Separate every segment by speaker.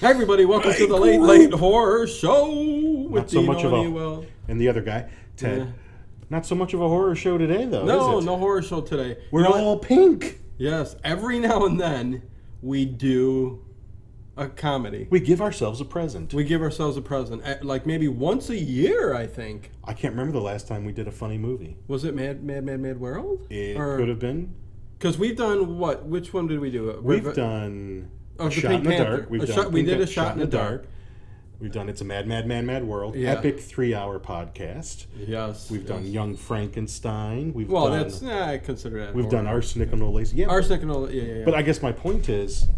Speaker 1: Hey everybody, welcome to the Late Late Horror Show with
Speaker 2: Not so
Speaker 1: Dean
Speaker 2: much of a-
Speaker 1: O'Neill.
Speaker 2: and the other guy, Ted.
Speaker 1: Yeah.
Speaker 2: Not so much of a horror show today, though.
Speaker 1: No,
Speaker 2: is it?
Speaker 1: no horror show today.
Speaker 2: We're
Speaker 1: You know what?
Speaker 2: all pink.
Speaker 1: Yes, every now and then we do a comedy.
Speaker 2: We give ourselves a present.
Speaker 1: We give ourselves a present, eh, like maybe once a year. I think
Speaker 2: I can't remember the last time we did a funny movie.
Speaker 1: was it Mad Mad Mad Mad World?
Speaker 2: It could have been.
Speaker 1: because we've done what? Which one did we do?
Speaker 2: We've done
Speaker 1: Of
Speaker 2: a
Speaker 1: uh, oh, the
Speaker 2: shot
Speaker 1: Pink
Speaker 2: in the
Speaker 1: Panther.
Speaker 2: dark. We've
Speaker 1: A
Speaker 2: done
Speaker 1: shot- we
Speaker 2: Pink
Speaker 1: did a
Speaker 2: Pa-
Speaker 1: shot in the dark.
Speaker 2: We've done it's a mad, mad, mad, mad world.
Speaker 1: Yeah.
Speaker 2: Epic three-hour podcast.
Speaker 1: Yes,
Speaker 2: We've
Speaker 1: yes.
Speaker 2: done Young Frankenstein. We've
Speaker 1: Well,
Speaker 2: done.
Speaker 1: that's nah, I consider that.
Speaker 2: we've
Speaker 1: horror.
Speaker 2: done arsenic and Olace. Yeah,
Speaker 1: Arsenic and all. Yeah, yeah. yeah.
Speaker 2: But I guess my point is,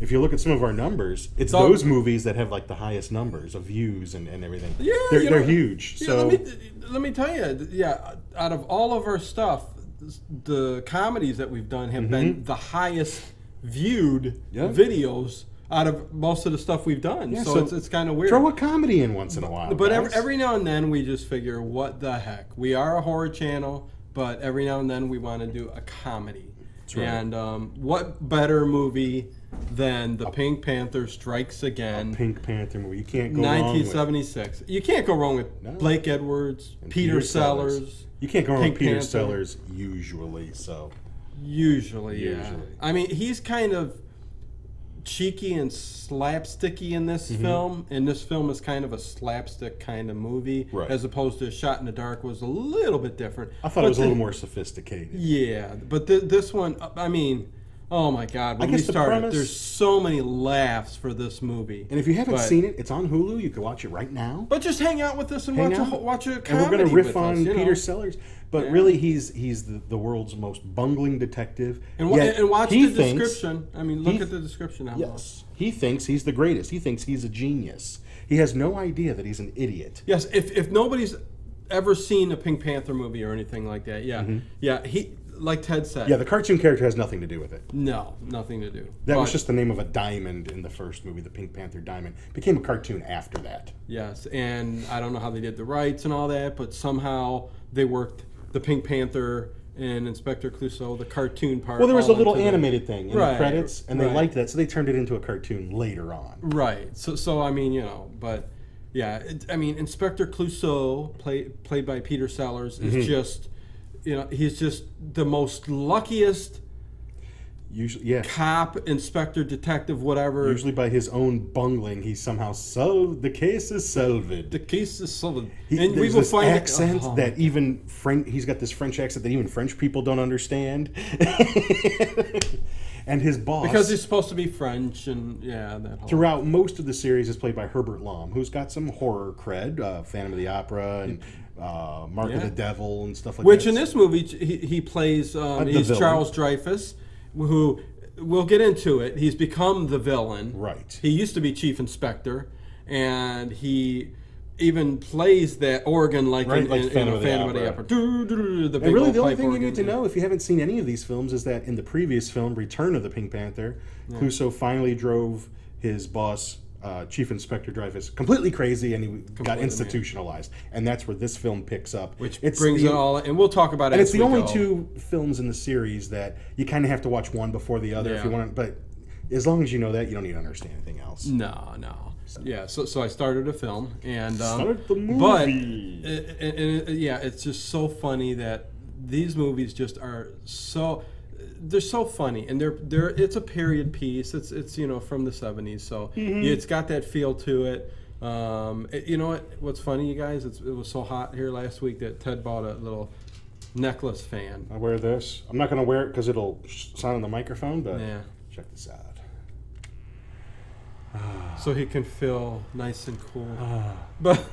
Speaker 2: if you look at some of our numbers, it's
Speaker 1: Dog-
Speaker 2: those movies that have like the highest numbers of views and, and everything.
Speaker 1: Yeah,
Speaker 2: they're,
Speaker 1: you
Speaker 2: they're
Speaker 1: know-
Speaker 2: huge.
Speaker 1: Yeah,
Speaker 2: so
Speaker 1: let me let me tell you. th- Yeah, out of all of our stuff, s- the comedies that we've done have been the highest viewed
Speaker 2: Mm-hmm. Yeah.
Speaker 1: videos out of most of the stuff we've done.
Speaker 2: Yeah,
Speaker 1: so,
Speaker 2: so
Speaker 1: it's it's kind of weird.
Speaker 2: throw a comedy in once in a while.
Speaker 1: but every,
Speaker 2: guys.
Speaker 1: every now and then we just figure, what the heck? We are a horror channel, but every now and then we want to do a comedy.
Speaker 2: right.
Speaker 1: And um, what better movie than The Pink Panther Strikes Again?
Speaker 2: Pink Panther movie, you can't go wrong with.
Speaker 1: 1976. You can't go wrong with
Speaker 2: No.
Speaker 1: Blake Edwards,
Speaker 2: And
Speaker 1: Peter, Sellers.
Speaker 2: You can't go wrong
Speaker 1: Pink
Speaker 2: with Peter
Speaker 1: Panther.
Speaker 2: Sellers usually. So
Speaker 1: Usually, yeah.
Speaker 2: Usually.
Speaker 1: I mean, he's kind of cheeky and slapsticky in this
Speaker 2: Mm-hmm.
Speaker 1: film, and this film is kind of a slapstick kind of movie,
Speaker 2: Right.
Speaker 1: as opposed to Shot in the Dark was a little bit different.
Speaker 2: I thought
Speaker 1: But
Speaker 2: it was a
Speaker 1: the-
Speaker 2: little more sophisticated.
Speaker 1: Yeah, but th- this one, uh, I mean, oh my God! When
Speaker 2: I
Speaker 1: we
Speaker 2: guess the
Speaker 1: started,
Speaker 2: premise-
Speaker 1: there's so many laughs for this movie.
Speaker 2: And if you haven't
Speaker 1: But-
Speaker 2: seen it, it's on Hulu. You can watch it right now.
Speaker 1: but just hang out with us and
Speaker 2: Hang
Speaker 1: watch a,
Speaker 2: out.
Speaker 1: whole- watch a
Speaker 2: and
Speaker 1: comedy.
Speaker 2: we're going to
Speaker 1: with us,
Speaker 2: riff on
Speaker 1: you know?
Speaker 2: Peter Sellers, but
Speaker 1: Yeah.
Speaker 2: really he's he's the, the world's most bungling detective.
Speaker 1: And, wa-
Speaker 2: yet
Speaker 1: and watch
Speaker 2: he
Speaker 1: the
Speaker 2: thinks-
Speaker 1: description. I mean, look
Speaker 2: he-
Speaker 1: at the description. How
Speaker 2: Yes. He thinks he's the greatest. He thinks he's a genius. He has no idea that he's an idiot.
Speaker 1: Yes, if, if nobody's ever seen a Pink Panther movie or anything like that, yeah, yeah, he like Ted said,
Speaker 2: Mm-hmm. Yeah, the cartoon character has nothing to do with it.
Speaker 1: no, nothing to do.
Speaker 2: That was
Speaker 1: But,
Speaker 2: just the name of a diamond in the first movie, the Pink Panther diamond. Became a cartoon after that.
Speaker 1: yes, and I don't know how they did the rights and all that, but somehow they worked the Pink Panther and Inspector Clouseau, the cartoon part.
Speaker 2: Well, there was a
Speaker 1: all
Speaker 2: little
Speaker 1: into the-
Speaker 2: animated thing in
Speaker 1: Right,
Speaker 2: the credits, and
Speaker 1: right.
Speaker 2: they liked that, so they turned it into a cartoon later on.
Speaker 1: right? So, so I mean, you know, but yeah, it, I mean, Inspector Clouseau, played played by Peter Sellers,
Speaker 2: Mm-hmm.
Speaker 1: is just, you know, he's just the most luckiest.
Speaker 2: Usually, yeah.
Speaker 1: cop, inspector, detective, whatever.
Speaker 2: Usually by his own bungling, he somehow solved the case is solved.
Speaker 1: The case is solved,
Speaker 2: He,
Speaker 1: and we
Speaker 2: there's
Speaker 1: will
Speaker 2: this
Speaker 1: find
Speaker 2: accent
Speaker 1: Oh,
Speaker 2: that even French. He's got this French accent that even French people don't understand. and his boss,
Speaker 1: because he's supposed to be French, and yeah, that whole.
Speaker 2: throughout most of the series, is played by Herbert Lom, who's got some horror cred, uh, Phantom of the Opera and uh, Mark of
Speaker 1: Yeah.
Speaker 2: the Devil and stuff like
Speaker 1: Which
Speaker 2: that.
Speaker 1: in this movie he, he plays um,
Speaker 2: Uh, the
Speaker 1: he's
Speaker 2: villain.
Speaker 1: Charles Dreyfus, who we'll get into it. He's become the villain.
Speaker 2: Right.
Speaker 1: He used to be chief inspector, and he even plays that organ like
Speaker 2: Right,
Speaker 1: in,
Speaker 2: like
Speaker 1: in- in
Speaker 2: Phantom of the
Speaker 1: Phantom
Speaker 2: Opera.
Speaker 1: Doo, doo, doo, doo, the big
Speaker 2: And really,
Speaker 1: old
Speaker 2: the only
Speaker 1: pipe
Speaker 2: thing you
Speaker 1: organ,
Speaker 2: need to
Speaker 1: yeah.
Speaker 2: know if you haven't seen any of these films is that in the previous film, Return of the Pink Panther, Clouseau finally drove his boss, uh, Chief Inspector Dreyfus, completely crazy and he got
Speaker 1: mad.
Speaker 2: institutionalized. And that's where this film picks up.
Speaker 1: Which brings
Speaker 2: the,
Speaker 1: it all, and we'll talk about it.
Speaker 2: And it's
Speaker 1: as
Speaker 2: the
Speaker 1: we
Speaker 2: only
Speaker 1: go.
Speaker 2: two films in the series that you kind of have to watch one before the other if
Speaker 1: Yeah. Mm.
Speaker 2: you want to. But as long as you know that, you don't need to understand anything else.
Speaker 1: No, no. Yeah, so, so I started a film and um,
Speaker 2: Start the
Speaker 1: But uh,
Speaker 2: movie.
Speaker 1: it- it- it- it- yeah, it's just so funny that these movies just are so they're so funny and they're they're it's a period piece. It's it's you know from the seventies, so
Speaker 2: Mm-hmm.
Speaker 1: it's got that feel to it. Um, it- You know what? What's funny, you guys? It's, it was so hot here last week that Ted bought a little necklace fan.
Speaker 2: I wear this. I'm not going to wear it because it'll sh- sound on the microphone, but
Speaker 1: Yeah.
Speaker 2: check this out.
Speaker 1: so he can feel nice and cool.
Speaker 2: Ah.
Speaker 1: But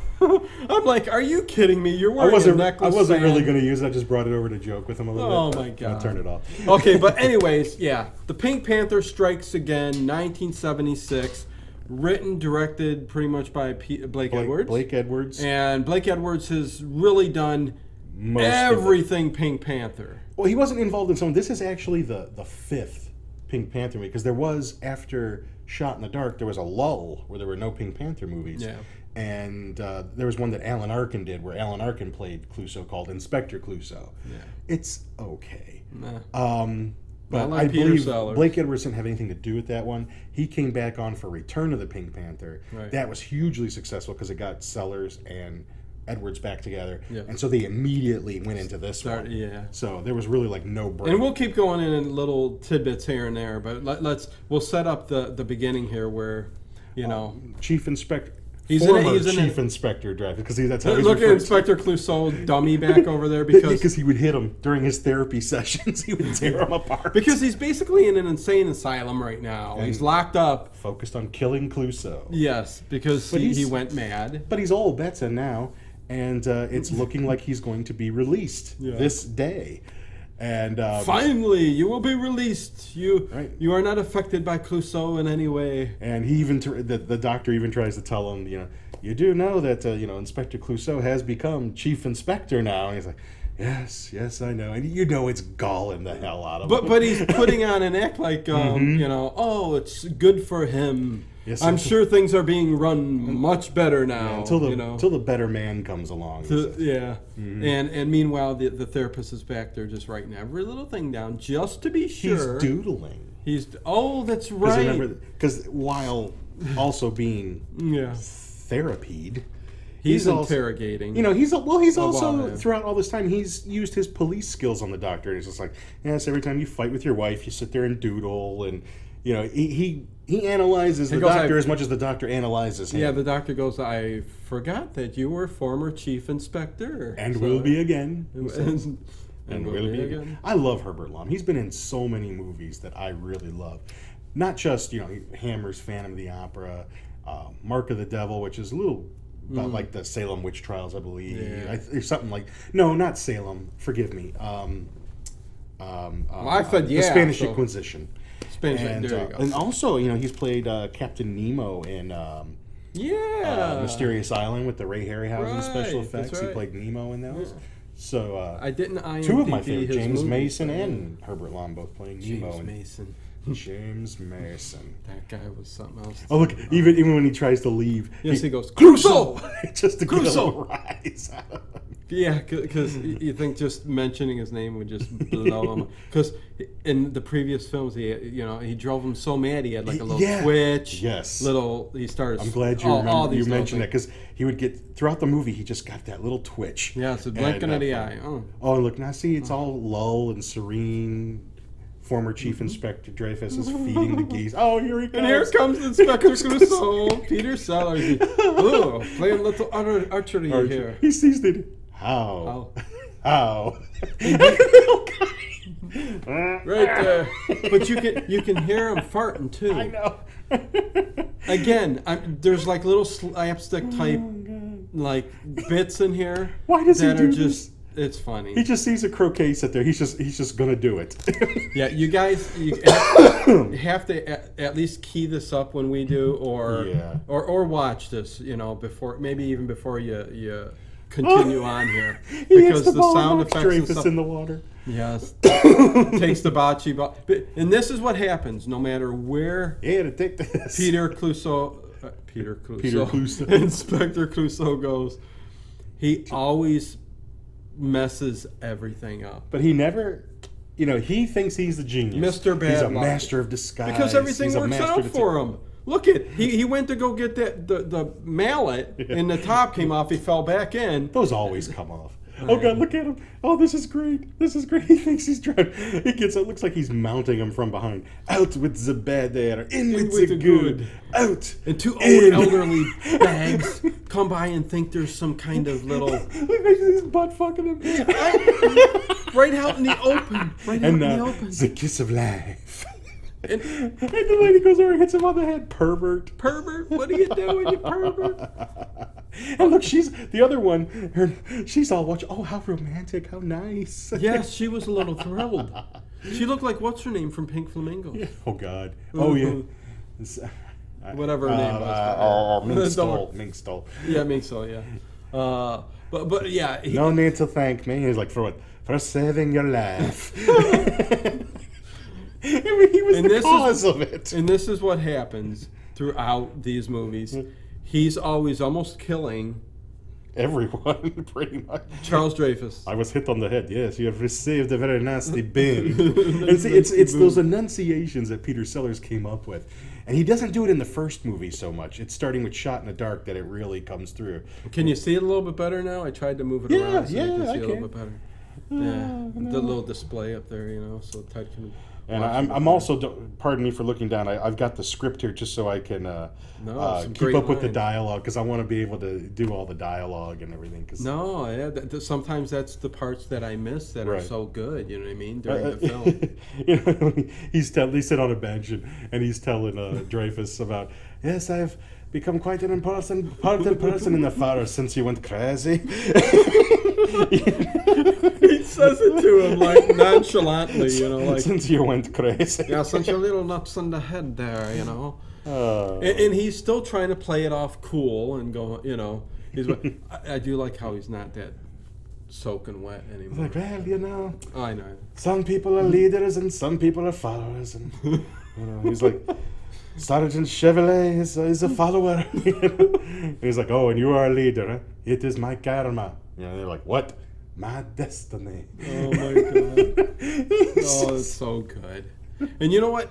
Speaker 1: I'm like, are you kidding me? You're
Speaker 2: I
Speaker 1: wearing a
Speaker 2: wasn't. I
Speaker 1: necklace.
Speaker 2: wasn't really
Speaker 1: fan."
Speaker 2: going to use it. I just brought it over to joke with him a little
Speaker 1: Oh
Speaker 2: bit.
Speaker 1: my
Speaker 2: but
Speaker 1: God.
Speaker 2: I turned it off.
Speaker 1: okay, but anyways, yeah, the Pink Panther strikes again, 1976, written, directed, pretty much by P- Blake,
Speaker 2: Blake
Speaker 1: Edwards,
Speaker 2: Edwards. Blake Edwards.
Speaker 1: and Blake Edwards has really done
Speaker 2: Most of it.
Speaker 1: everything Pink Panther.
Speaker 2: well, he wasn't involved in some. This is actually the the fifth Pink Panther movie because there was after Shot in the Dark there was a lull where there were no Pink Panther movies.
Speaker 1: Yeah.
Speaker 2: And uh, there was one that Alan Arkin did where Alan Arkin played Clouseau called Inspector Clouseau.
Speaker 1: Yeah.
Speaker 2: It's okay.
Speaker 1: Nah. I
Speaker 2: Um, But
Speaker 1: like
Speaker 2: I
Speaker 1: Peter
Speaker 2: believe
Speaker 1: Sellers.
Speaker 2: Blake Edwards didn't have anything to do with that one. He came back on for Return of the Pink Panther.
Speaker 1: Right.
Speaker 2: That was hugely successful because it got Sellers and Edwards back together,
Speaker 1: Yeah.
Speaker 2: and so they immediately went into this
Speaker 1: Start,
Speaker 2: one.
Speaker 1: yeah.
Speaker 2: So there was really like no break.
Speaker 1: And we'll keep going in little tidbits here and there, but let, let's we'll set up the the beginning here where, you know,
Speaker 2: Chief Inspector,
Speaker 1: He's in it-
Speaker 2: former
Speaker 1: he's in it.
Speaker 2: Chief Inspector Dreyfus, because that's how he's
Speaker 1: look at
Speaker 2: referred to.
Speaker 1: Inspector Clouseau dummy back over there because
Speaker 2: Because he would hit him during his therapy sessions. He would tear him apart.
Speaker 1: because he's basically in an insane asylum right now. He's locked up.
Speaker 2: focused on killing Cluso.
Speaker 1: Yes, because
Speaker 2: But
Speaker 1: he, he
Speaker 2: he's-
Speaker 1: went mad.
Speaker 2: But he's all better now, and uh, it's looking like he's going to be released
Speaker 1: Yeah.
Speaker 2: this day. And um,
Speaker 1: Finally, you will be released. You
Speaker 2: Right.
Speaker 1: you are not affected by Clouseau in any way.
Speaker 2: and he even tr- the, the doctor even tries to tell him, you know, you do know that uh, you know Inspector Clouseau has become Chief Inspector now. And he's like, yes, yes, I know, and you know it's galling the hell out of
Speaker 1: But
Speaker 2: him.
Speaker 1: but he's putting on an act like um, you know, oh, it's good for him.
Speaker 2: Mm-hmm. Yes,
Speaker 1: I'm
Speaker 2: yes.
Speaker 1: sure things are being run much better now.
Speaker 2: until the Mm-hmm.
Speaker 1: you know,
Speaker 2: until the better man comes along. he
Speaker 1: The-
Speaker 2: says.
Speaker 1: yeah. And and meanwhile, the, the therapist is back there just writing every little thing down just to be
Speaker 2: He's
Speaker 1: sure.
Speaker 2: doodling.
Speaker 1: He's- oh, that's
Speaker 2: Because
Speaker 1: right.
Speaker 2: remember, because while also being
Speaker 1: yeah,
Speaker 2: therapied,
Speaker 1: he's,
Speaker 2: also-
Speaker 1: interrogating.
Speaker 2: You know, he's al- well. He's
Speaker 1: Oh,
Speaker 2: also
Speaker 1: wow, man.
Speaker 2: throughout all this time, he's used his police skills on the doctor. He's just like, yes, every time you fight with your wife, you sit there and doodle, and you know, he he, he analyzes the
Speaker 1: goes,
Speaker 2: doctor
Speaker 1: "I-
Speaker 2: as much as the doctor analyzes him.
Speaker 1: yeah. The doctor goes, "I forgot that you were former chief inspector,
Speaker 2: and
Speaker 1: So-
Speaker 2: will be again. he
Speaker 1: And,
Speaker 2: says.
Speaker 1: and,
Speaker 2: and
Speaker 1: will, be again.
Speaker 2: I love Herbert Lom. He's been in so many movies that I really love. Not just you know he Hammers, Phantom of the Opera, uh, Mark of the Devil, which is a little about like the Salem witch trials, I believe,
Speaker 1: Hmm. Yeah.
Speaker 2: I, or something like. No, not Salem. Forgive me. Um, um, um,
Speaker 1: I said
Speaker 2: uh,
Speaker 1: yeah,
Speaker 2: The Spanish
Speaker 1: so-
Speaker 2: Inquisition.
Speaker 1: Spanish.
Speaker 2: And,
Speaker 1: there
Speaker 2: uh,
Speaker 1: you go.
Speaker 2: and also, you know, he's played uh, Captain Nemo in um,
Speaker 1: yeah.
Speaker 2: uh, Mysterious Island with the Ray Harryhausen special
Speaker 1: Right, that's
Speaker 2: effects. He
Speaker 1: right.
Speaker 2: played Nemo in those. So uh,
Speaker 1: I didn't. IMDb
Speaker 2: Two of my favorite,
Speaker 1: his
Speaker 2: James
Speaker 1: movies.
Speaker 2: Mason and Herbert Lom, both playing Nemo.
Speaker 1: James
Speaker 2: and
Speaker 1: Mason.
Speaker 2: James Mason.
Speaker 1: That guy was something else.
Speaker 2: Oh look, even even when he tries to leave,
Speaker 1: Yes, he goes, "Crusoe!"
Speaker 2: just to get a
Speaker 1: Crusoe!
Speaker 2: little rise out of him.
Speaker 1: Yeah, because
Speaker 2: Hmm.
Speaker 1: you think just mentioning his name would just blow him. Because in the previous films, he you know he drove him so mad he had like a little
Speaker 2: Yeah.
Speaker 1: twitch.
Speaker 2: Yes.
Speaker 1: Little he starts.
Speaker 2: I'm glad you
Speaker 1: all-
Speaker 2: remember,
Speaker 1: all
Speaker 2: you
Speaker 1: these little
Speaker 2: mentioned that because he would get throughout the movie. He just got that little twitch.
Speaker 1: things. Yeah, it's a
Speaker 2: And,
Speaker 1: blink
Speaker 2: uh,
Speaker 1: of the eye. Uh-huh. Oh.
Speaker 2: Oh, and look now, see, it's all lull and serene. Former Chief Inspector Dreyfus is feeding the geese. Oh, here he comes!
Speaker 1: Mm-hmm. And here comes Inspector Clouseau, Peter Sellers. Ooh, playing little utter, archery
Speaker 2: Archer.
Speaker 1: here.
Speaker 2: He sees it. How? How?
Speaker 1: Right there. But you can you can hear him farting too.
Speaker 2: I know.
Speaker 1: Again, I'm, there's like little slapstick type
Speaker 2: Oh, God.
Speaker 1: like bits in here.
Speaker 2: Why does he
Speaker 1: that
Speaker 2: do
Speaker 1: are
Speaker 2: this?
Speaker 1: just it's funny.
Speaker 2: He just sees a croquet sit there. He's just he's just gonna do it.
Speaker 1: Yeah, you guys you have to at, at least key this up when we do, or
Speaker 2: Yeah.
Speaker 1: or or watch this, you know, before maybe even before you you continue on here
Speaker 2: He hits the, ball
Speaker 1: sound
Speaker 2: and knocks
Speaker 1: effects and
Speaker 2: Dreyfus
Speaker 1: stuff-
Speaker 2: in the water.
Speaker 1: yes takes the bocce ball, But- and this is what happens no matter where
Speaker 2: Yeah, to take this.
Speaker 1: Peter Clouseau, uh, Peter Clouseau,
Speaker 2: Peter Clouseau.
Speaker 1: Inspector Clouseau goes, he always messes everything up.
Speaker 2: But he never, you know, he thinks he's the genius.
Speaker 1: Mr.
Speaker 2: He's a
Speaker 1: Badlock.
Speaker 2: master of disguise.
Speaker 1: because everything
Speaker 2: He's a
Speaker 1: works
Speaker 2: master
Speaker 1: out
Speaker 2: detec-
Speaker 1: for him. Look at he, he went to go get that the, the mallet and the top came off. He fell back in.
Speaker 2: Those always come off. Oh god, look at him! Oh, this is great! This is great! He thinks he's driving. He gets. It looks like he's mounting him from behind. Out with the bad air, in with, the, good. Out.
Speaker 1: And two old
Speaker 2: In.
Speaker 1: elderly bags come by and think there's some kind of little
Speaker 2: Look, he's butt fucking him.
Speaker 1: right out in the open, right
Speaker 2: and
Speaker 1: out in the
Speaker 2: uh,
Speaker 1: open.
Speaker 2: the kiss of life. and,
Speaker 1: And-
Speaker 2: the lady goes over and hits him on the head. Pervert.
Speaker 1: Pervert, what are you doing, you pervert?
Speaker 2: And look, she's the other one. Her, she's all watch. Oh, how romantic! How nice.
Speaker 1: Yes, she was a little thrilled. She looked like what's her name from Pink Flamingo.
Speaker 2: Oh God. Oh yeah.
Speaker 1: Mhm.
Speaker 2: This- I-
Speaker 1: Whatever her name was, but-
Speaker 2: Uh, oh, Mink
Speaker 1: Don't
Speaker 2: stole.
Speaker 1: worry.
Speaker 2: Mink stole.
Speaker 1: Yeah, I mean so, yeah. Uh, but but yeah, he,
Speaker 2: No need to thank me. He's like, for what? For saving your life. I mean, he was
Speaker 1: And
Speaker 2: the
Speaker 1: this is-
Speaker 2: cause of it.
Speaker 1: And this is what
Speaker 2: Hmm.
Speaker 1: happens throughout these movies. He's always almost killing
Speaker 2: everyone, pretty much.
Speaker 1: Charles Dreyfus.
Speaker 2: I was hit on the head. Yes, you have received a very nasty bin. and see, it's it's those enunciations that Peter Sellers came up with, and he doesn't do it in the first movie so much. It's starting with "Shot in the Dark" that it really comes through.
Speaker 1: Can you see it a little bit better now? I tried to move it
Speaker 2: Yeah,
Speaker 1: around so you
Speaker 2: yeah,
Speaker 1: can see
Speaker 2: I
Speaker 1: it a little
Speaker 2: can.
Speaker 1: bit better. Yeah, the little display up there, you know, so Ted can.
Speaker 2: And
Speaker 1: watch
Speaker 2: I'm,
Speaker 1: it.
Speaker 2: I'm also, don't- pardon me for looking down, I, I've got the script here just so I can uh,
Speaker 1: No,
Speaker 2: uh,
Speaker 1: some
Speaker 2: keep
Speaker 1: great
Speaker 2: up with the
Speaker 1: lines.
Speaker 2: dialogue because I want to be able to do all the dialogue and everything. Cause,
Speaker 1: No, yeah. That, that- sometimes that's the parts that I miss that are
Speaker 2: Right.
Speaker 1: so good. You know what I mean? During
Speaker 2: Uh,
Speaker 1: the film.
Speaker 2: you know, he's tell, they sit on a bench and, and he's telling uh, Dreyfus about, yes, I've become quite an important, important person in the forest since you went crazy.
Speaker 1: he says it to him like nonchalantly, you know, like
Speaker 2: since you went crazy.
Speaker 1: yeah, since your little nuts in the head there, you know.
Speaker 2: Uh,
Speaker 1: And, and he's still trying to play it off cool and go, you know. He's, I, I do like how he's not that soaking wet anymore.
Speaker 2: like, well, you know,
Speaker 1: I know.
Speaker 2: some people are leaders and some people are followers. And you know, he's like, Sergeant Chevalier is, is a follower. and he's like, oh, and you are a leader. Huh? It is my karma. You know, they're like, what? My destiny.
Speaker 1: Oh my god.
Speaker 2: It's
Speaker 1: Oh, it's
Speaker 2: just-
Speaker 1: so good. And you know what?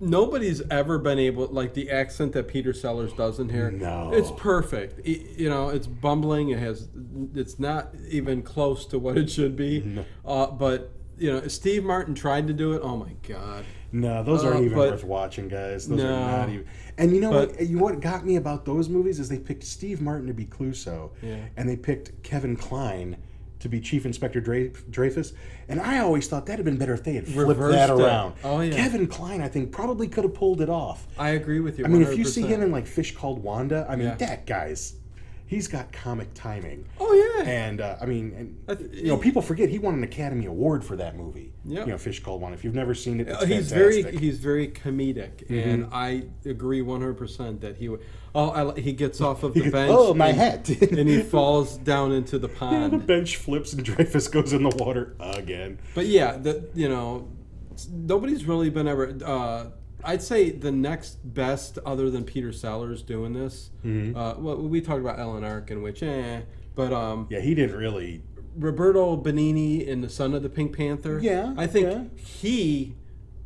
Speaker 1: Nobody's ever been able like the accent that Peter Sellers does in here.
Speaker 2: No.
Speaker 1: it's perfect. I- you know, it's bumbling. It has. It's not even close to what it should be. Uh, but you know, Steve Martin tried to do it. Oh my god!
Speaker 2: no, those
Speaker 1: Uh,
Speaker 2: aren't even
Speaker 1: but-
Speaker 2: worth watching, guys. Those
Speaker 1: No.
Speaker 2: are not even. And you know
Speaker 1: But-
Speaker 2: what? You know what got me about those movies is they picked Steve Martin to be Cluso,
Speaker 1: Yeah.
Speaker 2: and they picked Kevin Klein to be Chief Inspector Dra- Dreyfus. And I always thought that'd been better if they had flipped
Speaker 1: Reversed
Speaker 2: that
Speaker 1: it.
Speaker 2: around.
Speaker 1: Oh, yeah.
Speaker 2: Kevin Klein, I think, probably could have pulled it off.
Speaker 1: I agree with you.
Speaker 2: I mean, if you see him
Speaker 1: 100%.
Speaker 2: in like Fish Called Wanda, I mean,
Speaker 1: Yeah.
Speaker 2: that guy's, he's got comic timing.
Speaker 1: oh yeah,
Speaker 2: And uh, I mean, and,
Speaker 1: I th-
Speaker 2: you know, people forget he won an Academy Award for that movie.
Speaker 1: Yeah.
Speaker 2: You know, Fish Called One. If you've never seen it, it's
Speaker 1: Uh, he's
Speaker 2: fantastic. Mm-hmm.
Speaker 1: very he's very comedic, and I agree one hundred percent that he would. Oh, I, li- he gets off of the
Speaker 2: goes,
Speaker 1: bench.
Speaker 2: "Oh, my
Speaker 1: and-
Speaker 2: hat."
Speaker 1: and he falls down into the pond.
Speaker 2: the bench flips and Dreyfus goes in the water again.
Speaker 1: But yeah, the you know, s- nobody's really been ever. Uh, I'd say the next best, other than Peter Sellers doing this.
Speaker 2: Mm-hmm.
Speaker 1: Uh, well, we talked about Ellen Arkin, which eh, but um,
Speaker 2: Yeah, he didn't really.
Speaker 1: Roberto Benini in the Son of the Pink Panther.
Speaker 2: Yeah,
Speaker 1: I think
Speaker 2: yeah.
Speaker 1: he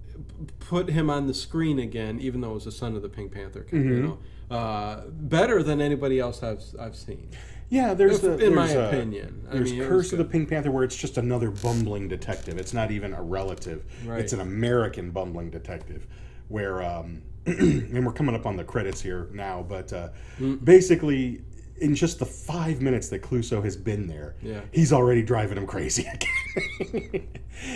Speaker 1: p- put him on the screen again, even though it was the Son of the Pink Panther.
Speaker 2: Mm-hmm.
Speaker 1: You know. Uh, better than anybody else I've, I've seen.
Speaker 2: Yeah, there's
Speaker 1: In
Speaker 2: the,
Speaker 1: my
Speaker 2: there's, uh,
Speaker 1: opinion. I
Speaker 2: there's
Speaker 1: mean, it was
Speaker 2: Curse of the Pink Panther, where it's just another bumbling detective. It's not even a relative.
Speaker 1: Right.
Speaker 2: It's an American bumbling detective, where um, and we're coming up on the credits here now, but uh,
Speaker 1: Mm.
Speaker 2: basically. In just the five minutes that Cluso has been there,
Speaker 1: Yeah.
Speaker 2: he's already driving him crazy again.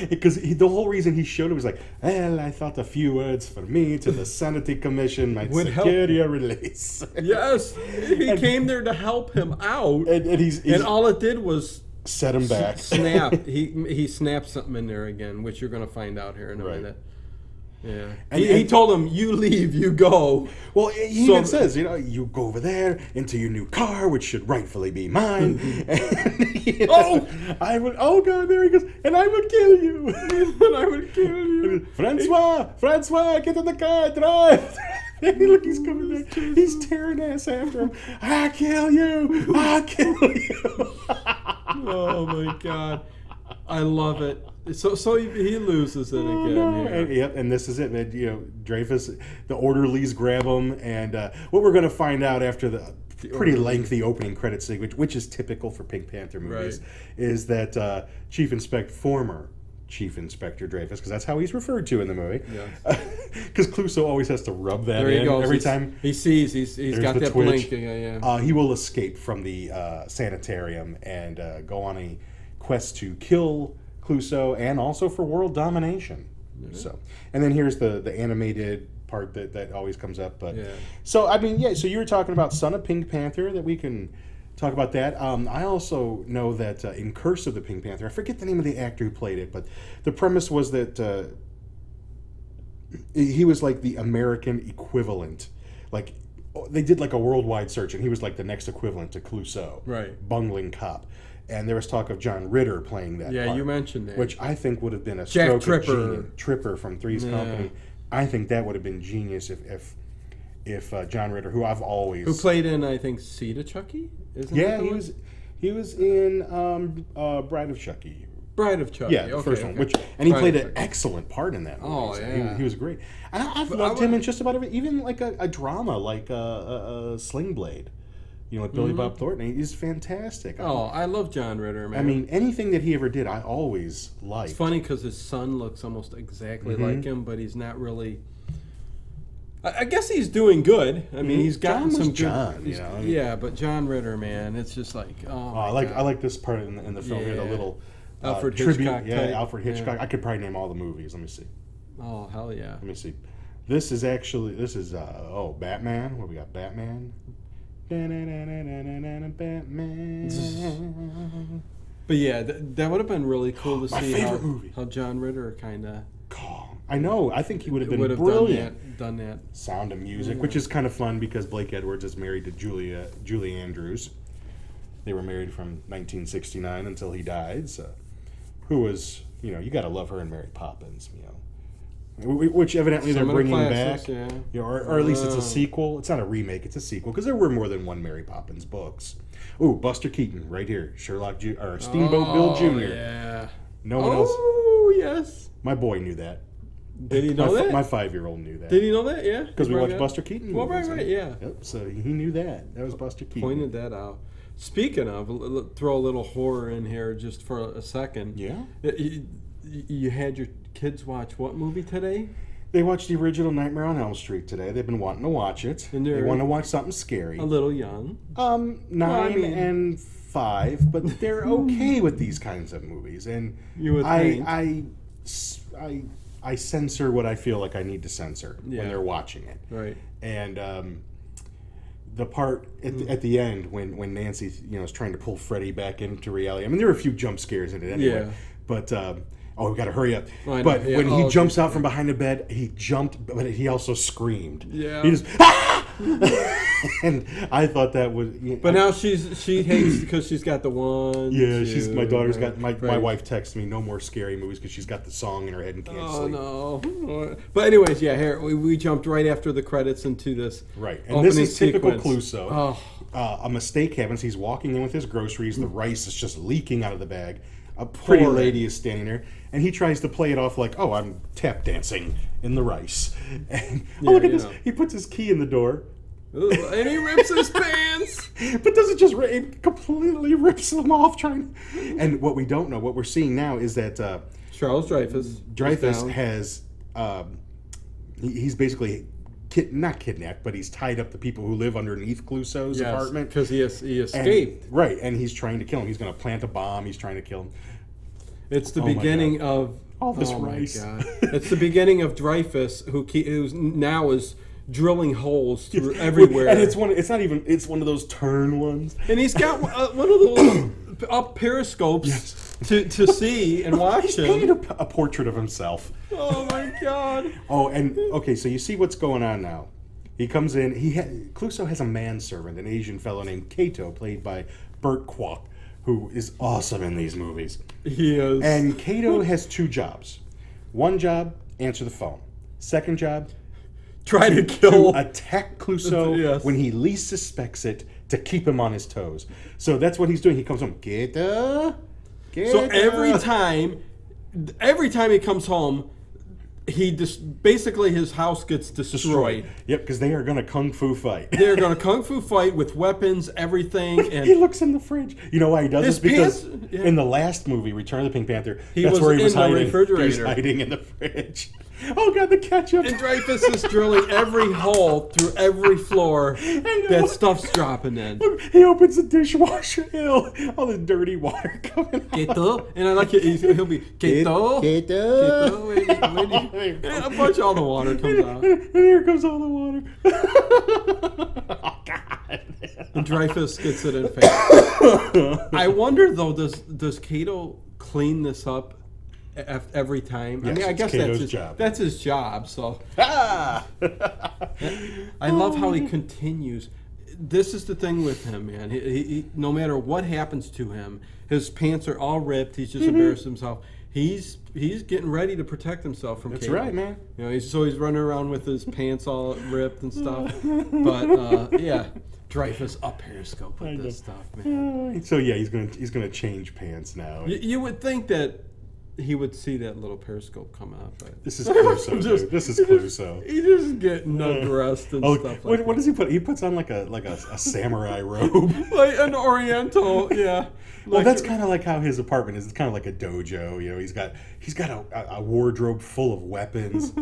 Speaker 2: Because he- the whole reason he showed him was like, well, I thought a few words for me to the Sanity Commission might
Speaker 1: Would help.
Speaker 2: secure your release.
Speaker 1: Yes, he came there to help him out,
Speaker 2: And, and he's, he's
Speaker 1: and all it did was
Speaker 2: set him back.
Speaker 1: snap. he he snapped something in there again, which you're gonna find out here in a
Speaker 2: Right.
Speaker 1: minute. Yeah,
Speaker 2: And-
Speaker 1: he, he
Speaker 2: and-
Speaker 1: told him, "You leave, you go."
Speaker 2: Well, he
Speaker 1: So-
Speaker 2: even says, you know, you go over there into your new car, which should rightfully be mine. and, you know,
Speaker 1: Oh!
Speaker 2: I would. Oh God, there he goes, and I would kill you.
Speaker 1: and I would kill you.
Speaker 2: Francois, Francois, get in the car, drive. And look, he's coming back. He's tearing ass after him. I kill you. I kill you.
Speaker 1: Oh my god, I love it. So so he, he loses it
Speaker 2: Oh,
Speaker 1: again.
Speaker 2: no.
Speaker 1: here.
Speaker 2: And, yep, and this is it, man. You know, Dreyfus, the orderlies grab him, and uh, what we're going to find out after the pretty lengthy opening credit sequence, which is typical for Pink Panther movies,
Speaker 1: Right.
Speaker 2: is that uh, Chief Inspect former Chief Inspector Dreyfus, because that's how he's referred to in the movie. Because Clouseau always has to rub that
Speaker 1: There he
Speaker 2: in
Speaker 1: goes.
Speaker 2: every
Speaker 1: He's-
Speaker 2: time.
Speaker 1: he sees, he's he's
Speaker 2: There's
Speaker 1: got
Speaker 2: the
Speaker 1: that
Speaker 2: twitch.
Speaker 1: blink. Yeah, yeah.
Speaker 2: Uh, he will escape from the uh, sanitarium and uh, go on a quest to kill Cluso and also for world domination. So, and then here's the the animated part that that always comes up. But
Speaker 1: Yeah.
Speaker 2: so I mean, yeah. So you were talking about Son of Pink Panther that we can. Talk about that. Um, I also know that uh, in Curse of the Pink Panther, I forget the name of the actor who played it, but the premise was that uh, he was like the American equivalent. Like oh, they did like a worldwide search, and he was like the next equivalent to Clouseau,
Speaker 1: Right.
Speaker 2: Bungling cop. And there was talk of John Ritter playing that.
Speaker 1: yeah,
Speaker 2: part,
Speaker 1: you mentioned that.
Speaker 2: which I think would have been a
Speaker 1: Jack
Speaker 2: stroke
Speaker 1: Tripper.
Speaker 2: Of genius. Tripper from Three's
Speaker 1: Yeah.
Speaker 2: Company. I think that would have been genius if if if uh, John Ritter, who I've always
Speaker 1: Who played in I think Sea to Chucky? Isn't
Speaker 2: Yeah,
Speaker 1: that the
Speaker 2: he
Speaker 1: one?
Speaker 2: was he was in um, uh, Bride of Chucky.
Speaker 1: Bride of Chucky.
Speaker 2: Yeah, the
Speaker 1: okay,
Speaker 2: first one,
Speaker 1: okay.
Speaker 2: which and he
Speaker 1: Bride
Speaker 2: played
Speaker 1: of
Speaker 2: an
Speaker 1: Chucky.
Speaker 2: excellent part in that. Movie,
Speaker 1: Oh,
Speaker 2: so he, was-
Speaker 1: yeah.
Speaker 2: he was great. And I, I've
Speaker 1: But I
Speaker 2: loved
Speaker 1: would-
Speaker 2: him in just about every, even like a, a drama, like a, a, a Sling Blade, you know, with Billy Bob Thornton. He's fantastic. I-
Speaker 1: Mm-hmm. Oh, I love John Ritter, man.
Speaker 2: I mean, anything that he ever did, I always liked.
Speaker 1: It's funny because his son looks almost exactly
Speaker 2: Mm-hmm.
Speaker 1: like him, but he's not really. I, I guess he's doing good. I mean,
Speaker 2: Mhm.
Speaker 1: he's
Speaker 2: John
Speaker 1: gotten
Speaker 2: was
Speaker 1: some good-
Speaker 2: John, you
Speaker 1: he's-
Speaker 2: know, I mean-
Speaker 1: Yeah, but John Ritter, man, it's just like oh,
Speaker 2: Oh, I
Speaker 1: my
Speaker 2: like
Speaker 1: God.
Speaker 2: I like this part in the, in the film here, the
Speaker 1: Yeah.
Speaker 2: little uh,
Speaker 1: Alfred Hitchcock
Speaker 2: Yeah,
Speaker 1: type.
Speaker 2: Alfred
Speaker 1: Yeah.
Speaker 2: Hitchcock. I could probably name all the movies. Let me see.
Speaker 1: oh hell yeah,
Speaker 2: Let me see. This is actually this is uh oh Batman. What we got? Batman. Batman.
Speaker 1: but yeah, th- that would have been really cool to
Speaker 2: My
Speaker 1: see
Speaker 2: favorite
Speaker 1: how,
Speaker 2: movie.
Speaker 1: how John Ritter kind of
Speaker 2: Call. I know. I think he would have been
Speaker 1: would have done that.
Speaker 2: brilliant.
Speaker 1: Done that.
Speaker 2: Sound of Music, which is kind of fun because Blake Edwards is married to Julia Julie Andrews. They were married from 1969 until he died. So, who was you know you got to love her and Mary Poppins, you know, Wh- wh- which evidently
Speaker 1: Some
Speaker 2: they're
Speaker 1: of the
Speaker 2: bringing
Speaker 1: classics,
Speaker 2: back,
Speaker 1: yeah.
Speaker 2: you know, or, or at least it's
Speaker 1: Oh.
Speaker 2: a sequel. It's not a remake; it's a sequel because there were more than one Mary Poppins books. Ooh, Buster Keaton right here, Sherlock Ju- or Steamboat Bill
Speaker 1: Oh,
Speaker 2: Jr.
Speaker 1: Yeah.
Speaker 2: No one else.
Speaker 1: Oh yes.
Speaker 2: My boy knew that.
Speaker 1: Did he know
Speaker 2: my,
Speaker 1: that?
Speaker 2: my five-year-old knew that
Speaker 1: Did he know that? Yeah.
Speaker 2: because
Speaker 1: He
Speaker 2: we
Speaker 1: brought
Speaker 2: watched
Speaker 1: it up?
Speaker 2: Buster Keaton.
Speaker 1: Well, right,
Speaker 2: movies,
Speaker 1: right, yeah.
Speaker 2: Yep, so he knew that. That was Buster Keaton.
Speaker 1: pointed that out. Speaking of, l- l- throw a little horror in here just for a second.
Speaker 2: Yeah.
Speaker 1: Y- y- You, had your kids watch what movie today?
Speaker 2: They watched the original Nightmare on Elm Street today. They've been wanting to watch it.
Speaker 1: And
Speaker 2: they
Speaker 1: they're-
Speaker 2: want to watch something scary.
Speaker 1: A little young.
Speaker 2: Um, nine
Speaker 1: I mean-
Speaker 2: and five, but they're okay with these kinds of movies. And
Speaker 1: You would
Speaker 2: I,
Speaker 1: think.
Speaker 2: I s- I- I censor what I feel like I need to censor
Speaker 1: Yeah.
Speaker 2: when they're watching it.
Speaker 1: Right.
Speaker 2: and um, the part at
Speaker 1: Hmm.
Speaker 2: the, at the end when when Nancy you know is trying to pull Freddy back into reality. I mean, there were a few jump scares in it anyway,
Speaker 1: Yeah.
Speaker 2: but. Um, Oh, we gotta hurry up!
Speaker 1: Oh, I know,
Speaker 2: but
Speaker 1: yeah.
Speaker 2: when
Speaker 1: Oh,
Speaker 2: he
Speaker 1: okay.
Speaker 2: jumps out from behind the bed, he jumped, but he also screamed.
Speaker 1: Yeah.
Speaker 2: he just ah! and I thought that was.
Speaker 1: But now she's she hates because she's got the one.
Speaker 2: yeah, she's
Speaker 1: two,
Speaker 2: my daughter's
Speaker 1: right,
Speaker 2: got my, my
Speaker 1: right.
Speaker 2: wife texts me no more scary movies because she's got the song in her head and can't
Speaker 1: Oh
Speaker 2: sleep.
Speaker 1: no! But anyways, yeah. Here we, we jumped right after the credits into this.
Speaker 2: Right, and this
Speaker 1: opening
Speaker 2: is typical
Speaker 1: sequence.
Speaker 2: Cluso.
Speaker 1: Oh.
Speaker 2: Uh, a mistake happens. He's walking in with his groceries. The rice is just leaking out of the bag. A pretty
Speaker 1: Pouring.
Speaker 2: lady is standing there, and he tries to play it off like, "Oh, I'm tap dancing in the rice." And oh,
Speaker 1: Yeah,
Speaker 2: look at
Speaker 1: you
Speaker 2: this!
Speaker 1: know.
Speaker 2: He puts his key in the door,
Speaker 1: Ooh, and he rips his pants.
Speaker 2: but doesn't just ri- it completely rips them off. Trying, and what we don't know, what we're seeing now, is that uh,
Speaker 1: Charles Dreyfus. is
Speaker 2: Dreyfus
Speaker 1: down.
Speaker 2: has um, he, he's basically kid, not kidnapped, but he's tied up the people who live underneath Clouseau's
Speaker 1: Yes,
Speaker 2: apartment.
Speaker 1: because he es- he
Speaker 2: And-
Speaker 1: escaped.
Speaker 2: right, and he's trying to kill him. He's going to plant a bomb. He's trying to kill him.
Speaker 1: It's the
Speaker 2: Oh my
Speaker 1: beginning of Oh
Speaker 2: All this
Speaker 1: my
Speaker 2: rice.
Speaker 1: God. It's the beginning of Dreyfus, who ke- who's now is drilling holes through everywhere,
Speaker 2: and it's one. It's not even. It's one of those turn ones.
Speaker 1: And he's got uh, one of those up periscopes to, to see and watch
Speaker 2: He's painted
Speaker 1: him.
Speaker 2: a, a portrait of himself.
Speaker 1: Oh my God!
Speaker 2: Oh, and okay, so you see what's going on now. He comes in. He ha- Clouseau has a manservant, an Asian fellow named Kato, played by Burt Kwok, who is awesome in these movies.
Speaker 1: He is.
Speaker 2: And Kato has two jobs. One job, answer the phone. Second job,
Speaker 1: try to kill.
Speaker 2: attack Clouseau
Speaker 1: Yes.
Speaker 2: when he least suspects it to keep him on his toes. So that's what he's doing. He comes home, Kato.
Speaker 1: So every time, every time he comes home, he just basically his house gets destroyed.
Speaker 2: Yep, because they are going to kung fu fight.
Speaker 1: They're gonna kung fu fight with weapons, everything, and
Speaker 2: he looks in the fridge. You know why he does
Speaker 1: His
Speaker 2: this? Because
Speaker 1: pants- yeah.
Speaker 2: in the last movie, Return of the Pink Panther,
Speaker 1: He
Speaker 2: that's
Speaker 1: was
Speaker 2: where he was
Speaker 1: in the
Speaker 2: hiding. He was
Speaker 1: refrigerator.
Speaker 2: hiding in the fridge. Oh god, the ketchup.
Speaker 1: And Dreyfus is drilling every hole through every floor
Speaker 2: know.
Speaker 1: that stuff's dropping in.
Speaker 2: he opens the dishwasher. Ew, all the dirty water coming out.
Speaker 1: Keto? And I like it. he's- He'll be Keto. Keto. where you- where you- And A bunch of all the water comes out.
Speaker 2: and here comes all the water. oh God!
Speaker 1: And Dreyfus gets it in face. I wonder though, does does Cato clean this up ev- every time? I
Speaker 2: Yes,
Speaker 1: mean, I
Speaker 2: it's
Speaker 1: guess
Speaker 2: Cato's
Speaker 1: that's his,
Speaker 2: job.
Speaker 1: that's his job. So
Speaker 2: Ah!
Speaker 1: I love
Speaker 2: Oh,
Speaker 1: how he continues. This is the thing with him, man.
Speaker 2: Mm-hmm.
Speaker 1: He, he, he, no matter what happens to him, his pants are all ripped. He's just embarrassed himself. he's he's getting ready to protect himself from.
Speaker 2: That's
Speaker 1: Caleb.
Speaker 2: right, man.
Speaker 1: You know, he's, so he's running around with his pants all ripped and stuff. But uh, yeah, Dreyfus up Periscope
Speaker 2: I
Speaker 1: with
Speaker 2: know.
Speaker 1: this stuff, man.
Speaker 2: Uh, so yeah, he's gonna he's gonna change pants now.
Speaker 1: You, you would think that he would see that little Periscope come out, but
Speaker 2: This is Cluso.
Speaker 1: Just-
Speaker 2: dude. This is Cluso.
Speaker 1: he's just getting undressed and
Speaker 2: Oh,
Speaker 1: stuff like
Speaker 2: what,
Speaker 1: that.
Speaker 2: what does he put? He puts on like a like a, a samurai robe.
Speaker 1: like an Oriental, yeah.
Speaker 2: Well,
Speaker 1: Like-
Speaker 2: Oh, that's kind of like how his apartment is. It's kind of like a dojo. You know, he's got he's got a, a, a wardrobe full of weapons.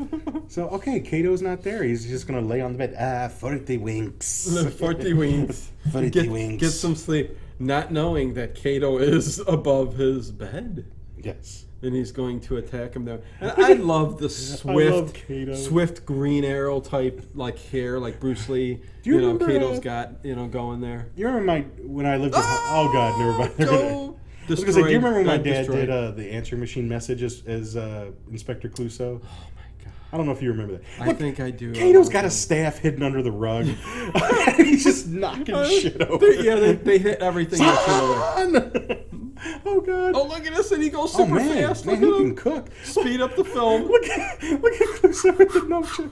Speaker 2: so okay, Kato's not there. He's just gonna lay on the bed. Ah, forty winks.
Speaker 1: Look, forty wings.
Speaker 2: 40
Speaker 1: get,
Speaker 2: wings.
Speaker 1: Get some sleep, not knowing that Cato is above his bed.
Speaker 2: yes.
Speaker 1: And he's going to attack him there. And I love the
Speaker 2: love
Speaker 1: swift,
Speaker 2: Kato.
Speaker 1: swift green arrow type like hair, like Bruce Lee.
Speaker 2: Do you
Speaker 1: know,
Speaker 2: remember,
Speaker 1: Kato's
Speaker 2: uh,
Speaker 1: got you know going there.
Speaker 2: You remember my when I lived? In, oh God, never mind. Never mind.
Speaker 1: Go
Speaker 2: I was gonna say, do
Speaker 1: destroy-
Speaker 2: you remember when my
Speaker 1: God
Speaker 2: dad
Speaker 1: destroy.
Speaker 2: did uh, the answering machine message as, as uh, Inspector Clouseau?
Speaker 1: Oh my god!
Speaker 2: I don't know if you remember that.
Speaker 1: I think I do.
Speaker 2: Kato's got a staff hidden under the rug. He's just knocking shit over.
Speaker 1: They, yeah, they, they hit everything. they throw away.
Speaker 2: Son! oh God!
Speaker 1: oh look at this, and he goes super fast.
Speaker 2: man,
Speaker 1: Look
Speaker 2: he
Speaker 1: at
Speaker 2: can
Speaker 1: him.
Speaker 2: cook.
Speaker 1: Speed up the film.
Speaker 2: Look at look at Clouseau with the notion.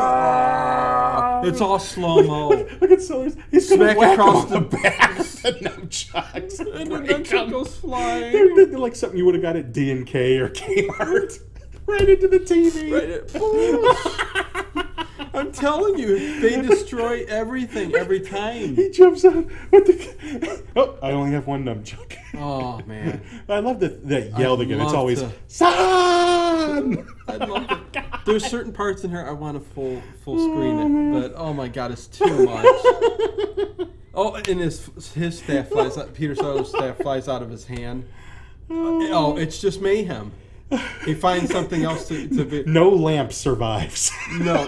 Speaker 1: Ah. It's all slow mo.
Speaker 2: Look, look at Sellers. He's gonna
Speaker 1: Smack
Speaker 2: whack
Speaker 1: across
Speaker 2: him on the back. with the nunchucks and
Speaker 1: And the
Speaker 2: break
Speaker 1: nunchuck
Speaker 2: him.
Speaker 1: goes
Speaker 2: They're,
Speaker 1: flying.
Speaker 2: they're- they're like something you would have got at D and K or Kmart. right into the TV.
Speaker 1: Right at- I'm telling you, they destroy everything every time.
Speaker 2: He jumps out with the. Oh, I only have one nunchuck.
Speaker 1: Oh man,
Speaker 2: I love that that yelled again. It's
Speaker 1: love
Speaker 2: always
Speaker 1: to-
Speaker 2: son.
Speaker 1: I love it. There's certain parts in here I want to full full screen it, but oh my god, it's too much. Oh, and his his staff flies out. Peter Sellers' staff flies out of his hand. Oh, it's just mayhem. He finds something else to, to be.
Speaker 2: No lamp survives.
Speaker 1: No.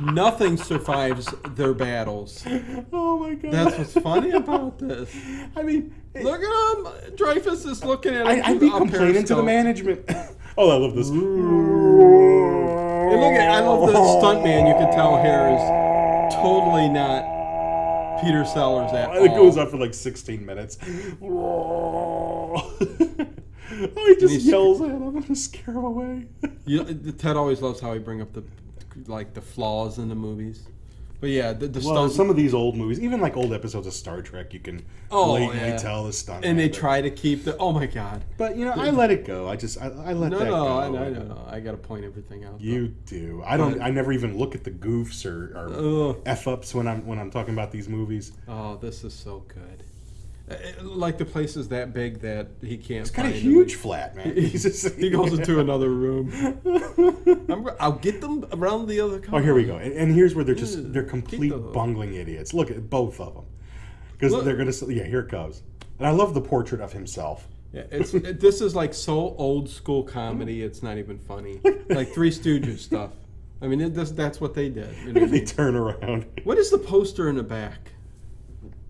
Speaker 1: Nothing survives their battles.
Speaker 2: oh my god.
Speaker 1: That's what's funny about this.
Speaker 2: I mean,
Speaker 1: Look at him. Dreyfus is looking at him.
Speaker 2: I, I'd
Speaker 1: through
Speaker 2: be
Speaker 1: a
Speaker 2: complaining to the
Speaker 1: periscope.
Speaker 2: management. oh, I love this. And
Speaker 1: And
Speaker 2: look
Speaker 1: look at, I love the
Speaker 2: Oh.
Speaker 1: stuntman. You can tell here is totally not Peter Sellers at all.
Speaker 2: It goes on for like 16 minutes. oh, he just
Speaker 1: he's-
Speaker 2: yells at him. I'm gonna scare him away.
Speaker 1: You, uh, Ted always loves how he bring up the like the flaws in the movies. But yeah, the, the
Speaker 2: Well,
Speaker 1: stunt.
Speaker 2: some of these old movies, even like old episodes of Star Trek, you can
Speaker 1: Oh,
Speaker 2: blatantly
Speaker 1: yeah.
Speaker 2: tell the stunt.
Speaker 1: and they
Speaker 2: man, but-
Speaker 1: try to keep the. Oh my God.
Speaker 2: But you know, I let it go. I just I, I let
Speaker 1: No,
Speaker 2: that
Speaker 1: no,
Speaker 2: go.
Speaker 1: I, I don't know. I gotta point everything out. though.
Speaker 2: You do. I don't. I never even look at the goofs or, or
Speaker 1: Ugh.
Speaker 2: f ups when I'm when I'm talking about these movies.
Speaker 1: Oh, this is so good. Uh, uh, Like the place is that big that he can't.
Speaker 2: It's got a
Speaker 1: find
Speaker 2: huge flat, man.
Speaker 1: him.
Speaker 2: He's just,
Speaker 1: he goes into another room. I'm, go- I'll get them around the other car.
Speaker 2: Oh, here we go. And, and here's where they're just
Speaker 1: Ew,
Speaker 2: they're complete
Speaker 1: Tito.
Speaker 2: bungling idiots. Look at both of them, because
Speaker 1: Look.
Speaker 2: they're gonna. s- Yeah, here it goes. And I love the portrait of himself.
Speaker 1: Yeah, it's it, this is like so old school comedy. It's not even funny. Like Three Stooges stuff. I mean, it, this, that's what they did. You know what, I
Speaker 2: they
Speaker 1: mean?
Speaker 2: turn around
Speaker 1: what is the poster in the back?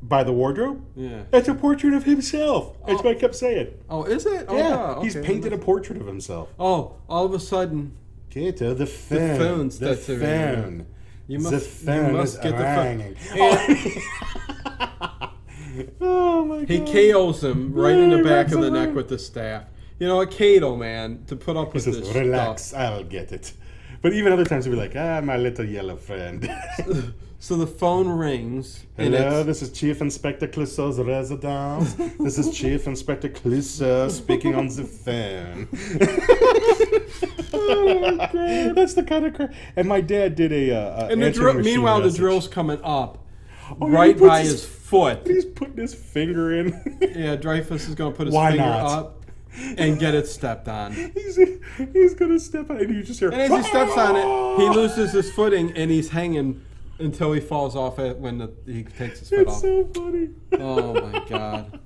Speaker 2: by the wardrobe.
Speaker 1: Yeah.
Speaker 2: That's a portrait of himself. That's what I kept saying.
Speaker 1: Oh, is it? Oh,
Speaker 2: yeah,
Speaker 1: God,
Speaker 2: he's
Speaker 1: okay.
Speaker 2: painted a portrait of himself.
Speaker 1: Oh, all of a sudden,
Speaker 2: Kato, the phone. The
Speaker 1: phone's that's
Speaker 2: phone.
Speaker 1: around. you
Speaker 2: the
Speaker 1: must, you
Speaker 2: phone
Speaker 1: must
Speaker 2: is
Speaker 1: get the phone.
Speaker 2: ringing.
Speaker 1: And
Speaker 2: Oh my
Speaker 1: he
Speaker 2: god.
Speaker 1: KOs him right in
Speaker 2: He
Speaker 1: the back
Speaker 2: rips
Speaker 1: of the
Speaker 2: him
Speaker 1: neck
Speaker 2: right.
Speaker 1: with the staff. You know, a Cato man to put up
Speaker 2: He
Speaker 1: with
Speaker 2: says,
Speaker 1: this
Speaker 2: relax,
Speaker 1: stuff.
Speaker 2: I'll get it. But even other times he'll be like, ah, my little yellow friend.
Speaker 1: So the phone rings. And
Speaker 2: Hello,
Speaker 1: it's,
Speaker 2: this is Chief Inspector Clouseau's residence. this is Chief Inspector Clouseau speaking on the phone. That's the kind of crap. And my dad did a. Uh, uh,
Speaker 1: and the
Speaker 2: answering
Speaker 1: drill,
Speaker 2: machine
Speaker 1: meanwhile,
Speaker 2: message.
Speaker 1: the drill's coming up
Speaker 2: Oh, yeah, he
Speaker 1: right
Speaker 2: puts
Speaker 1: by
Speaker 2: his-
Speaker 1: his foot.
Speaker 2: He's putting his finger in.
Speaker 1: Yeah, Dreyfus is going to put his
Speaker 2: Why
Speaker 1: finger
Speaker 2: not?
Speaker 1: up and get it stepped on. And
Speaker 2: he's he's gonna step on, and you just hear. "Ah!"
Speaker 1: as he steps on it, he loses his footing and he's hanging until he falls off it when the, he takes his foot
Speaker 2: It's
Speaker 1: off.
Speaker 2: so funny.
Speaker 1: oh my god.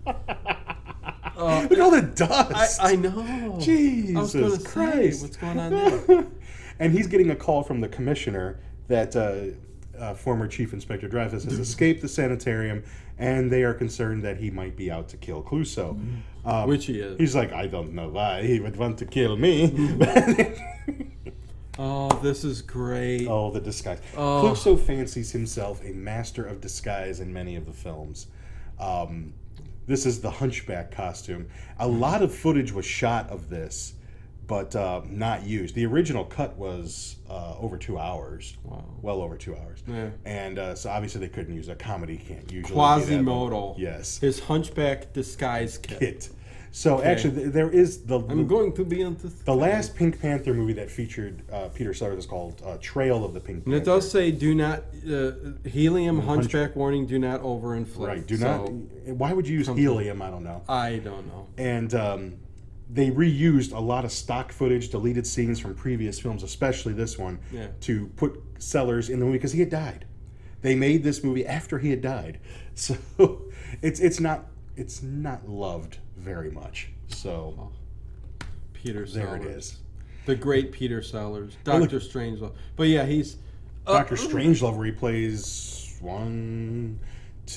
Speaker 1: Uh,
Speaker 2: Look at all the
Speaker 1: I,
Speaker 2: dust.
Speaker 1: I know.
Speaker 2: Jesus
Speaker 1: Oh, I was gonna
Speaker 2: Christ!
Speaker 1: Say, what's going on there?
Speaker 2: and he's getting a call from the commissioner that uh, uh, former Chief Inspector Dreyfus has escaped the sanitarium, and they are concerned that he might be out to kill Clouseau.
Speaker 1: Mm.
Speaker 2: Um,
Speaker 1: Which he is.
Speaker 2: He's like, I don't know why he would want to kill me.
Speaker 1: Mm. Oh, this is great.
Speaker 2: oh, the disguise.
Speaker 1: Oh.
Speaker 2: Clouseau fancies himself a master of disguise in many of the films. Um, This is the hunchback costume. A
Speaker 1: Hmm.
Speaker 2: lot of footage was shot of this, but uh, not used. The original cut was uh, over two hours,
Speaker 1: Wow.
Speaker 2: well over two hours.
Speaker 1: Yeah.
Speaker 2: And uh, so obviously they couldn't use a comedy can't usually. do that.
Speaker 1: Quasimodo.
Speaker 2: Yes.
Speaker 1: His hunchback disguise kit.
Speaker 2: It. So actually, th- there is the
Speaker 1: I'm going to be on this.
Speaker 2: the last Pink Panther movie that featured uh, Peter Sellers is called uh, Trail of the Pink
Speaker 1: And
Speaker 2: Panther.
Speaker 1: it does say, do not, uh, helium hunchback warning, do not overinflate.
Speaker 2: Right. Do
Speaker 1: So,
Speaker 2: not. Why would you use helium? I don't know.
Speaker 1: I don't know.
Speaker 2: and um, they reused a lot of stock footage, deleted scenes from previous films, especially this one,
Speaker 1: Yeah.
Speaker 2: to put Sellers in the movie because he had died. They made this movie after he had died, so it's it's not it's not loved very much. So
Speaker 1: Peter
Speaker 2: there
Speaker 1: Sellers.
Speaker 2: it is.
Speaker 1: The great Peter Sellers. Doctor Strangelove. But yeah, he's. Uh,
Speaker 2: Doctor Strangelove replays one,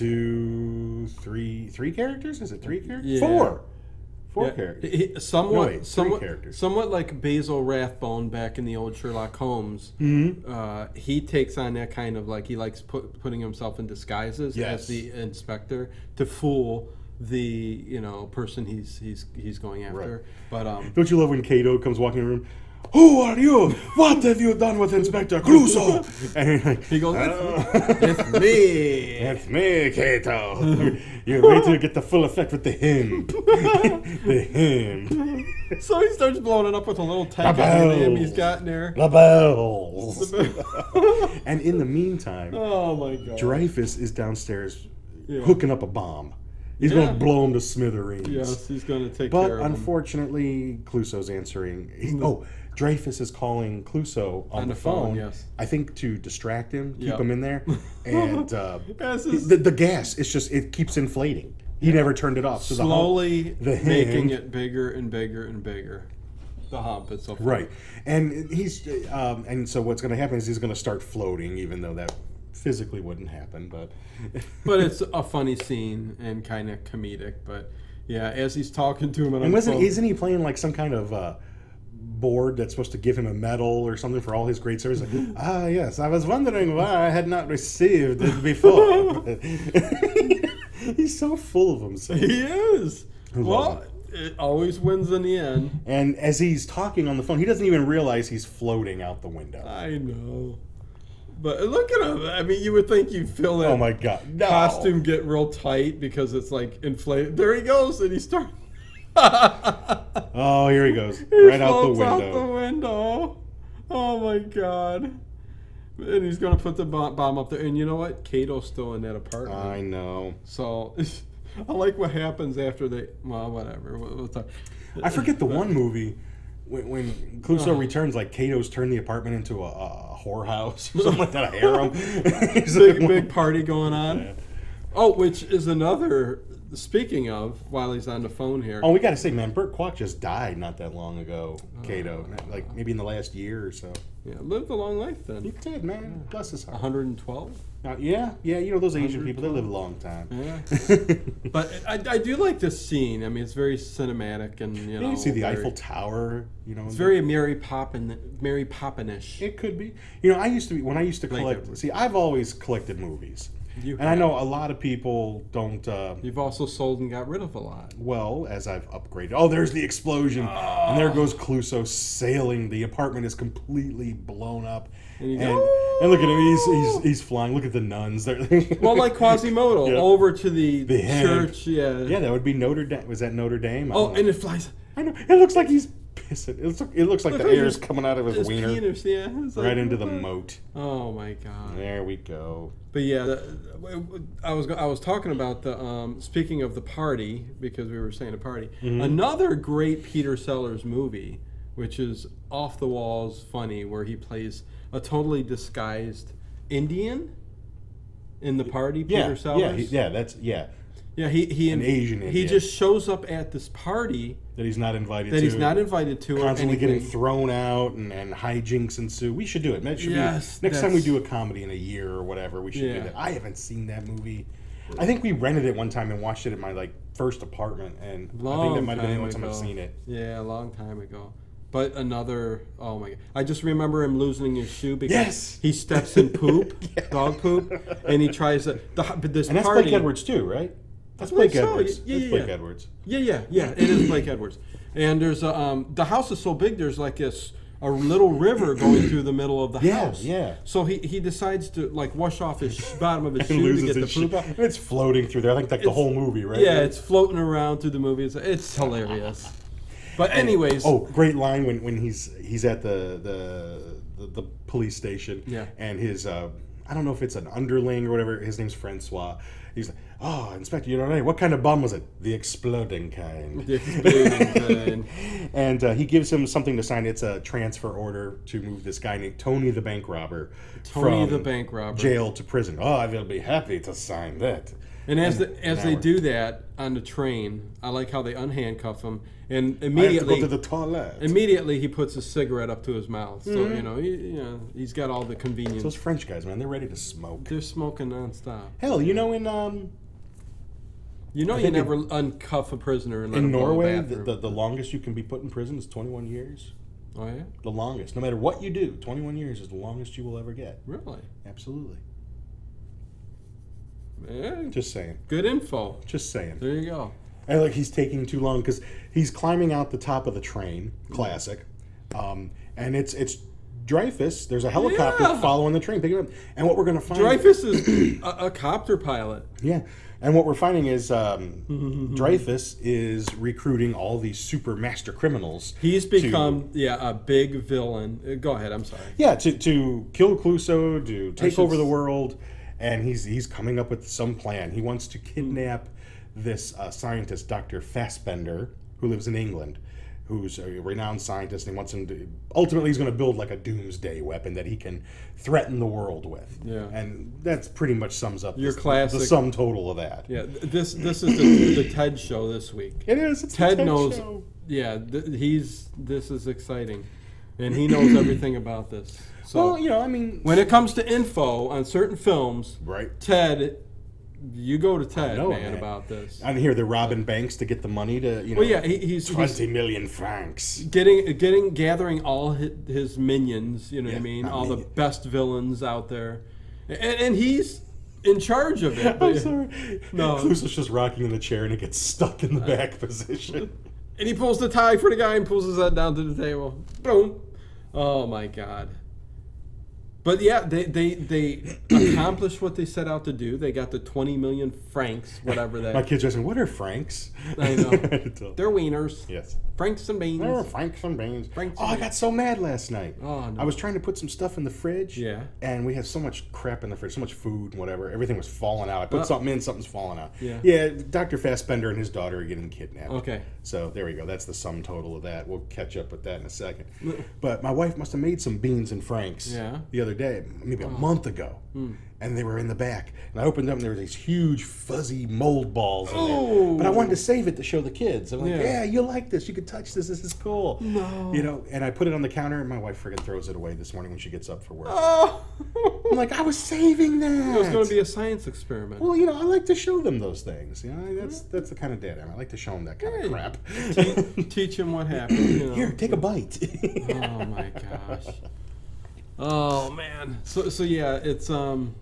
Speaker 2: two, three, three characters. Is it three characters?
Speaker 1: Yeah.
Speaker 2: Four, four
Speaker 1: yeah,
Speaker 2: characters.
Speaker 1: he- he- somewhat,
Speaker 2: No, wait, three
Speaker 1: somewhat,
Speaker 2: characters.
Speaker 1: somewhat like Basil Rathbone back in the old Sherlock Holmes.
Speaker 2: Mm-hmm.
Speaker 1: Uh, he takes on that kind of like he likes put, putting himself in disguises
Speaker 2: Yes.
Speaker 1: as the inspector to fool the you know person he's he's he's going after. But um,
Speaker 2: Don't you love when Kato comes walking in the room? Who are you? What have you done with Inspector Crusoe? And you're like,
Speaker 1: he goes,
Speaker 2: "Oh,
Speaker 1: "It's me."
Speaker 2: it's me, Kato. You're ready to get the full effect with the hymn. the hymn.
Speaker 1: So he starts blowing it up with a little tech
Speaker 2: Ba-boom.
Speaker 1: him he's got in there.
Speaker 2: The bells. and in the meantime,
Speaker 1: Oh my god.
Speaker 2: Dreyfus is downstairs
Speaker 1: Yeah.
Speaker 2: hooking up a bomb. He's
Speaker 1: Yeah.
Speaker 2: going to blow him to smithereens.
Speaker 1: Yes, he's gonna take
Speaker 2: But
Speaker 1: care of him.
Speaker 2: unfortunately, Clouseau's answering. he- oh, Dreyfus is calling Clouseau on, the, phone.
Speaker 1: yes.
Speaker 2: I think to distract him, keep
Speaker 1: Yep.
Speaker 2: him in there, and uh,
Speaker 1: As is-
Speaker 2: the, the gas. It's just it keeps inflating. He never turned it off. So the whole-
Speaker 1: slowly
Speaker 2: the hand-
Speaker 1: making it bigger and bigger and bigger. The hump itself.
Speaker 2: Right, and he's um, and so what's going to happen is he's going to start floating, even though that physically wouldn't happen. But
Speaker 1: But it's a funny scene and kind of comedic. But yeah, as he's talking to him, and,
Speaker 2: and
Speaker 1: I'm
Speaker 2: wasn't isn't he playing like some kind of uh, board that's supposed to give him a medal or something for all his great service? Like, ah, yes, I was wondering why I had not received it before. he's so full of himself.
Speaker 1: he is.
Speaker 2: love
Speaker 1: Well, it always wins in the end.
Speaker 2: And as he's talking on the phone, he doesn't even realize he's floating out the window.
Speaker 1: I know. But look at him. I mean, you would think you'd feel that
Speaker 2: Oh my god! No.
Speaker 1: costume get real tight because it's like inflated. There he goes, and he starts.
Speaker 2: Oh, here he goes, right out the
Speaker 1: floats out the
Speaker 2: window.
Speaker 1: window. Oh my god. And he's gonna put the bomb, bomb up there. And you know what? Kato's still in that apartment.
Speaker 2: I know.
Speaker 1: so I like what happens after they. Well, whatever. We'll, we'll talk.
Speaker 2: I forget the one movie when, when
Speaker 1: Uh-huh.
Speaker 2: Clouseau returns, like Cato's turned the apartment into a, a whorehouse or something like that, a harem. It's
Speaker 1: Big
Speaker 2: like,
Speaker 1: big party going on. Oh, which is another. Speaking of, while he's on the phone here.
Speaker 2: Oh, we gotta say, man, Burt Kwok just died not that long ago.
Speaker 1: Oh,
Speaker 2: Cato, like maybe in the last year or so.
Speaker 1: Yeah, lived a long life
Speaker 2: He
Speaker 1: then.
Speaker 2: did, man. Bless his heart.
Speaker 1: 112.
Speaker 2: Uh, yeah, yeah. You know those Asian people, they live a long time.
Speaker 1: Yeah. But I, I do like this scene. I mean, it's very cinematic and you
Speaker 2: You,
Speaker 1: know.
Speaker 2: can see the
Speaker 1: very-
Speaker 2: Eiffel Tower. You know,
Speaker 1: It's very Mary Poppin, Mary Poppinish.
Speaker 2: It could be. You know, I used to be when I used to
Speaker 1: Like
Speaker 2: collect.
Speaker 1: it.
Speaker 2: See, I've always collected movies,
Speaker 1: You
Speaker 2: and I know a lot of people don't. Uh,
Speaker 1: You've also sold and got rid of a lot.
Speaker 2: well, as I've upgraded. Oh, there's the explosion, and there goes Cluso sailing. The apartment is completely blown up,
Speaker 1: And you
Speaker 2: and
Speaker 1: go,
Speaker 2: and look at him. He's he's, he's flying. Look at the nuns. They're
Speaker 1: Well, like Quasimodo,
Speaker 2: Yeah.
Speaker 1: over to the,
Speaker 2: The hand.
Speaker 1: church. Yeah.
Speaker 2: yeah, that would be Notre Dame. Was that Notre Dame? I
Speaker 1: Oh,
Speaker 2: don't
Speaker 1: and it flies.
Speaker 2: know. I know. It looks like he's pissing. It looks it looks like
Speaker 1: Look
Speaker 2: the
Speaker 1: how
Speaker 2: air is
Speaker 1: he's-
Speaker 2: coming out of his
Speaker 1: His
Speaker 2: wiener
Speaker 1: penis, yeah. It's like-
Speaker 2: right into the moat.
Speaker 1: Oh my god.
Speaker 2: There we go.
Speaker 1: But yeah, the, I was go- I was talking about the um, speaking of the party because we were saying a party.
Speaker 2: Mm-hmm.
Speaker 1: Another great Peter Sellers movie, which is off the walls funny, where he plays a totally disguised Indian in the party.
Speaker 2: Yeah,
Speaker 1: Peter Sellers.
Speaker 2: yeah, he- yeah. That's yeah.
Speaker 1: Yeah, he he
Speaker 2: An Asian
Speaker 1: He
Speaker 2: idiot.
Speaker 1: just shows up at this party
Speaker 2: that he's not invited
Speaker 1: that
Speaker 2: to.
Speaker 1: he's not invited to. or
Speaker 2: constantly
Speaker 1: anything.
Speaker 2: getting thrown out and, and hijinks ensue. We should do it. That should
Speaker 1: Yes,
Speaker 2: be next time we
Speaker 1: that's-
Speaker 2: do a comedy in a year or whatever. We should do
Speaker 1: Yeah.
Speaker 2: that. I haven't seen that movie. I think we rented it one time and watched it at my like first apartment, and I think that
Speaker 1: Long
Speaker 2: might have been the
Speaker 1: time
Speaker 2: only time I've
Speaker 1: ago.
Speaker 2: seen it.
Speaker 1: Yeah, a long time ago. But another, oh my! I just remember him losing his shoe because
Speaker 2: Yes!
Speaker 1: he steps in poop, dog poop, and he tries to. The, but this
Speaker 2: And that's
Speaker 1: party,
Speaker 2: Blake Edwards too, right? That's Blake
Speaker 1: think so.
Speaker 2: Edwards.
Speaker 1: Yeah,
Speaker 2: That's
Speaker 1: yeah,
Speaker 2: Blake
Speaker 1: yeah.
Speaker 2: Edwards.
Speaker 1: Yeah, yeah, yeah. It is Blake Edwards. And there's a, um, the house is so big. There's like this a little river going through the middle of the
Speaker 2: Yeah,
Speaker 1: house.
Speaker 2: yeah.
Speaker 1: So he, he decides to like wash off his sh- bottom of his
Speaker 2: And
Speaker 1: shoe to
Speaker 2: loses
Speaker 1: get the
Speaker 2: his
Speaker 1: poop
Speaker 2: shit.
Speaker 1: out.
Speaker 2: And it's floating through there. I think like the whole movie, right?
Speaker 1: Yeah, it's floating around through the movie. It's, it's hilarious. But anyways,
Speaker 2: Oh, great line when, when he's he's at the the, the, the police station.
Speaker 1: Yeah.
Speaker 2: And his uh, I don't know if it's an underling or whatever. His name's Francois. He's like, oh, Inspector, you know what I mean? What kind of bomb was it? The exploding kind.
Speaker 1: the explosion.
Speaker 2: and uh, he gives him something to sign. It's a transfer order to move this guy named Tony the bank robber.
Speaker 1: Tony
Speaker 2: from
Speaker 1: the bank robber.
Speaker 2: Jail to prison. Oh, I will be happy to sign that.
Speaker 1: And as the, as they
Speaker 2: hour.
Speaker 1: do that on the train, I like how they unhandcuff him and
Speaker 2: I have to go
Speaker 1: immediately
Speaker 2: to the toilet.
Speaker 1: immediately he puts his cigarette up to his mouth. So you know, he, you know, he's got all the convenience.
Speaker 2: Those French guys, man, they're ready to smoke.
Speaker 1: They're smoking nonstop.
Speaker 2: Hell, you know in um,
Speaker 1: You know,
Speaker 2: I
Speaker 1: you
Speaker 2: think
Speaker 1: never uncuff a prisoner and let
Speaker 2: in
Speaker 1: him go to
Speaker 2: Norway, the,
Speaker 1: bathroom.
Speaker 2: the, the longest you can be put in prison is 21 years.
Speaker 1: oh yeah,
Speaker 2: The longest, no matter what you do, 21 years is the longest you will ever get.
Speaker 1: really?
Speaker 2: Absolutely.
Speaker 1: Yeah,
Speaker 2: Just saying.
Speaker 1: good info.
Speaker 2: Just saying.
Speaker 1: There you go.
Speaker 2: And like he's taking too long because he's climbing out the top of the train. Classic. Um, and it's it's Dreyfus. There's a helicopter
Speaker 1: Yeah.
Speaker 2: following the train, picking him up. And what we're gonna find,
Speaker 1: Dreyfus is a, a copter pilot.
Speaker 2: yeah. And what we're finding is um, Dreyfus is recruiting all these super master criminals.
Speaker 1: He's
Speaker 2: to-
Speaker 1: become yeah a big villain. Uh, Go ahead. I'm sorry.
Speaker 2: yeah to, to kill Cluso, to take
Speaker 1: should
Speaker 2: over the
Speaker 1: s-
Speaker 2: world, and he's he's coming up with some plan. He wants to kidnap this uh, scientist, Doctor Fassbender, who lives in England, who's a renowned scientist, and he wants him to. Ultimately, he's going to build like a doomsday weapon that he can threaten the world with.
Speaker 1: Yeah.
Speaker 2: and that's pretty much sums up
Speaker 1: Your
Speaker 2: this-
Speaker 1: classic-
Speaker 2: the sum total of that.
Speaker 1: Yeah, th- this this is the, the TED show this week.
Speaker 2: It is. It's
Speaker 1: Ted
Speaker 2: the Ted
Speaker 1: knows.
Speaker 2: Show.
Speaker 1: Yeah, th- he's this is exciting, and he knows everything about this. So
Speaker 2: Well, you know, I mean,
Speaker 1: when it comes to info on certain films,
Speaker 2: right.
Speaker 1: Ted, you go to Ted,
Speaker 2: know,
Speaker 1: man,
Speaker 2: man.
Speaker 1: about this.
Speaker 2: And here they're robbing banks to get the money to you know.
Speaker 1: well, yeah, he, he's, he's
Speaker 2: twenty million francs.
Speaker 1: getting getting gathering all his, his minions. You know what I
Speaker 2: Yeah,
Speaker 1: mean?
Speaker 2: not
Speaker 1: All the
Speaker 2: minion.
Speaker 1: best villains out there, and, and he's in charge of it.
Speaker 2: I'm sorry.
Speaker 1: No. Uh.
Speaker 2: No. Cluso's just rocking in the chair and it gets stuck in the back position.
Speaker 1: And he pulls the tie for the guy and pulls his head down to the table. Boom. Oh my god. But yeah, they they they accomplished what they set out to do. They got the twenty million francs, whatever
Speaker 2: My
Speaker 1: that.
Speaker 2: kids are saying, What are Franks?
Speaker 1: I know. They're wieners.
Speaker 2: yes.
Speaker 1: Franks and beans.
Speaker 2: There are Franks and beans.
Speaker 1: Franks
Speaker 2: oh,
Speaker 1: and
Speaker 2: I got so mad last night.
Speaker 1: Oh, no.
Speaker 2: I was trying to put some stuff in the fridge.
Speaker 1: Yeah.
Speaker 2: And we had so much crap in the fridge, so much food and whatever. Everything was falling out. I put
Speaker 1: Uh,
Speaker 2: something in, something's falling out.
Speaker 1: Yeah.
Speaker 2: Yeah, Dr. Fassbender and his daughter are getting kidnapped.
Speaker 1: Okay.
Speaker 2: So there we go. That's the sum total of that. We'll catch up with that in a second. But my wife must have made some beans and franks
Speaker 1: Yeah. Oh. Hmm.
Speaker 2: the other day, maybe a month ago, and they were in the back. And I opened them, and there were these huge fuzzy mold balls in there. But I wanted to save it to show the kids. I'm like,
Speaker 1: Oh. Yeah.
Speaker 2: yeah. you like this. You could touch this. This is cool.
Speaker 1: No.
Speaker 2: You know, and I put it on the counter, and my wife friggin' throws it away this morning when she gets up for work.
Speaker 1: Oh,
Speaker 2: I'm like, I was saving that.
Speaker 1: it was going to be a science experiment.
Speaker 2: Well, you know, I like to show them those things. You know, that's that's the kind of dad I am. I like to show them that kind
Speaker 1: Hey.
Speaker 2: of crap.
Speaker 1: Te- teach him what happened. You know.
Speaker 2: Here, take a bite.
Speaker 1: Oh my gosh. Oh man. So so yeah, it's um,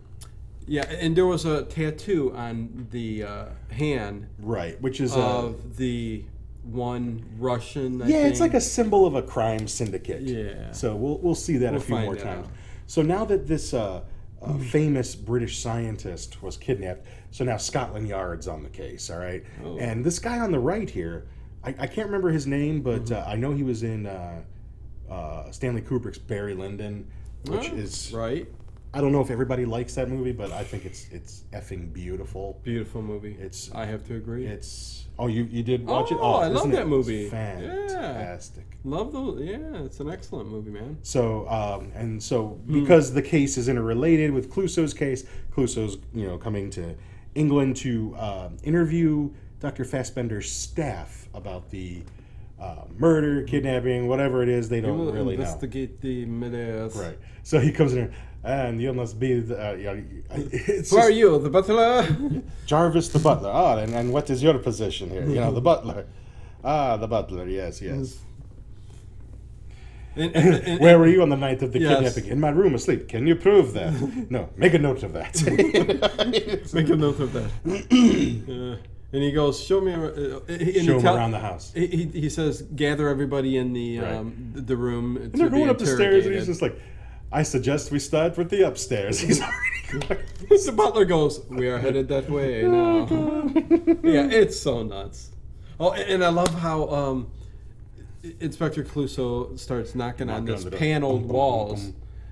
Speaker 1: yeah, and there was a tattoo on the uh, hand
Speaker 2: Right, which is a
Speaker 1: of the one Russian. Oh, I
Speaker 2: yeah, it's
Speaker 1: think.
Speaker 2: like a symbol of a crime syndicate.
Speaker 1: Yeah.
Speaker 2: So we'll we'll see that
Speaker 1: We'll
Speaker 2: a few
Speaker 1: find
Speaker 2: more
Speaker 1: that
Speaker 2: times.
Speaker 1: out.
Speaker 2: So now that this uh, uh, famous British scientist was kidnapped, so now Scotland Yard's on the case. All right,
Speaker 1: Oh.
Speaker 2: and this guy on the right here, I, I can't remember his name, but
Speaker 1: Mm-hmm.
Speaker 2: uh, I know he was in uh, uh, Stanley Kubrick's Barry Lyndon, which
Speaker 1: Oh,
Speaker 2: is
Speaker 1: right.
Speaker 2: I don't know if everybody likes that movie, but I think it's it's effing beautiful.
Speaker 1: Beautiful movie.
Speaker 2: It's-
Speaker 1: I have to agree.
Speaker 2: It's oh you you did watch it
Speaker 1: Oh, I
Speaker 2: isn't
Speaker 1: love
Speaker 2: it
Speaker 1: that movie. Yeah.
Speaker 2: Fantastic.
Speaker 1: Love those. Yeah, it's an excellent movie, man.
Speaker 2: So, um, and so
Speaker 1: Hmm.
Speaker 2: because the case is interrelated with Clouseau's case, Clouseau's you know coming to England to um, interview Dr. Fassbender's staff about the uh, murder, kidnapping, whatever it is. They
Speaker 1: We
Speaker 2: don't
Speaker 1: will
Speaker 2: really know.
Speaker 1: investigate the murders.
Speaker 2: Right. So he comes in there, and you must be. The, uh, you know, it's
Speaker 1: Who are
Speaker 2: just
Speaker 1: you, the butler?
Speaker 2: Jarvis the butler. Ah, and, and what is your position here? You know, the butler. Ah, the butler. Yes, yes.
Speaker 1: And- and- and-
Speaker 2: Where were you on the night of the
Speaker 1: Yes.
Speaker 2: kidnapping? In my room asleep. Can you prove that? no, make a note of that.
Speaker 1: Make a note of that. Uh, and he goes, "Show me." ar- uh, And he
Speaker 2: Show 'em
Speaker 1: tell-
Speaker 2: around the house.
Speaker 1: He, he, he says, "Gather everybody in the
Speaker 2: Right.
Speaker 1: um, the, the room."
Speaker 2: And they're going up the stairs, and he's just like, I suggest we start with the upstairs. He's already going.
Speaker 1: the butler goes, "We are headed that way
Speaker 2: Oh,
Speaker 1: now." yeah, it's so nuts. Oh, and, and I love how um, I- Inspector Clouseau starts knocking on
Speaker 2: Knocking
Speaker 1: this
Speaker 2: on the door.
Speaker 1: paneled
Speaker 2: Boom, boom, boom,
Speaker 1: walls,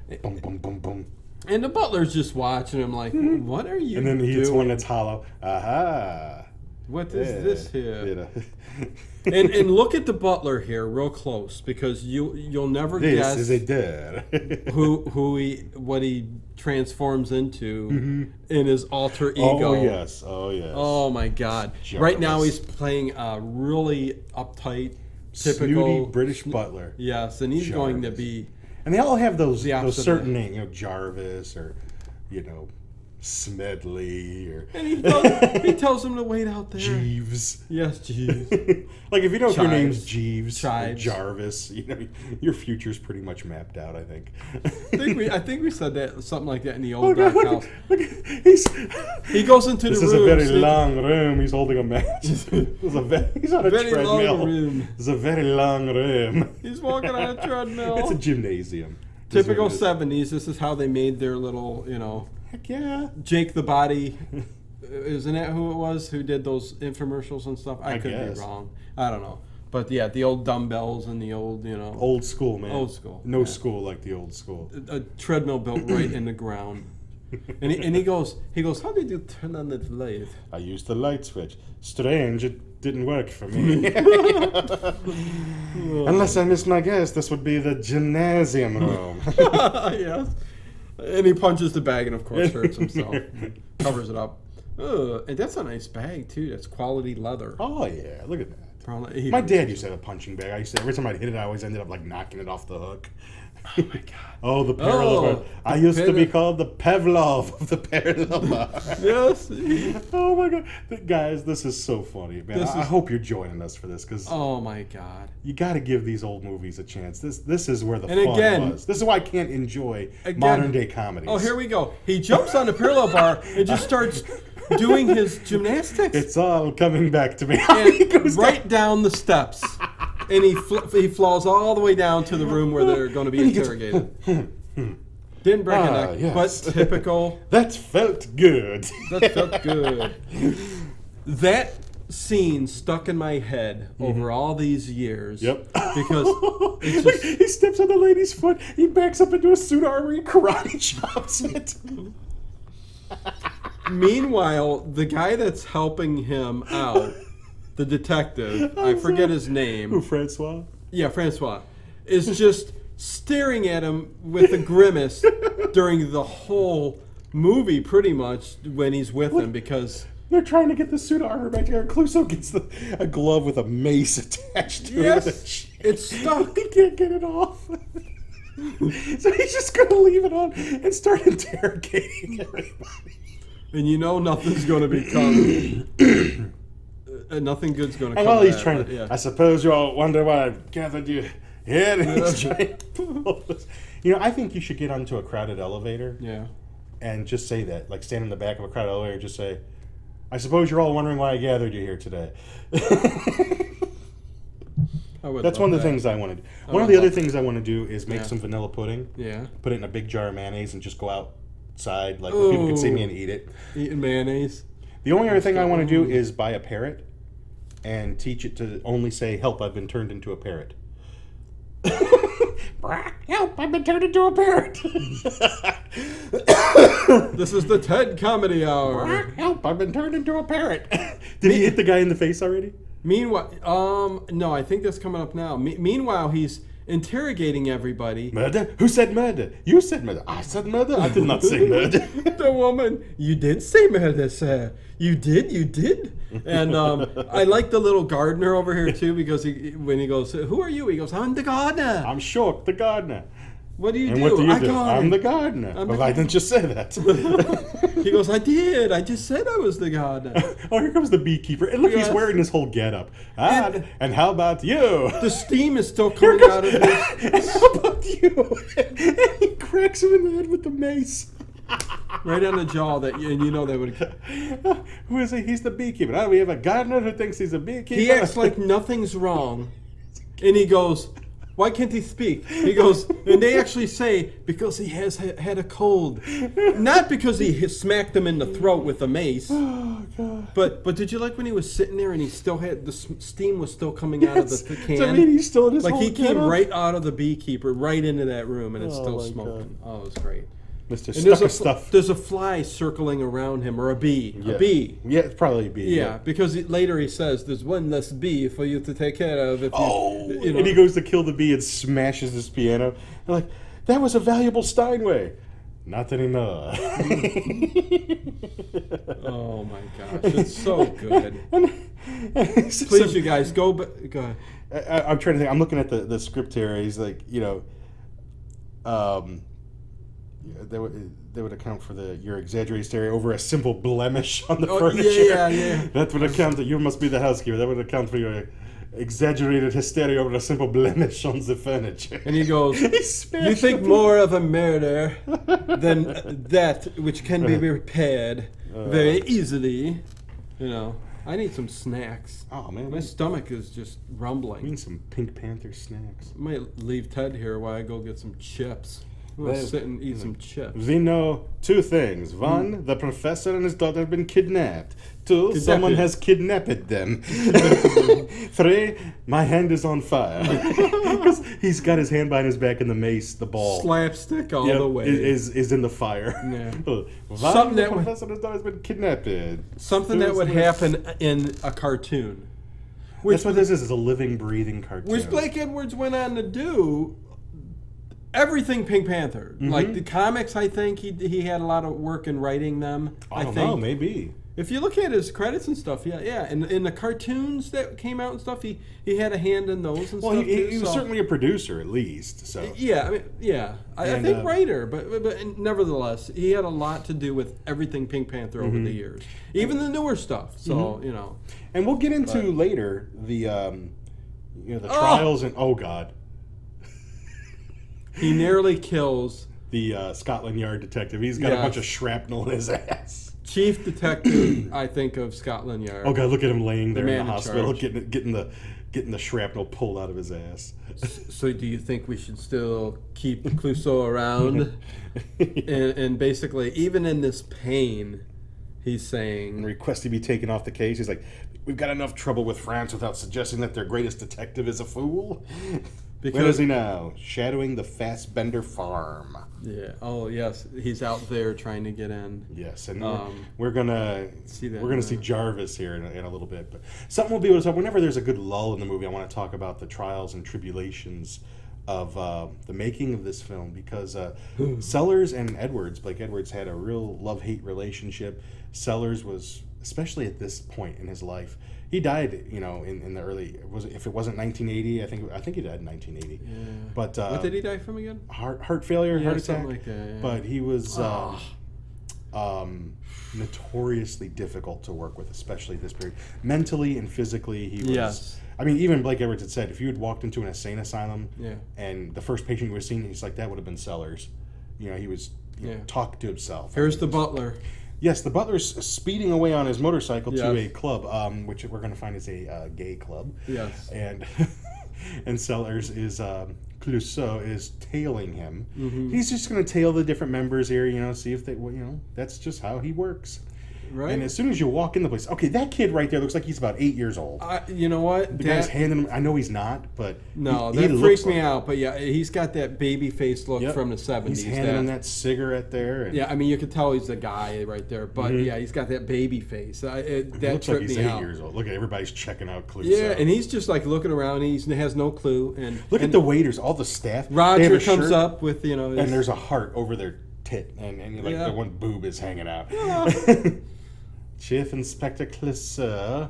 Speaker 2: boom. boom, boom, boom, boom.
Speaker 1: and the butler's just watching him like, "What are you
Speaker 2: And then he hits
Speaker 1: doing?
Speaker 2: one that's hollow. Aha.
Speaker 1: What is
Speaker 2: Yeah.
Speaker 1: this here?"
Speaker 2: Yeah.
Speaker 1: and and look at the butler here real close because you you'll never
Speaker 2: this
Speaker 1: guess
Speaker 2: is a dare.
Speaker 1: who who he what he transforms into in his alter ego.
Speaker 2: Mm-hmm. Oh, yes. Oh, yes.
Speaker 1: Oh my God!
Speaker 2: Jarvis.
Speaker 1: Right now he's playing a really uptight, typical
Speaker 2: Snooty British butler.
Speaker 1: Yes, and he's going to
Speaker 2: Jarvis.
Speaker 1: be
Speaker 2: And they all have those,
Speaker 1: The
Speaker 2: those
Speaker 1: opposite of
Speaker 2: certain names, you know, Jarvis or, you know, Smedley or
Speaker 1: and he tells, he tells him to wait out there.
Speaker 2: Jeeves.
Speaker 1: Yes, jeez.
Speaker 2: like if you know if your name's
Speaker 1: Chives.
Speaker 2: Jeeves, or
Speaker 1: Chives.
Speaker 2: Jarvis, you know your future's pretty much mapped out. I think.
Speaker 1: I think we I think we said that something like that in the
Speaker 2: Oh,
Speaker 1: old
Speaker 2: God,
Speaker 1: dark
Speaker 2: look,
Speaker 1: house.
Speaker 2: look, he's,
Speaker 1: He goes into
Speaker 2: this
Speaker 1: the
Speaker 2: is
Speaker 1: room.
Speaker 2: a very
Speaker 1: sneak-
Speaker 2: long room. He's holding a match. this is a ve- he's on a
Speaker 1: Very long
Speaker 2: treadmill.
Speaker 1: room.
Speaker 2: It's a very long room.
Speaker 1: He's walking on a treadmill.
Speaker 2: it's a gymnasium. is what
Speaker 1: Typical
Speaker 2: it is.
Speaker 1: seventies. This is how they made their little, you know,
Speaker 2: Heck yeah.
Speaker 1: Jake the Body. Isn't that who it was who did those infomercials and stuff? I,
Speaker 2: I
Speaker 1: could
Speaker 2: guess.
Speaker 1: be wrong. I don't know. But yeah, the old dumbbells and the old, you know,
Speaker 2: Old school, man.
Speaker 1: Old school,
Speaker 2: No
Speaker 1: yeah.
Speaker 2: school like the old school.
Speaker 1: a treadmill built right in the ground. And he, and he goes, he goes, how did you turn on that light?
Speaker 2: I used the light switch. Strange, it didn't work for me. Unless I missed my guess, this would be the gymnasium room.
Speaker 1: yes. And he punches the bag and of course hurts himself. Covers it up. Ugh, and that's a nice bag too. That's quality leather.
Speaker 2: oh yeah, look at that.
Speaker 1: Probably, he-
Speaker 2: My dad used to have a punching bag. I used to every time I'd hit it, I always ended up like knocking it off the hook. Oh my god. oh, the Perlova.
Speaker 1: Oh,
Speaker 2: I used to be
Speaker 1: Pavlov.
Speaker 2: called the Pavlov of the Perlova.
Speaker 1: Yes. he-
Speaker 2: oh my god, Th- guys, this is so funny, man.
Speaker 1: This
Speaker 2: I, I
Speaker 1: is-
Speaker 2: hope you're joining us for this because
Speaker 1: oh my God.
Speaker 2: you got to give these old movies a chance. This this is where the
Speaker 1: And
Speaker 2: fun
Speaker 1: again-
Speaker 2: was. This is why I can't enjoy
Speaker 1: Again-
Speaker 2: modern day comedies.
Speaker 1: Oh, here we go. He jumps on the parallel bar and just starts doing his gymnastics
Speaker 2: It's all coming back to me. He goes
Speaker 1: and right down the steps. And he fl- he falls all the way down to the room where they're going to be interrogated. Didn't break a
Speaker 2: Ah,
Speaker 1: neck,
Speaker 2: yes.
Speaker 1: but typical.
Speaker 2: That felt good.
Speaker 1: That felt good. That scene stuck in my head over all these years.
Speaker 2: Mm-hmm. Yep.
Speaker 1: Because it's
Speaker 2: Look,
Speaker 1: just
Speaker 2: he steps on the lady's foot. He backs up into a suit armor. He karate chops it.
Speaker 1: Mm-hmm. Meanwhile, the guy that's helping him out, the detective, I forget his
Speaker 2: Ooh,
Speaker 1: name.
Speaker 2: Francois.
Speaker 1: Yeah, Francois, is just staring at him with a grimace during the whole movie, pretty much, when he's with him because.
Speaker 2: They're trying to get the suit armor back together. Clouseau gets the, a glove with a mace attached to it. with a
Speaker 1: Yes,
Speaker 2: chain.
Speaker 1: it's stuck.
Speaker 2: He can't get it off. so he's just going to leave it on and start interrogating everybody.
Speaker 1: And you know nothing's going to become. uh, nothing good's going to come.
Speaker 2: And while
Speaker 1: of
Speaker 2: he's
Speaker 1: that,
Speaker 2: trying
Speaker 1: but
Speaker 2: to,
Speaker 1: yeah.
Speaker 2: I suppose you all wonder why I've gathered you here. And he's trying to pull this- You know, I think you should get onto a crowded elevator
Speaker 1: yeah.
Speaker 2: and just say that. Like, stand in the back of a crowded elevator and just say, I suppose you're all wondering why I gathered you here today.
Speaker 1: I would
Speaker 2: That's
Speaker 1: love
Speaker 2: one of
Speaker 1: that.
Speaker 2: the things I want to do. One of
Speaker 1: would
Speaker 2: the other
Speaker 1: love
Speaker 2: things I want to do is make
Speaker 1: Yeah.
Speaker 2: some vanilla pudding,
Speaker 1: Yeah.
Speaker 2: put it in a big jar of mayonnaise, and just go outside, like, where people can see me and eat it.
Speaker 1: Eating mayonnaise.
Speaker 2: The only other thing I want to
Speaker 1: Mm.
Speaker 2: do is buy a parrot and teach it to only say, Help, I've been turned into a parrot. Bra, Help, I've been turned into a parrot.
Speaker 1: This is the TED Comedy Hour.
Speaker 2: Bra, Help, I've been turned into a parrot. Did he hit the guy in the face already?
Speaker 1: Meanwhile, um, no, I think that's coming up now. Me- meanwhile, he's interrogating everybody.
Speaker 2: Murder? Who said murder? You said murder. I said murder. I did not say murder.
Speaker 1: the woman, you did say murder, sir. You did, you did. And um, I like the little gardener over here too because he, when he goes, "Who are you?" He goes, "I'm the gardener."
Speaker 2: I'm Shork, the gardener.
Speaker 1: what do you
Speaker 2: And
Speaker 1: do?
Speaker 2: what do you
Speaker 1: I
Speaker 2: do?
Speaker 1: garden."
Speaker 2: I'm the gardener.
Speaker 1: I'm
Speaker 2: well,
Speaker 1: the
Speaker 2: why didn't you say that?
Speaker 1: he goes, "I did. I just said I was the gardener."
Speaker 2: oh, here comes the beekeeper. And look,
Speaker 1: Yes.
Speaker 2: he's wearing his whole getup. And,
Speaker 1: And-
Speaker 2: and, how about you?
Speaker 1: the steam is still coming out of his.
Speaker 2: How about you? and he cracks him in the head with the mace.
Speaker 1: right on the jaw that and you know that would
Speaker 2: who is he? He's the beekeeper. Now we have a gardener who thinks he's a beekeeper.
Speaker 1: he acts like nothing's wrong and he goes why can't he speak he goes and they actually say because he has ha- had a cold not because he hit- smacked them in the throat with a mace
Speaker 2: Oh God.
Speaker 1: but but did you like when he was sitting there and he still had the s- steam was still coming out
Speaker 2: Yes.
Speaker 1: of the th-
Speaker 2: Does
Speaker 1: can
Speaker 2: that mean he's still in his
Speaker 1: like he
Speaker 2: whole
Speaker 1: came
Speaker 2: getup?
Speaker 1: right out of the beekeeper right into that room and it's
Speaker 2: Oh
Speaker 1: still
Speaker 2: my God.
Speaker 1: smoking oh it was great
Speaker 2: Mr.
Speaker 1: and there's
Speaker 2: Stuck
Speaker 1: a,
Speaker 2: of
Speaker 1: fl-
Speaker 2: Stuff.
Speaker 1: there's a fly circling around him or a bee
Speaker 2: Yeah.
Speaker 1: a bee
Speaker 2: Yeah, it's probably a bee.
Speaker 1: Yeah, because he, later he says there's one less bee for you to take care of. If
Speaker 2: Oh,
Speaker 1: you, you know.
Speaker 2: and he goes to kill the bee and smashes his piano. I'm like, that was a valuable Steinway. Not anymore.
Speaker 1: Oh my gosh, it's so good.
Speaker 2: Please,
Speaker 1: Please, you guys, go. Ba- go ahead.
Speaker 2: I, I- I'm trying to think. I'm looking at the, the script here. He's like, you know, um, yeah, they would they would account for the your exaggerated stare over a simple blemish on the
Speaker 1: Oh, yeah,
Speaker 2: furniture.
Speaker 1: yeah, yeah.
Speaker 2: That would account. You must be the housekeeper. That would account for your exaggerated hysteria over a simple blemish on the furniture.
Speaker 1: And he goes,
Speaker 2: He
Speaker 1: You
Speaker 2: smashed
Speaker 1: think
Speaker 2: the-
Speaker 1: more of a murder than that which can
Speaker 2: Uh-huh.
Speaker 1: be repaired very easily. You know, I need some snacks.
Speaker 2: Oh man,
Speaker 1: My
Speaker 2: we
Speaker 1: stomach is just
Speaker 2: we
Speaker 1: rumbling.
Speaker 2: need some Pink Panther snacks.
Speaker 1: I might leave Ted here while I go get some chips. I'm gonna
Speaker 2: That-
Speaker 1: sit and eat some chips.
Speaker 2: We know two things.
Speaker 1: Hmm.
Speaker 2: One, the professor and his daughter have been kidnapped. Two, someone
Speaker 1: Kidnapped.
Speaker 2: has kidnapped them. Three, my hand is on fire. Because he's got his hand behind his back and the mace, the ball.
Speaker 1: Slapstick all
Speaker 2: yep,
Speaker 1: the way.
Speaker 2: Is, is in the fire.
Speaker 1: Yeah.
Speaker 2: Why
Speaker 1: Something
Speaker 2: the
Speaker 1: that would-
Speaker 2: professor and his daughter has been kidnapped.
Speaker 1: Something that would happen in a cartoon. Which,
Speaker 2: That's what this is, is a living, breathing cartoon.
Speaker 1: which Blake Edwards went on to do everything Pink Panther.
Speaker 2: Mm-hmm.
Speaker 1: Like the comics, I think he, he had a lot of work in writing them.
Speaker 2: I don't
Speaker 1: think.
Speaker 2: know, maybe.
Speaker 1: If you look at his credits and stuff, yeah, yeah. And in the cartoons that came out and stuff, he, he had a hand in those and
Speaker 2: Well,
Speaker 1: stuff.
Speaker 2: he,
Speaker 1: too,
Speaker 2: he was
Speaker 1: so-
Speaker 2: certainly a producer, at least. So
Speaker 1: Yeah, I mean, yeah. I,
Speaker 2: And,
Speaker 1: I think
Speaker 2: uh,
Speaker 1: writer, but but nevertheless, he had a lot to do with everything Pink Panther over
Speaker 2: Mm-hmm.
Speaker 1: the years, even the newer stuff. So you know,
Speaker 2: And we'll get into later the um, you know the trials and oh god,
Speaker 1: he nearly kills
Speaker 2: the uh, Scotland Yard detective. He's got a
Speaker 1: Yeah.
Speaker 2: bunch of shrapnel in his ass.
Speaker 1: chief detective, I think, of Scotland Yard.
Speaker 2: Oh god, look at him laying there
Speaker 1: man
Speaker 2: in the
Speaker 1: in
Speaker 2: hospital,
Speaker 1: charge.
Speaker 2: getting getting the getting the shrapnel pulled out of his ass.
Speaker 1: So, do you think we should still keep Clouseau around? and, and basically, even in this pain, he's
Speaker 2: And
Speaker 1: saying,
Speaker 2: requests to be taken off the case. He's like, "We've got enough trouble with France without suggesting that their greatest detective is a fool." Where is
Speaker 1: Because-
Speaker 2: he now? Shadowing the Fassbender farm.
Speaker 1: "Yeah, oh yes, he's out there trying to get in."
Speaker 2: Yes, and
Speaker 1: Um,
Speaker 2: we're, we're gonna
Speaker 1: see that uh,
Speaker 2: we're gonna
Speaker 1: in a
Speaker 2: see Jarvis here in a, in a little bit, but something we'll be able to talk. Whenever there's a good lull in the movie, I want to talk about the trials and tribulations of uh, the making of this film because uh, Sellers and Edwards, Blake Edwards, had a real love hate relationship. Sellers was especially at this point in his life. He died, you know, in, in the early was it- if it wasn't 1980, I think I think he died in 1980. But uh,
Speaker 1: What did he die from again?
Speaker 2: heart heart failure, heart attack.
Speaker 1: something like that. yeah.
Speaker 2: But he was
Speaker 1: Ah.
Speaker 2: um, um, notoriously difficult to work with, especially this period. Mentally and physically, he was.
Speaker 1: Yes.
Speaker 2: I mean, even Blake Edwards had said if you had walked into an insane asylum
Speaker 1: yeah.
Speaker 2: and the first patient you would have seen, he's like, that would have been Sellers. You know, he was you know,
Speaker 1: Yeah.
Speaker 2: talked to himself.
Speaker 1: Here's the butler.
Speaker 2: yes, the butler's speeding away on his motorcycle to a
Speaker 1: Yes.
Speaker 2: club, um, which we're going to find is a uh, gay club
Speaker 1: Yes.
Speaker 2: and and Sellers is um, Clouseau is tailing him.
Speaker 1: Mm-hmm.
Speaker 2: He's just going to tail the different members here, you know, see if they, well, you know, that's just how he works.
Speaker 1: Right.
Speaker 2: And as soon as you walk in the place, okay, that kid right there looks like he's about eight years old.
Speaker 1: I, you know what? That-
Speaker 2: the guy's handing him. I know he's not, but
Speaker 1: no,
Speaker 2: he- he
Speaker 1: that
Speaker 2: looks
Speaker 1: freaked me
Speaker 2: like-
Speaker 1: out. But yeah, he's got that baby face look
Speaker 2: Yep.
Speaker 1: from the '70s.
Speaker 2: He's handing
Speaker 1: that-
Speaker 2: him that cigarette there. And
Speaker 1: Yeah, I mean, you could tell he's the guy right there, but yeah, he's got that baby face. I, it,
Speaker 2: he
Speaker 1: that
Speaker 2: Mm-hmm. looks like
Speaker 1: tripped
Speaker 2: he's
Speaker 1: me
Speaker 2: eight
Speaker 1: out.
Speaker 2: years old. Look at everybody's checking out Clouseau.
Speaker 1: Yeah, and he's just like looking around. He has no clue. And
Speaker 2: look at
Speaker 1: and
Speaker 2: the waiters, all the staff. They have
Speaker 1: Roger
Speaker 2: a
Speaker 1: comes
Speaker 2: shirt.
Speaker 1: up with you know.
Speaker 2: and
Speaker 1: his-
Speaker 2: there's a heart over their tit, and, and like
Speaker 1: Yeah.
Speaker 2: the one boob is hanging out. Chief Inspector Clisser,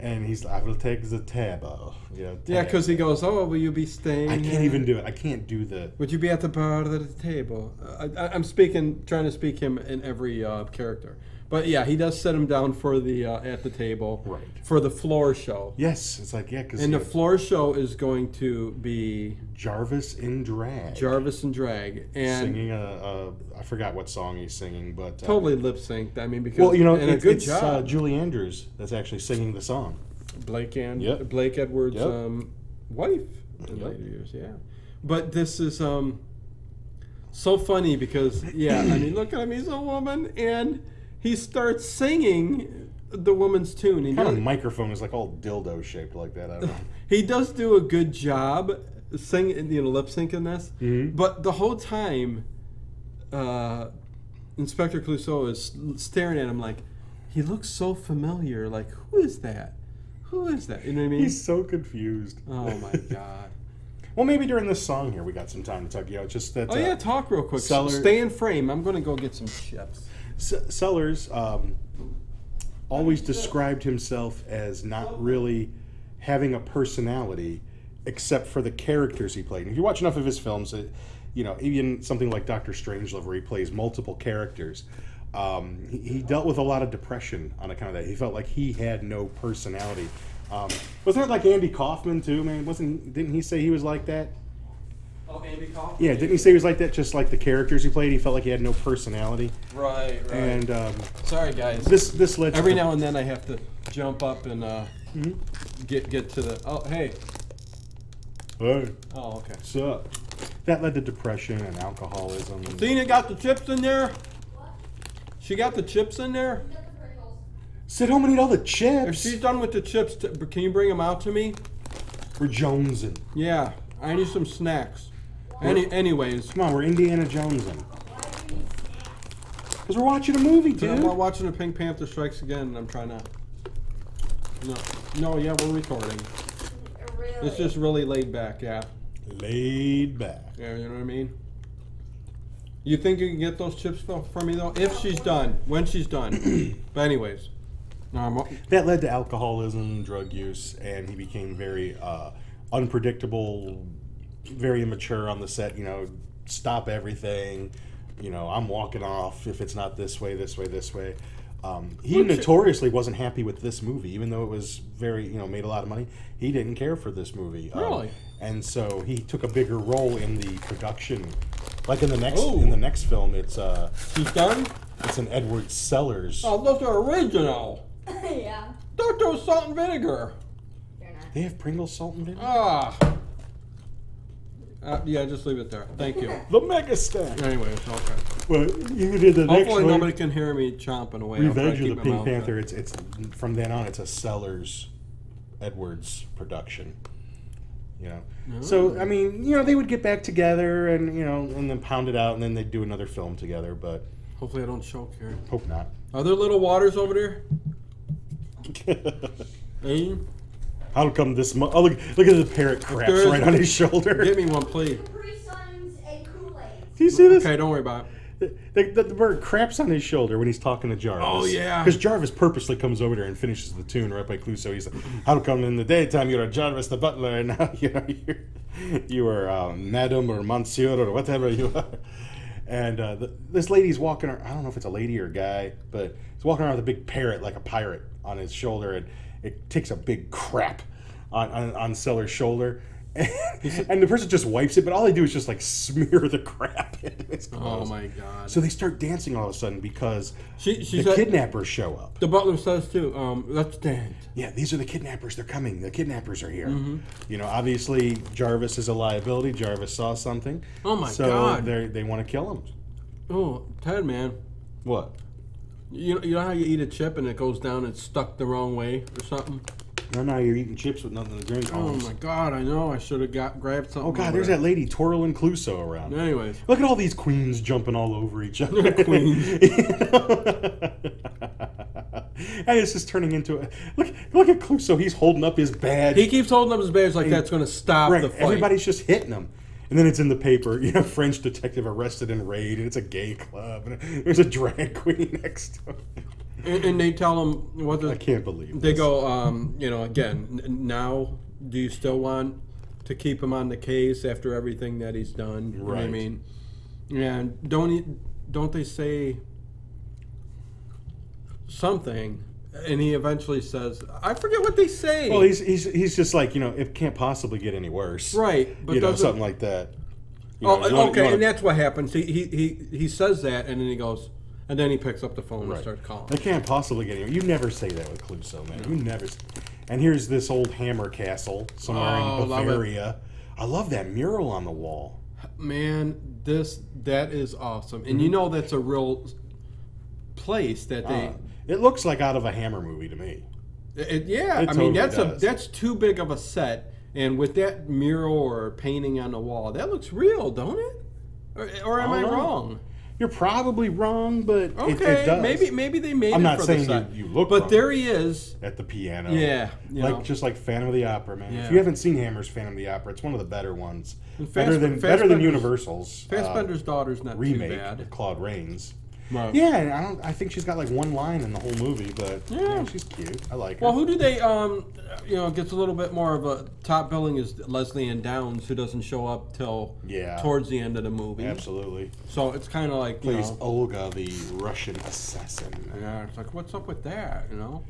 Speaker 2: and he's I will take the table. You know,
Speaker 1: yeah, because he
Speaker 2: tab.
Speaker 1: goes, "Oh, will you be staying?"
Speaker 2: I can't
Speaker 1: here?
Speaker 2: even do it. I can't do the.
Speaker 1: Would you be at the bar or at the table? Uh, I, I- I'm speaking, trying to speak him in every uh, character. But yeah, he does set him down for the uh, at the table
Speaker 2: Right.
Speaker 1: for the floor show.
Speaker 2: Yes, it's like yeah, because
Speaker 1: And the floor show is going to be
Speaker 2: Jarvis in drag,
Speaker 1: Jarvis and Drag and
Speaker 2: singing a, a I forgot what song he's singing, but uh,
Speaker 1: totally lip synced. I mean, because
Speaker 2: Well, you know,
Speaker 1: and
Speaker 2: it's,
Speaker 1: a good
Speaker 2: it's
Speaker 1: job.
Speaker 2: Uh, Julie Andrews that's actually singing the song.
Speaker 1: Blake and
Speaker 2: Yep.
Speaker 1: Blake Edwards'
Speaker 2: Yep.
Speaker 1: um, wife in
Speaker 2: Yep.
Speaker 1: later years. Yeah, but this is um, so funny because yeah, I mean, look at him. He's a woman, and he starts singing the woman's tune. He
Speaker 2: Kind
Speaker 1: does,
Speaker 2: of microphone is like all dildo shaped like that. I don't know.
Speaker 1: he does do a good job singing, you know, lip syncing this,
Speaker 2: Mhm.
Speaker 1: but the whole time, uh, Inspector Clouseau is staring at him like, he looks so familiar. Like, who is that? Who is that? You know what I mean?
Speaker 2: He's so confused.
Speaker 1: Oh my god.
Speaker 2: Well, maybe during this song here, we got some time to talk. You know, just that.
Speaker 1: Oh
Speaker 2: uh,
Speaker 1: yeah, talk real quick.
Speaker 2: Seller-
Speaker 1: Stay in frame. I'm gonna go get some chips.
Speaker 2: S- Sellers um, always described himself as not really having a personality, except for the characters he played. And if you watch enough of his films, it, you know, even something like Doctor Strangelove, where he plays multiple characters. Um, he, he dealt with a lot of depression on account of that. He felt like he had no personality. Um, wasn't that like Andy Kaufman too? Man, wasn't didn't he say he was like that?
Speaker 1: Oh, Andy Kaufman.
Speaker 2: Yeah, didn't he say he was like that? Just like the characters he played, he felt like he had no personality.
Speaker 1: Right, right.
Speaker 2: And um,
Speaker 1: Sorry, guys.
Speaker 2: this this led to
Speaker 1: Every
Speaker 2: the-
Speaker 1: now and then I have to jump up and uh,
Speaker 2: Mm-hmm.
Speaker 1: get get to the. Oh, hey.
Speaker 2: Hey,
Speaker 1: Oh, okay.
Speaker 2: what's up? That led to depression and alcoholism. and-
Speaker 1: Dina got the chips in there. She got the chips in there.
Speaker 2: Sit home and eat all the
Speaker 1: If
Speaker 2: chips.
Speaker 1: she's done with the chips, t- can you bring them out to me?
Speaker 2: We're Jonesing.
Speaker 1: Yeah, I need some snacks. Any, anyways,
Speaker 2: Come on, we're Indiana Jonesing. Because we're watching a movie,
Speaker 1: so
Speaker 2: dude.
Speaker 1: I'm watching the Pink Panther Strikes Again, and I'm trying to. No, no, yeah, we're recording.
Speaker 3: Really?
Speaker 1: It's just really laid back, yeah.
Speaker 2: Laid back.
Speaker 1: Yeah, you know what I mean? You think you can get those chips though for me though? If she's done, when she's done. but anyways, no, I'm,
Speaker 2: That led to alcoholism, drug use, and he became very uh, unpredictable, very immature on the set. You know, stop everything. You know, I'm walking off if it's not this way, this way, this way. Um, he
Speaker 1: Which-
Speaker 2: notoriously wasn't happy with this movie, even though it was very, you know, made a lot of money. He didn't care for this movie. Um,
Speaker 1: Really?
Speaker 2: and so he took a bigger role in the production. Like in the next
Speaker 1: Oh.
Speaker 2: in the next film, it's uh,
Speaker 1: she's done.
Speaker 2: it's an Edward Sellers.
Speaker 1: Oh, those are original.
Speaker 3: yeah.
Speaker 1: Don't do salt and vinegar.
Speaker 3: They're not.
Speaker 2: They have Pringles salt and vinegar.
Speaker 1: Ah. Uh, yeah, just leave it there. Thank you.
Speaker 2: The mega stack.
Speaker 1: Anyways, okay.
Speaker 2: Well, you did the next
Speaker 1: Hopefully
Speaker 2: one.
Speaker 1: nobody can hear me chomping away. I'll try
Speaker 2: Revenge
Speaker 1: to
Speaker 2: of
Speaker 1: keep
Speaker 2: the
Speaker 1: my
Speaker 2: Pink
Speaker 1: mouth shut.
Speaker 2: Panther. It's it's from then on. It's a Sellers, Edwards production. You know. So I mean, you know, they would get back together and you know, and then pound it out, and then they'd do another film together. But
Speaker 1: Hopefully I don't choke here.
Speaker 2: hope not.
Speaker 1: Are there little waters over there? Hey,
Speaker 2: How come this? Mo- oh, look! Look at the parrot craps
Speaker 1: There's-
Speaker 2: right on his shoulder.
Speaker 1: get me one, please.
Speaker 3: Capri Suns and Kool-Aid.
Speaker 2: Do you see this?
Speaker 1: Okay, don't worry about it.
Speaker 2: The, the, the bird craps on his shoulder when he's talking to Jarvis.
Speaker 1: Oh, yeah.
Speaker 2: because Jarvis purposely comes over there and finishes the tune right by Clouseau. He's like, "How come in the daytime you're a Jarvis the butler, and now you know you're you are uh, Madam or Monsieur or whatever you are?" And uh, the, this lady's walking. Around, I don't know if it's a lady or a guy, but he's walking around with a big parrot like a pirate on his shoulder, and it takes a big crap on on, on Seller's shoulder. and the person just wipes it, but all they do is just like smear the crap into his
Speaker 1: Oh
Speaker 2: clothes.
Speaker 1: my god.
Speaker 2: So they start dancing all of a sudden because
Speaker 1: She, she's
Speaker 2: the
Speaker 1: like-
Speaker 2: kidnappers show up.
Speaker 1: The butler says too, um, let's dance.
Speaker 2: Yeah, these are the kidnappers. They're coming. The kidnappers are here.
Speaker 1: Mm-hmm.
Speaker 2: You know, obviously Jarvis is a liability. Jarvis saw something.
Speaker 1: Oh my
Speaker 2: so
Speaker 1: God.
Speaker 2: they they want to kill him.
Speaker 1: Oh, Ted, man.
Speaker 2: What?
Speaker 1: You, you know how you eat a chip and it goes down and it's stuck the wrong way or something?
Speaker 2: No, no, you're eating chips with nothing to drink.
Speaker 1: Oh
Speaker 2: on.
Speaker 1: my god, I know. I should have got grabbed something.
Speaker 2: oh God,
Speaker 1: over
Speaker 2: there's
Speaker 1: there.
Speaker 2: that lady twirling Cluso around.
Speaker 1: Anyways,
Speaker 2: Look at all these queens jumping all over each other.
Speaker 1: Queens.
Speaker 2: and it's just turning into a look. Look at Cluso. He's holding up his badge.
Speaker 1: he keeps holding up his badge like that's going to stop
Speaker 2: Right.
Speaker 1: the fight.
Speaker 2: Everybody's just hitting them. And then it's in the paper, you know, French detective arrested in raid, and it's a gay club, and there's a drag queen next to him.
Speaker 1: and, and they tell him what
Speaker 2: I
Speaker 1: the,
Speaker 2: can't believe
Speaker 1: they
Speaker 2: this.
Speaker 1: go. Um, you know, again, n- now do you still want to keep him on the case after everything that he's done? You know what I
Speaker 2: Right.
Speaker 1: e, mean, and don't he- don't they say? something, and he eventually says, "I forget what they say."
Speaker 2: Well, he's, he's he's just like you know it can't possibly get any worse,
Speaker 1: right, but
Speaker 2: you know
Speaker 1: doesn't.
Speaker 2: something like that. You
Speaker 1: oh,
Speaker 2: know, you wanna- you
Speaker 1: okay,
Speaker 2: wanna-
Speaker 1: and that's what happens. He, he he he says that, and then he goes, and then he picks up the phone and
Speaker 2: Right.
Speaker 1: starts calling.
Speaker 2: They can't possibly get anywhere. You never say that with Cluso, man. You never. s- And here's this old hammer castle somewhere
Speaker 1: Oh,
Speaker 2: in
Speaker 1: love it.
Speaker 2: Bavaria. I love that mural on the wall.
Speaker 1: Man, this that is awesome, and you know that's a real place that they.
Speaker 2: Mm-hmm. Uh, it looks like out of a hammer movie to me.
Speaker 1: It, yeah,
Speaker 2: It
Speaker 1: I mean
Speaker 2: totally
Speaker 1: that's
Speaker 2: does.
Speaker 1: a that's too big of a set, and with that mural or painting on the wall, that looks real, don't it? Or, or am
Speaker 2: I
Speaker 1: I,
Speaker 2: don't know.
Speaker 1: wrong?
Speaker 2: You're probably wrong, but it-
Speaker 1: Okay,
Speaker 2: it, does.
Speaker 1: maybe maybe they made
Speaker 2: I'm
Speaker 1: it
Speaker 2: not
Speaker 1: for
Speaker 2: saying
Speaker 1: the set.
Speaker 2: you- you look
Speaker 1: but
Speaker 2: wrong.
Speaker 1: there he is.
Speaker 2: at the piano.
Speaker 1: Yeah, you
Speaker 2: like
Speaker 1: know.
Speaker 2: just like Phantom of the Opera, man. If
Speaker 1: Yeah.
Speaker 2: you haven't seen Hammer's Phantom of the Opera, it's one of the better ones.
Speaker 1: And
Speaker 2: better
Speaker 1: Fassb-
Speaker 2: than better than
Speaker 1: Fassbender's-
Speaker 2: Universal's uh,
Speaker 1: Fassbender's daughter's not
Speaker 2: remake
Speaker 1: too bad. Oh.
Speaker 2: with Claude Rains.
Speaker 1: Right.
Speaker 2: Yeah, and I don't. I think she's got like one line in the whole movie, but yeah,
Speaker 1: Yeah.
Speaker 2: she's cute. I like her.
Speaker 1: Well, who do they? Um, you know, gets a little bit more of a top billing is Leslie Ann Downs, who doesn't show up till
Speaker 2: Yeah.
Speaker 1: towards the end of the movie.
Speaker 2: Absolutely.
Speaker 1: So it's kind of like you
Speaker 2: Plays
Speaker 1: know,
Speaker 2: Olga, the Russian assassin.
Speaker 1: yeah, it's like what's up with that? You know,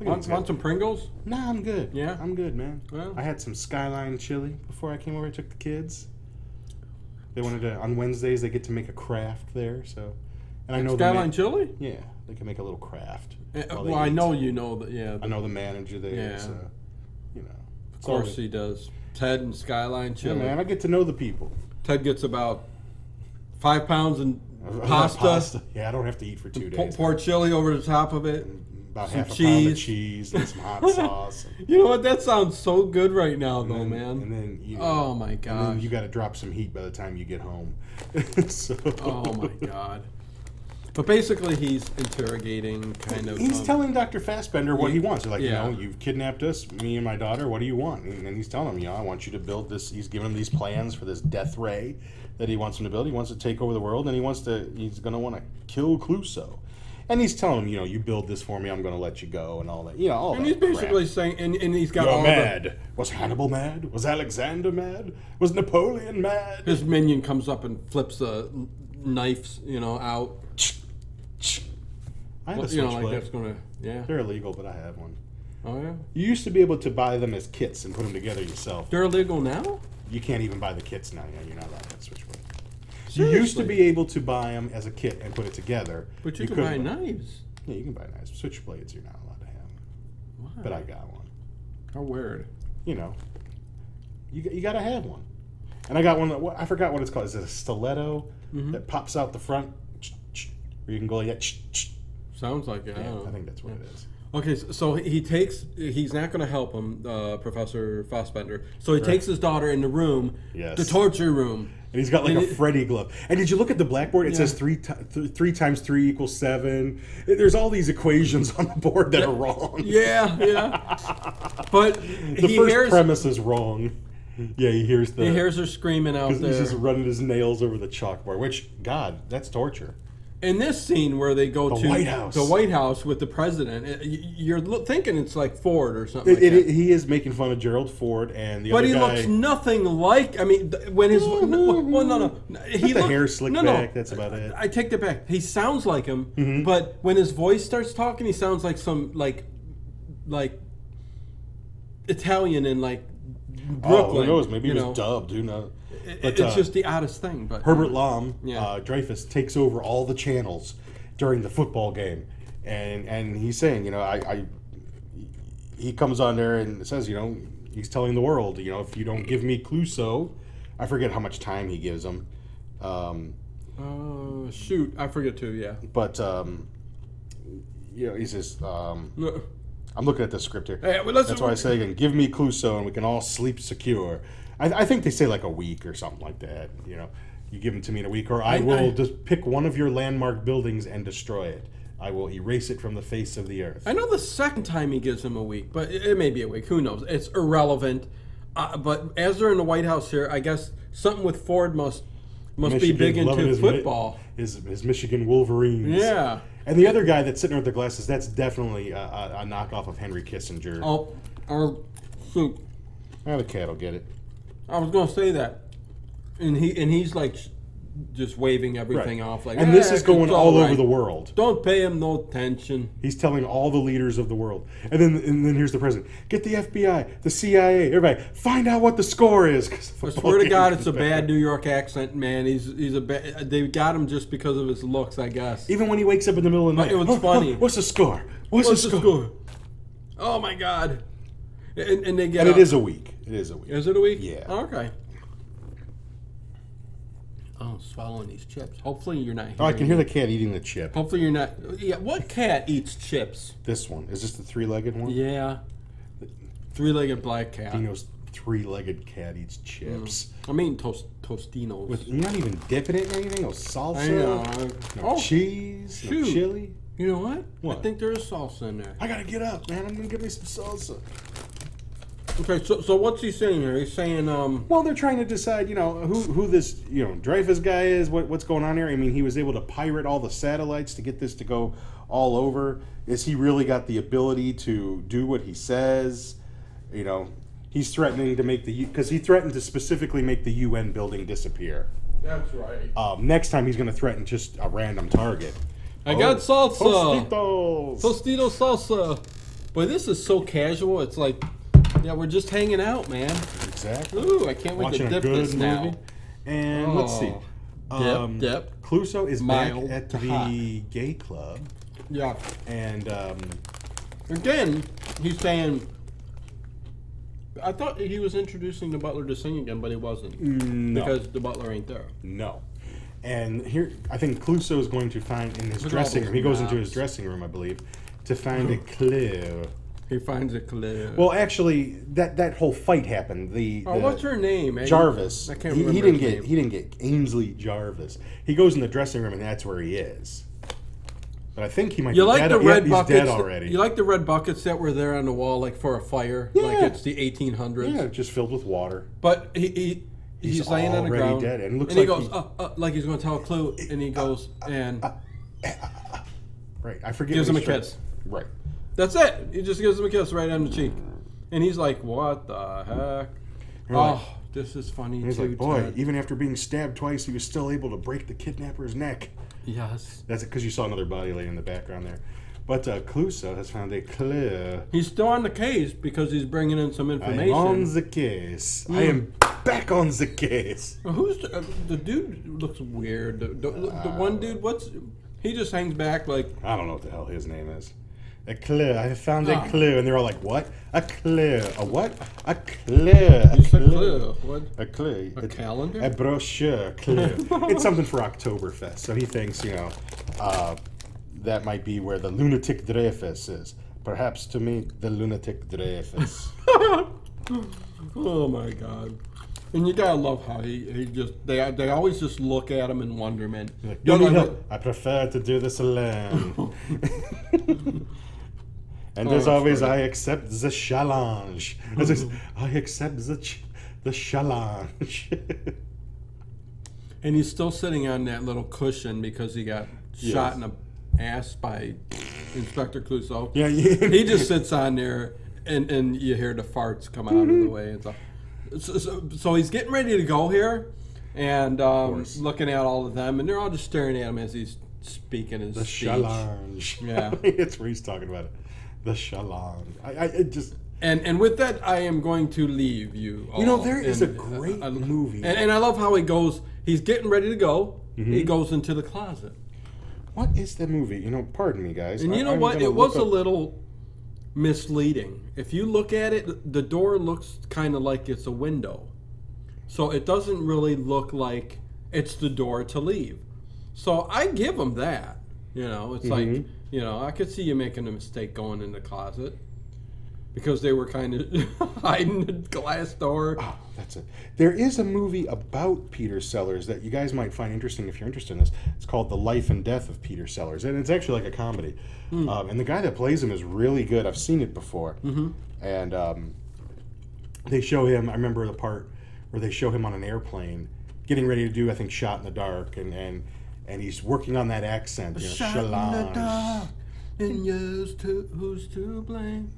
Speaker 2: at
Speaker 1: want,
Speaker 2: these
Speaker 1: want
Speaker 2: guys.
Speaker 1: some Pringles?
Speaker 2: Nah, I'm good.
Speaker 1: Yeah?
Speaker 2: I'm good, man.
Speaker 1: Well.
Speaker 2: I had some skyline chili before I came over. I took the kids. They wanted to on Wednesdays. They get to make a craft there. So, and I know the
Speaker 1: Skyline
Speaker 2: man-
Speaker 1: chili?
Speaker 2: yeah, they can make a little craft.
Speaker 1: Eh,
Speaker 2: while they
Speaker 1: well, I
Speaker 2: eat.
Speaker 1: know you know that. Yeah,
Speaker 2: I know the manager there.
Speaker 1: Yeah.
Speaker 2: So, you know,
Speaker 1: of course he does. Ted and Skyline
Speaker 2: Yeah,
Speaker 1: chili.
Speaker 2: man. I get to know the people.
Speaker 1: Ted gets about five pounds in pasta,
Speaker 2: Yeah, I don't have to eat for two
Speaker 1: po-
Speaker 2: days. Mm.
Speaker 1: pour chili over the top of it.
Speaker 2: About
Speaker 1: some
Speaker 2: half a pound of
Speaker 1: cheese.
Speaker 2: cheese and some hot sauce. And,
Speaker 1: You know what? That sounds so good right now, though,
Speaker 2: then-
Speaker 1: man.
Speaker 2: And then you know,
Speaker 1: oh my gosh.
Speaker 2: And then you got to drop some heat by the time you get home. so,
Speaker 1: Oh my god. But basically, he's interrogating kind of.
Speaker 2: He's
Speaker 1: um,
Speaker 2: telling Dr. Fassbender what he
Speaker 1: Yeah.
Speaker 2: wants. They're like,
Speaker 1: Yeah.
Speaker 2: you know, you've kidnapped us, me and my daughter. What do you want? And, and he's telling him, you know, I want you to build this. He's giving him these plans for this death ray that he wants him to build. He wants to take over the world, and he wants to. He's going to want to kill Cluso. And he's telling him, you know, you build this for me. I'm going to let you go, and all that. You know, all
Speaker 1: and
Speaker 2: that
Speaker 1: he's basically
Speaker 2: crap.
Speaker 1: saying, and, and he's got
Speaker 2: You're
Speaker 1: all
Speaker 2: mad. Was Hannibal mad? Was Alexander mad? Was Napoleon mad?
Speaker 1: the. His minion comes up and flips a knife, you know, out.
Speaker 2: I have a
Speaker 1: Well, you know,
Speaker 2: switchblade.
Speaker 1: like that's gonna. Yeah.
Speaker 2: They're illegal, but I have one.
Speaker 1: Oh yeah.
Speaker 2: You used to be able to buy them as kits and put them together yourself.
Speaker 1: They're illegal now.
Speaker 2: You can't even buy the kits now. Yeah, you're not allowed to switchblade. You used to
Speaker 1: Seriously?
Speaker 2: be able to buy them as a kit and put it together.
Speaker 1: But you, can buy
Speaker 2: couldn't.
Speaker 1: knives.
Speaker 2: Yeah, you can buy knives. Switchblades, you're not allowed to have.
Speaker 1: Wow.
Speaker 2: But I got one.
Speaker 1: How weird.
Speaker 2: You know, you g- you gotta have one. And I got one. That, wha- I forgot what it's called. Is it a stiletto
Speaker 1: Mm-hmm.
Speaker 2: that pops out the front? Where you can go like that.
Speaker 1: Sounds like it. I
Speaker 2: Yeah,
Speaker 1: don't
Speaker 2: I
Speaker 1: know.
Speaker 2: think that's what it is.
Speaker 1: Okay, so, so he takes. He's not going to help him, uh, Professor Fossbender. So he takes his daughter in the room,
Speaker 2: Yes.
Speaker 1: the torture room.
Speaker 2: And he's got like
Speaker 1: And
Speaker 2: a
Speaker 1: it-
Speaker 2: Freddy glove. And did you look at the blackboard? It
Speaker 1: Yeah.
Speaker 2: says three, ti th- three times three equals seven. There's all these equations on the board that are wrong.
Speaker 1: Yeah, yeah. but
Speaker 2: the
Speaker 1: he
Speaker 2: first
Speaker 1: hears
Speaker 2: premise is wrong. Yeah, he hears the.
Speaker 1: He hears her screaming out
Speaker 2: he's
Speaker 1: there.
Speaker 2: just running his nails over the chalkboard. Which, God, that's torture.
Speaker 1: In this scene where they go
Speaker 2: The
Speaker 1: to
Speaker 2: White House.
Speaker 1: the White House with the president, it- y- you're lo- thinking it's like Ford or something.
Speaker 2: It,
Speaker 1: like
Speaker 2: it,
Speaker 1: that.
Speaker 2: he is making fun of Gerald Ford and the
Speaker 1: But
Speaker 2: other
Speaker 1: he
Speaker 2: guy.
Speaker 1: looks nothing like. I mean, th- when his no, well, no, no, no, he
Speaker 2: the
Speaker 1: look-
Speaker 2: hair slicked
Speaker 1: no, no.
Speaker 2: back, that's about it. Mm-hmm.
Speaker 1: I take that back. He sounds like him, but when his voice starts talking, he sounds like some like like Italian in like
Speaker 2: oh,
Speaker 1: Brooklyn.
Speaker 2: who knows? Maybe
Speaker 1: you
Speaker 2: he was
Speaker 1: know.
Speaker 2: dubbed. Who knows?
Speaker 1: It-
Speaker 2: But,
Speaker 1: it's
Speaker 2: uh,
Speaker 1: just the oddest thing. But
Speaker 2: Herbert Lom,
Speaker 1: Yeah.
Speaker 2: uh, Dreyfus takes over all the channels during the football game, and and he's saying, you know, I, I he comes on there and says, you know, he's telling the world, you know, if you don't give me Cluso, I forget how much time he gives him, um,
Speaker 1: Oh shoot, I forget too. Yeah.
Speaker 2: but um, you know, he says, um,
Speaker 1: No.
Speaker 2: I'm looking at the script here.
Speaker 1: Hey, well, let's-
Speaker 2: That's why I say again, give me Cluso and we can all sleep secure. I, I think they say like a week or something like that. You know, you give them to me in a week, or I,
Speaker 1: I-
Speaker 2: will
Speaker 1: I-
Speaker 2: just pick one of your landmark buildings and destroy it. I will erase it from the face of the earth.
Speaker 1: I know the second time he gives him a week, but it, it may be a week. Who knows? It's irrelevant. Uh, but as they're in the White House here, I guess something with Ford must must
Speaker 2: Michigan
Speaker 1: be big
Speaker 2: loving
Speaker 1: into
Speaker 2: his Mi-
Speaker 1: football.
Speaker 2: His, his Michigan Wolverines.
Speaker 1: Yeah.
Speaker 2: And the other guy that's sitting there with the glasses, that's definitely a, a, a knockoff of Henry Kissinger. Oh.
Speaker 1: Oh, oh, shoot!
Speaker 2: the cat will get it.
Speaker 1: I was gonna say that, and he and he's like just waving everything off like.
Speaker 2: and this
Speaker 1: "Eh,
Speaker 2: is going
Speaker 1: it's
Speaker 2: all over
Speaker 1: right.
Speaker 2: the world.
Speaker 1: Don't pay him no attention.
Speaker 2: He's telling all the leaders of the world, and then and then here's the president. Get the FBI, the CIA, everybody. Find out what the score is. 'cause the
Speaker 1: I
Speaker 2: football
Speaker 1: swear to
Speaker 2: game
Speaker 1: God,
Speaker 2: is
Speaker 1: it's a
Speaker 2: bad.
Speaker 1: bad New York accent, man. He's he's a bad. They got him just because of his looks, I guess.
Speaker 2: Even when he wakes up in the middle of the night,
Speaker 1: it was
Speaker 2: "Huh, huh,
Speaker 1: funny.
Speaker 2: what's the score? What's,
Speaker 1: What's
Speaker 2: the,
Speaker 1: the
Speaker 2: score?
Speaker 1: score? Oh my God! And, and they get
Speaker 2: And it
Speaker 1: up-
Speaker 2: is a week. It is a week.
Speaker 1: Is it a week?
Speaker 2: Yeah.
Speaker 1: Okay. Oh, swallowing these chips. Hopefully you're not. Hearing
Speaker 2: Oh, I can hear the cat eating the chip.
Speaker 1: Hopefully you're not. Yeah. What cat eats chips?
Speaker 2: This one is this the three-legged one?
Speaker 1: Yeah. Three-legged black cat.
Speaker 2: Dino's three-legged cat eats chips.
Speaker 1: I mean toast Tostinos.
Speaker 2: With you're not even dipping it in anything. No salsa.
Speaker 1: I know.
Speaker 2: No
Speaker 1: oh,
Speaker 2: cheese. No
Speaker 1: shoot.
Speaker 2: chili.
Speaker 1: you know what? I
Speaker 2: What?
Speaker 1: think there is salsa in there.
Speaker 2: I gotta get up, man. I'm gonna get me some salsa.
Speaker 1: Okay, so, so what's he saying here? He's saying, um,
Speaker 2: Well, they're trying to decide, you know, who who this you know Dreyfus guy is, what what's going on here. I mean, he was able to pirate all the satellites to get this to go all over. Is he really got the ability to do what he says? You know, he's threatening to make the because he threatened to specifically make the UN building disappear.
Speaker 1: that's right.
Speaker 2: Um, next time, he's going to threaten just a random target. Oh,
Speaker 1: I got salsa.
Speaker 2: Tostitos.
Speaker 1: Tostito salsa. Boy, this is so casual. It's like, yeah, we're just hanging out, man.
Speaker 2: Exactly.
Speaker 1: Ooh, I can't wait
Speaker 2: Watching
Speaker 1: to
Speaker 2: a
Speaker 1: dip
Speaker 2: good
Speaker 1: this
Speaker 2: movie.
Speaker 1: now.
Speaker 2: And let's see.
Speaker 1: Oh. Dip,
Speaker 2: Um,
Speaker 1: dip.
Speaker 2: Cluso is
Speaker 1: Mild
Speaker 2: back at
Speaker 1: to
Speaker 2: the
Speaker 1: hot.
Speaker 2: gay club,
Speaker 1: Yeah.
Speaker 2: and um,
Speaker 1: Again, he's saying. I thought he was introducing the butler to sing again, but he wasn't
Speaker 2: Mm, no,
Speaker 1: Mm, because the butler ain't there.
Speaker 2: no. And here, I think Cluso is going to find in his
Speaker 1: Look at all
Speaker 2: dressing
Speaker 1: those
Speaker 2: room. He goes into
Speaker 1: knobs.
Speaker 2: his dressing room, I believe, to find a clue.
Speaker 1: He finds a clue.
Speaker 2: Well, actually, that that whole fight happened. The,
Speaker 1: oh,
Speaker 2: the-
Speaker 1: what's her name? eh?
Speaker 2: Jarvis.
Speaker 1: I can't
Speaker 2: he,
Speaker 1: remember.
Speaker 2: he didn't
Speaker 1: his
Speaker 2: get
Speaker 1: name.
Speaker 2: he didn't get Ainsley Jarvis. He goes in the dressing room and that's where he is. But I think he might
Speaker 1: You
Speaker 2: be
Speaker 1: like
Speaker 2: dead.
Speaker 1: the
Speaker 2: al- yeah,
Speaker 1: red
Speaker 2: he's
Speaker 1: buckets?
Speaker 2: dead already.
Speaker 1: You like the red buckets that were there on the wall, like for a fire, like
Speaker 2: Yeah.
Speaker 1: it's the 1800s.
Speaker 2: yeah, just filled with water.
Speaker 1: But he, he he's,
Speaker 2: He's
Speaker 1: laying on the
Speaker 2: already
Speaker 1: ground,
Speaker 2: dead, and it looks
Speaker 1: he
Speaker 2: like
Speaker 1: goes
Speaker 2: he- Uh,
Speaker 1: uh, uh, like he's going to tell a clue, and he goes and
Speaker 2: Right. I forget.
Speaker 1: Gives
Speaker 2: what
Speaker 1: him
Speaker 2: he's
Speaker 1: a
Speaker 2: trying-
Speaker 1: kiss.
Speaker 2: Right.
Speaker 1: that's it. He just gives him a kiss right on the cheek, and he's like, "What the heck?
Speaker 2: You're
Speaker 1: oh,
Speaker 2: like-
Speaker 1: this is funny
Speaker 2: And he's
Speaker 1: too."
Speaker 2: like, boy,
Speaker 1: Ted."
Speaker 2: even after being stabbed twice, he was still able to break the kidnapper's neck.
Speaker 1: yes,
Speaker 2: That's it, because you saw another body laying in the background there. But uh, Cluso has found a clue.
Speaker 1: he's still on the case because he's bringing in some
Speaker 2: I'm on
Speaker 1: information.
Speaker 2: the case. I am back on the case.
Speaker 1: Who's the, uh, the dude? Looks weird. The, the, the
Speaker 2: Uh,
Speaker 1: one dude. What's he just hangs back like
Speaker 2: I don't know what the hell his name is. A clue. I have found
Speaker 1: Ah.
Speaker 2: a clue, and they're all like, "What? A clue? A what? A clue? A
Speaker 1: it's a clue. What?
Speaker 2: A clue?
Speaker 1: A calendar?
Speaker 2: A brochure clue. it's something for Oktoberfest. So he thinks, you know, uh, that might be where the lunatic Dreyfus is. Perhaps to meet the lunatic Dreyfus.
Speaker 1: Oh my god. And you gotta love how he, he just they they always just look at him in wonderment.
Speaker 2: Like,
Speaker 1: They're
Speaker 2: "You need
Speaker 1: like,
Speaker 2: help? I prefer to do this alone. and
Speaker 1: Oh,
Speaker 2: as
Speaker 1: that's
Speaker 2: always,
Speaker 1: funny.
Speaker 2: I accept the challenge. As I, s- I accept the ch- the challenge.
Speaker 1: And he's still sitting on that little cushion because he got shot
Speaker 2: Yes.
Speaker 1: in the ass by Inspector Clouseau.
Speaker 2: yeah, yeah.
Speaker 1: He just sits on there and, and you hear the farts come out
Speaker 2: Mm-hmm.
Speaker 1: of the way and stuff. So, so, so he's getting ready to go here and um,
Speaker 2: course.
Speaker 1: looking at all of them and they're all just staring at him as he's speaking his
Speaker 2: the
Speaker 1: speech.
Speaker 2: challenge.
Speaker 1: Yeah.
Speaker 2: it's where he's talking about it. The challenge. I, I it just
Speaker 1: And and with that, I am going to leave you.
Speaker 2: You know,
Speaker 1: all.
Speaker 2: there is
Speaker 1: And
Speaker 2: a great
Speaker 1: I- I-
Speaker 2: movie.
Speaker 1: and, and I love how he goes. He's getting ready to go. He
Speaker 2: Mm-hmm.
Speaker 1: goes into the closet,
Speaker 2: what is the movie? You know, pardon me, guys.
Speaker 1: and
Speaker 2: I-
Speaker 1: you know
Speaker 2: I'm
Speaker 1: what?
Speaker 2: gonna
Speaker 1: It was
Speaker 2: look
Speaker 1: a
Speaker 2: up-
Speaker 1: little misleading. If you look at it, the door looks kind of like it's a window, so it doesn't really look like it's the door to leave. So I give him that. You know, it's like
Speaker 2: Mhm.
Speaker 1: you know, I could see you making a mistake going in the closet. Because they were kind of hiding the glass door.
Speaker 2: Oh, that's it. There is a movie about Peter Sellers that you guys might find interesting if you're interested in this. It's called The Life and Death of Peter Sellers, and it's actually like a comedy.
Speaker 1: Hmm.
Speaker 2: Um, and the guy that plays him is really good. I've seen it before. Mm-hmm. And um, they show him, I remember the part where they show him on an airplane getting ready to do, I think, Shot in the Dark, and, and, and he's working on that accent. You know,
Speaker 1: Shot in the
Speaker 2: "Challenge."
Speaker 1: dark, and yes, to, who's to blame?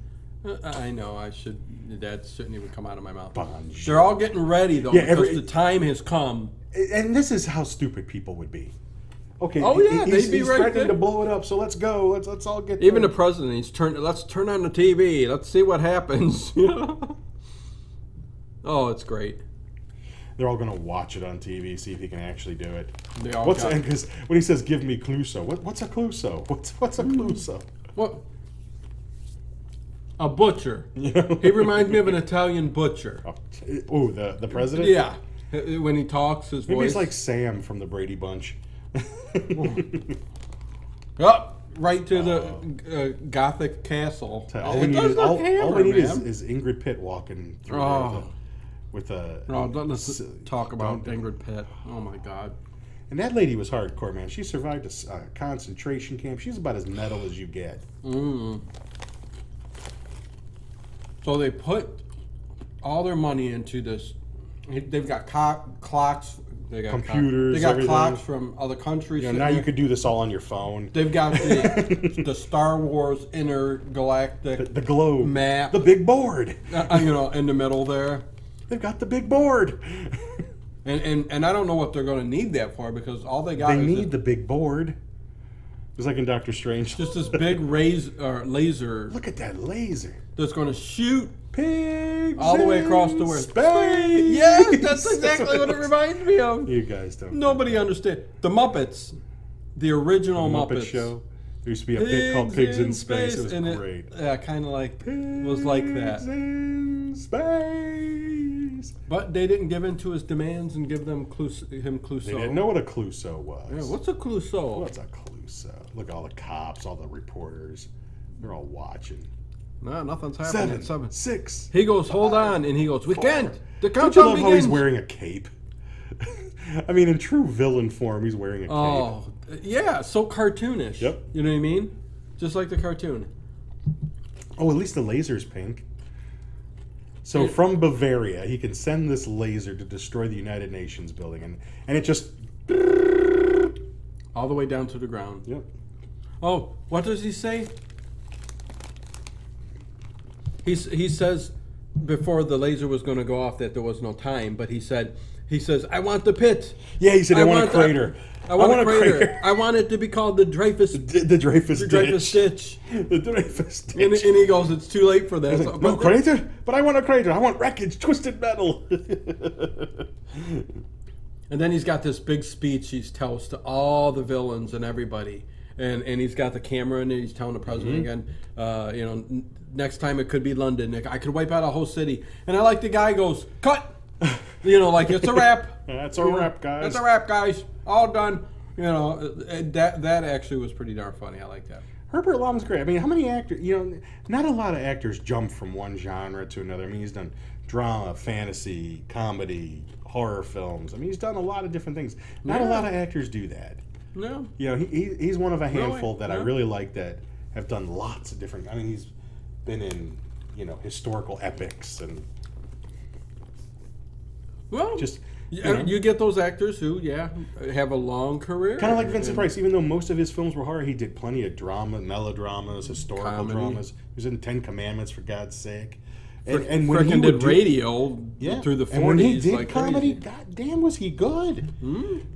Speaker 1: Uh, I know. I should. That shouldn't even come out of my mouth.
Speaker 2: Bonjour.
Speaker 1: They're all getting ready though
Speaker 2: Yeah,
Speaker 1: because
Speaker 2: every-
Speaker 1: the time has come.
Speaker 2: And this is how stupid people would be. Okay.
Speaker 1: Oh,
Speaker 2: he-
Speaker 1: yeah,
Speaker 2: he's,
Speaker 1: they'd be
Speaker 2: he's
Speaker 1: right
Speaker 2: threatening
Speaker 1: there.
Speaker 2: to blow it up. So let's go. Let's let's all get
Speaker 1: Even the
Speaker 2: there.
Speaker 1: president, he's turned. Let's turn on the TV. Let's see what happens. You know? oh, it's great.
Speaker 2: They're all gonna watch it on TV, see if he can actually do it.
Speaker 1: They all
Speaker 2: what's
Speaker 1: got-
Speaker 2: because when he says "give me Cluso," what, what's a Cluso? What's what's a
Speaker 1: Hmm.
Speaker 2: Cluso?
Speaker 1: What? A butcher.
Speaker 2: You know?
Speaker 1: He reminds me of an Italian butcher.
Speaker 2: Oh, ooh, the the president.
Speaker 1: Yeah. Uh, When he talks, his
Speaker 2: Maybe
Speaker 1: voice.
Speaker 2: he's like Sam from the Brady Bunch.
Speaker 1: Up Oh, right to the uh, Gothic castle.
Speaker 2: all
Speaker 1: It
Speaker 2: we need,
Speaker 1: does
Speaker 2: is,
Speaker 1: look
Speaker 2: all, all we
Speaker 1: hammered,
Speaker 2: need is,
Speaker 1: man.
Speaker 2: is Ingrid Pitt walking through
Speaker 1: Oh.
Speaker 2: with a with a.
Speaker 1: Oh, don't let's
Speaker 2: s-
Speaker 1: talk about
Speaker 2: don't-
Speaker 1: Ingrid Pitt. Oh my God.
Speaker 2: And that lady was hardcore, man. She survived a s- uh, concentration camp. She's about as metal as you get.
Speaker 1: Mm. So they put all their money into this. They've got co- clocks. They got co-
Speaker 2: Computers,
Speaker 1: they got
Speaker 2: everything.
Speaker 1: clocks from other countries.
Speaker 2: You know, now you could do this all on your phone.
Speaker 1: They've got the, the Star Wars intergalactic,
Speaker 2: The, the globe,
Speaker 1: Map.
Speaker 2: the big board.
Speaker 1: uh, you know, in the middle there.
Speaker 2: They've got the big board.
Speaker 1: And, and, and I don't know what they're going to need that for because all they got
Speaker 2: they
Speaker 1: is
Speaker 2: need
Speaker 1: this-
Speaker 2: the big board. It's like in Doctor Strange.
Speaker 1: just this big razor, or laser
Speaker 2: Look at that laser.
Speaker 1: that's going to shoot
Speaker 2: Pigs
Speaker 1: all the way across
Speaker 2: in
Speaker 1: the world.
Speaker 2: Space.
Speaker 1: Yes, that's exactly what it reminds me of.
Speaker 2: You guys don't.
Speaker 1: Nobody understands. The Muppets, the original
Speaker 2: Muppet
Speaker 1: Muppets.
Speaker 2: Show. There used to be a bit called Pigs in Space. It was
Speaker 1: and
Speaker 2: great.
Speaker 1: yeah, kind of like was like that.
Speaker 2: Pigs in space.
Speaker 1: But they didn't give in to his demands and give them Clus- him Cluso.
Speaker 2: They didn't know what a Cluso was.
Speaker 1: Yeah, what's a Cluso?
Speaker 2: What's a Cluso? Look, all the cops, all the reporters, they're all watching.
Speaker 1: No, nothing's happening.
Speaker 2: Seven,
Speaker 1: at Seven.
Speaker 2: six.
Speaker 1: He goes, hold on, and he goes, we can't. The
Speaker 2: Don't you
Speaker 1: countdown
Speaker 2: love how he's
Speaker 1: begins.
Speaker 2: wearing a cape? I mean, in true villain form, he's wearing a cape.
Speaker 1: oh, yeah, so cartoonish.
Speaker 2: Yep.
Speaker 1: You know what I mean? Just like the cartoon.
Speaker 2: Oh, at least the laser's pink. So from Bavaria, he can send this laser to destroy the United Nations building, and and it just
Speaker 1: All the way down to the ground.
Speaker 2: yep.
Speaker 1: Oh, what does he say? He s- he says before the laser was going to go off that there was no time, but he said he says I want the pit.
Speaker 2: Yeah, he said, "I, want, a
Speaker 1: the-
Speaker 2: crater.
Speaker 1: I want, a crater. I want it to be called the Dreyfus the
Speaker 2: D- the Dreyfus ditch.
Speaker 1: Dreyfus Ditch."
Speaker 2: The Dreyfus ditch.
Speaker 1: And, and he goes, "It's too late for that."
Speaker 2: It's
Speaker 1: So-
Speaker 2: like, no
Speaker 1: but-
Speaker 2: crater, but I want a crater. I want wreckage, twisted metal.
Speaker 1: And then he's got this big speech he tells to all the villains and everybody. And, and he's got the camera and he's telling the president
Speaker 2: Mm-hmm.
Speaker 1: again, uh, you know, n- next time it could be London. I could wipe out a whole city. And I like the guy goes, cut! You know, like, it's a wrap.
Speaker 2: That's a
Speaker 1: You know,
Speaker 2: wrap, guys.
Speaker 1: That's a wrap, guys. All done. You know, uh, that, that actually was pretty darn funny. I like that.
Speaker 2: Herbert Lom's great. I mean, how many actors? You know, not a lot of actors jump from one genre to another. I mean, he's done drama, fantasy, comedy, horror films. I mean, he's done a lot of different things. Not a
Speaker 1: Yeah.
Speaker 2: lot of actors do that.
Speaker 1: No?
Speaker 2: You know, he, he, he's one of a handful that I
Speaker 1: Yeah.
Speaker 2: really like that have done lots of different. I mean, he's been in you know historical epics and
Speaker 1: Well,
Speaker 2: just
Speaker 1: you,
Speaker 2: you know.
Speaker 1: you get those actors who, yeah, have a long career.
Speaker 2: Kind of like Vincent
Speaker 1: And-
Speaker 2: Price, even though most of his films were horror, he did plenty of drama, melodramas, historical
Speaker 1: Comedy.
Speaker 2: dramas. He was in Ten Commandments for God's sake. And,
Speaker 1: Frick-
Speaker 2: and when he
Speaker 1: frickin'
Speaker 2: would
Speaker 1: did
Speaker 2: do-
Speaker 1: radio
Speaker 2: yeah,
Speaker 1: through the 40s.
Speaker 2: and when he did
Speaker 1: like
Speaker 2: comedy,
Speaker 1: crazy. Hmm.
Speaker 2: goddamn, was he good?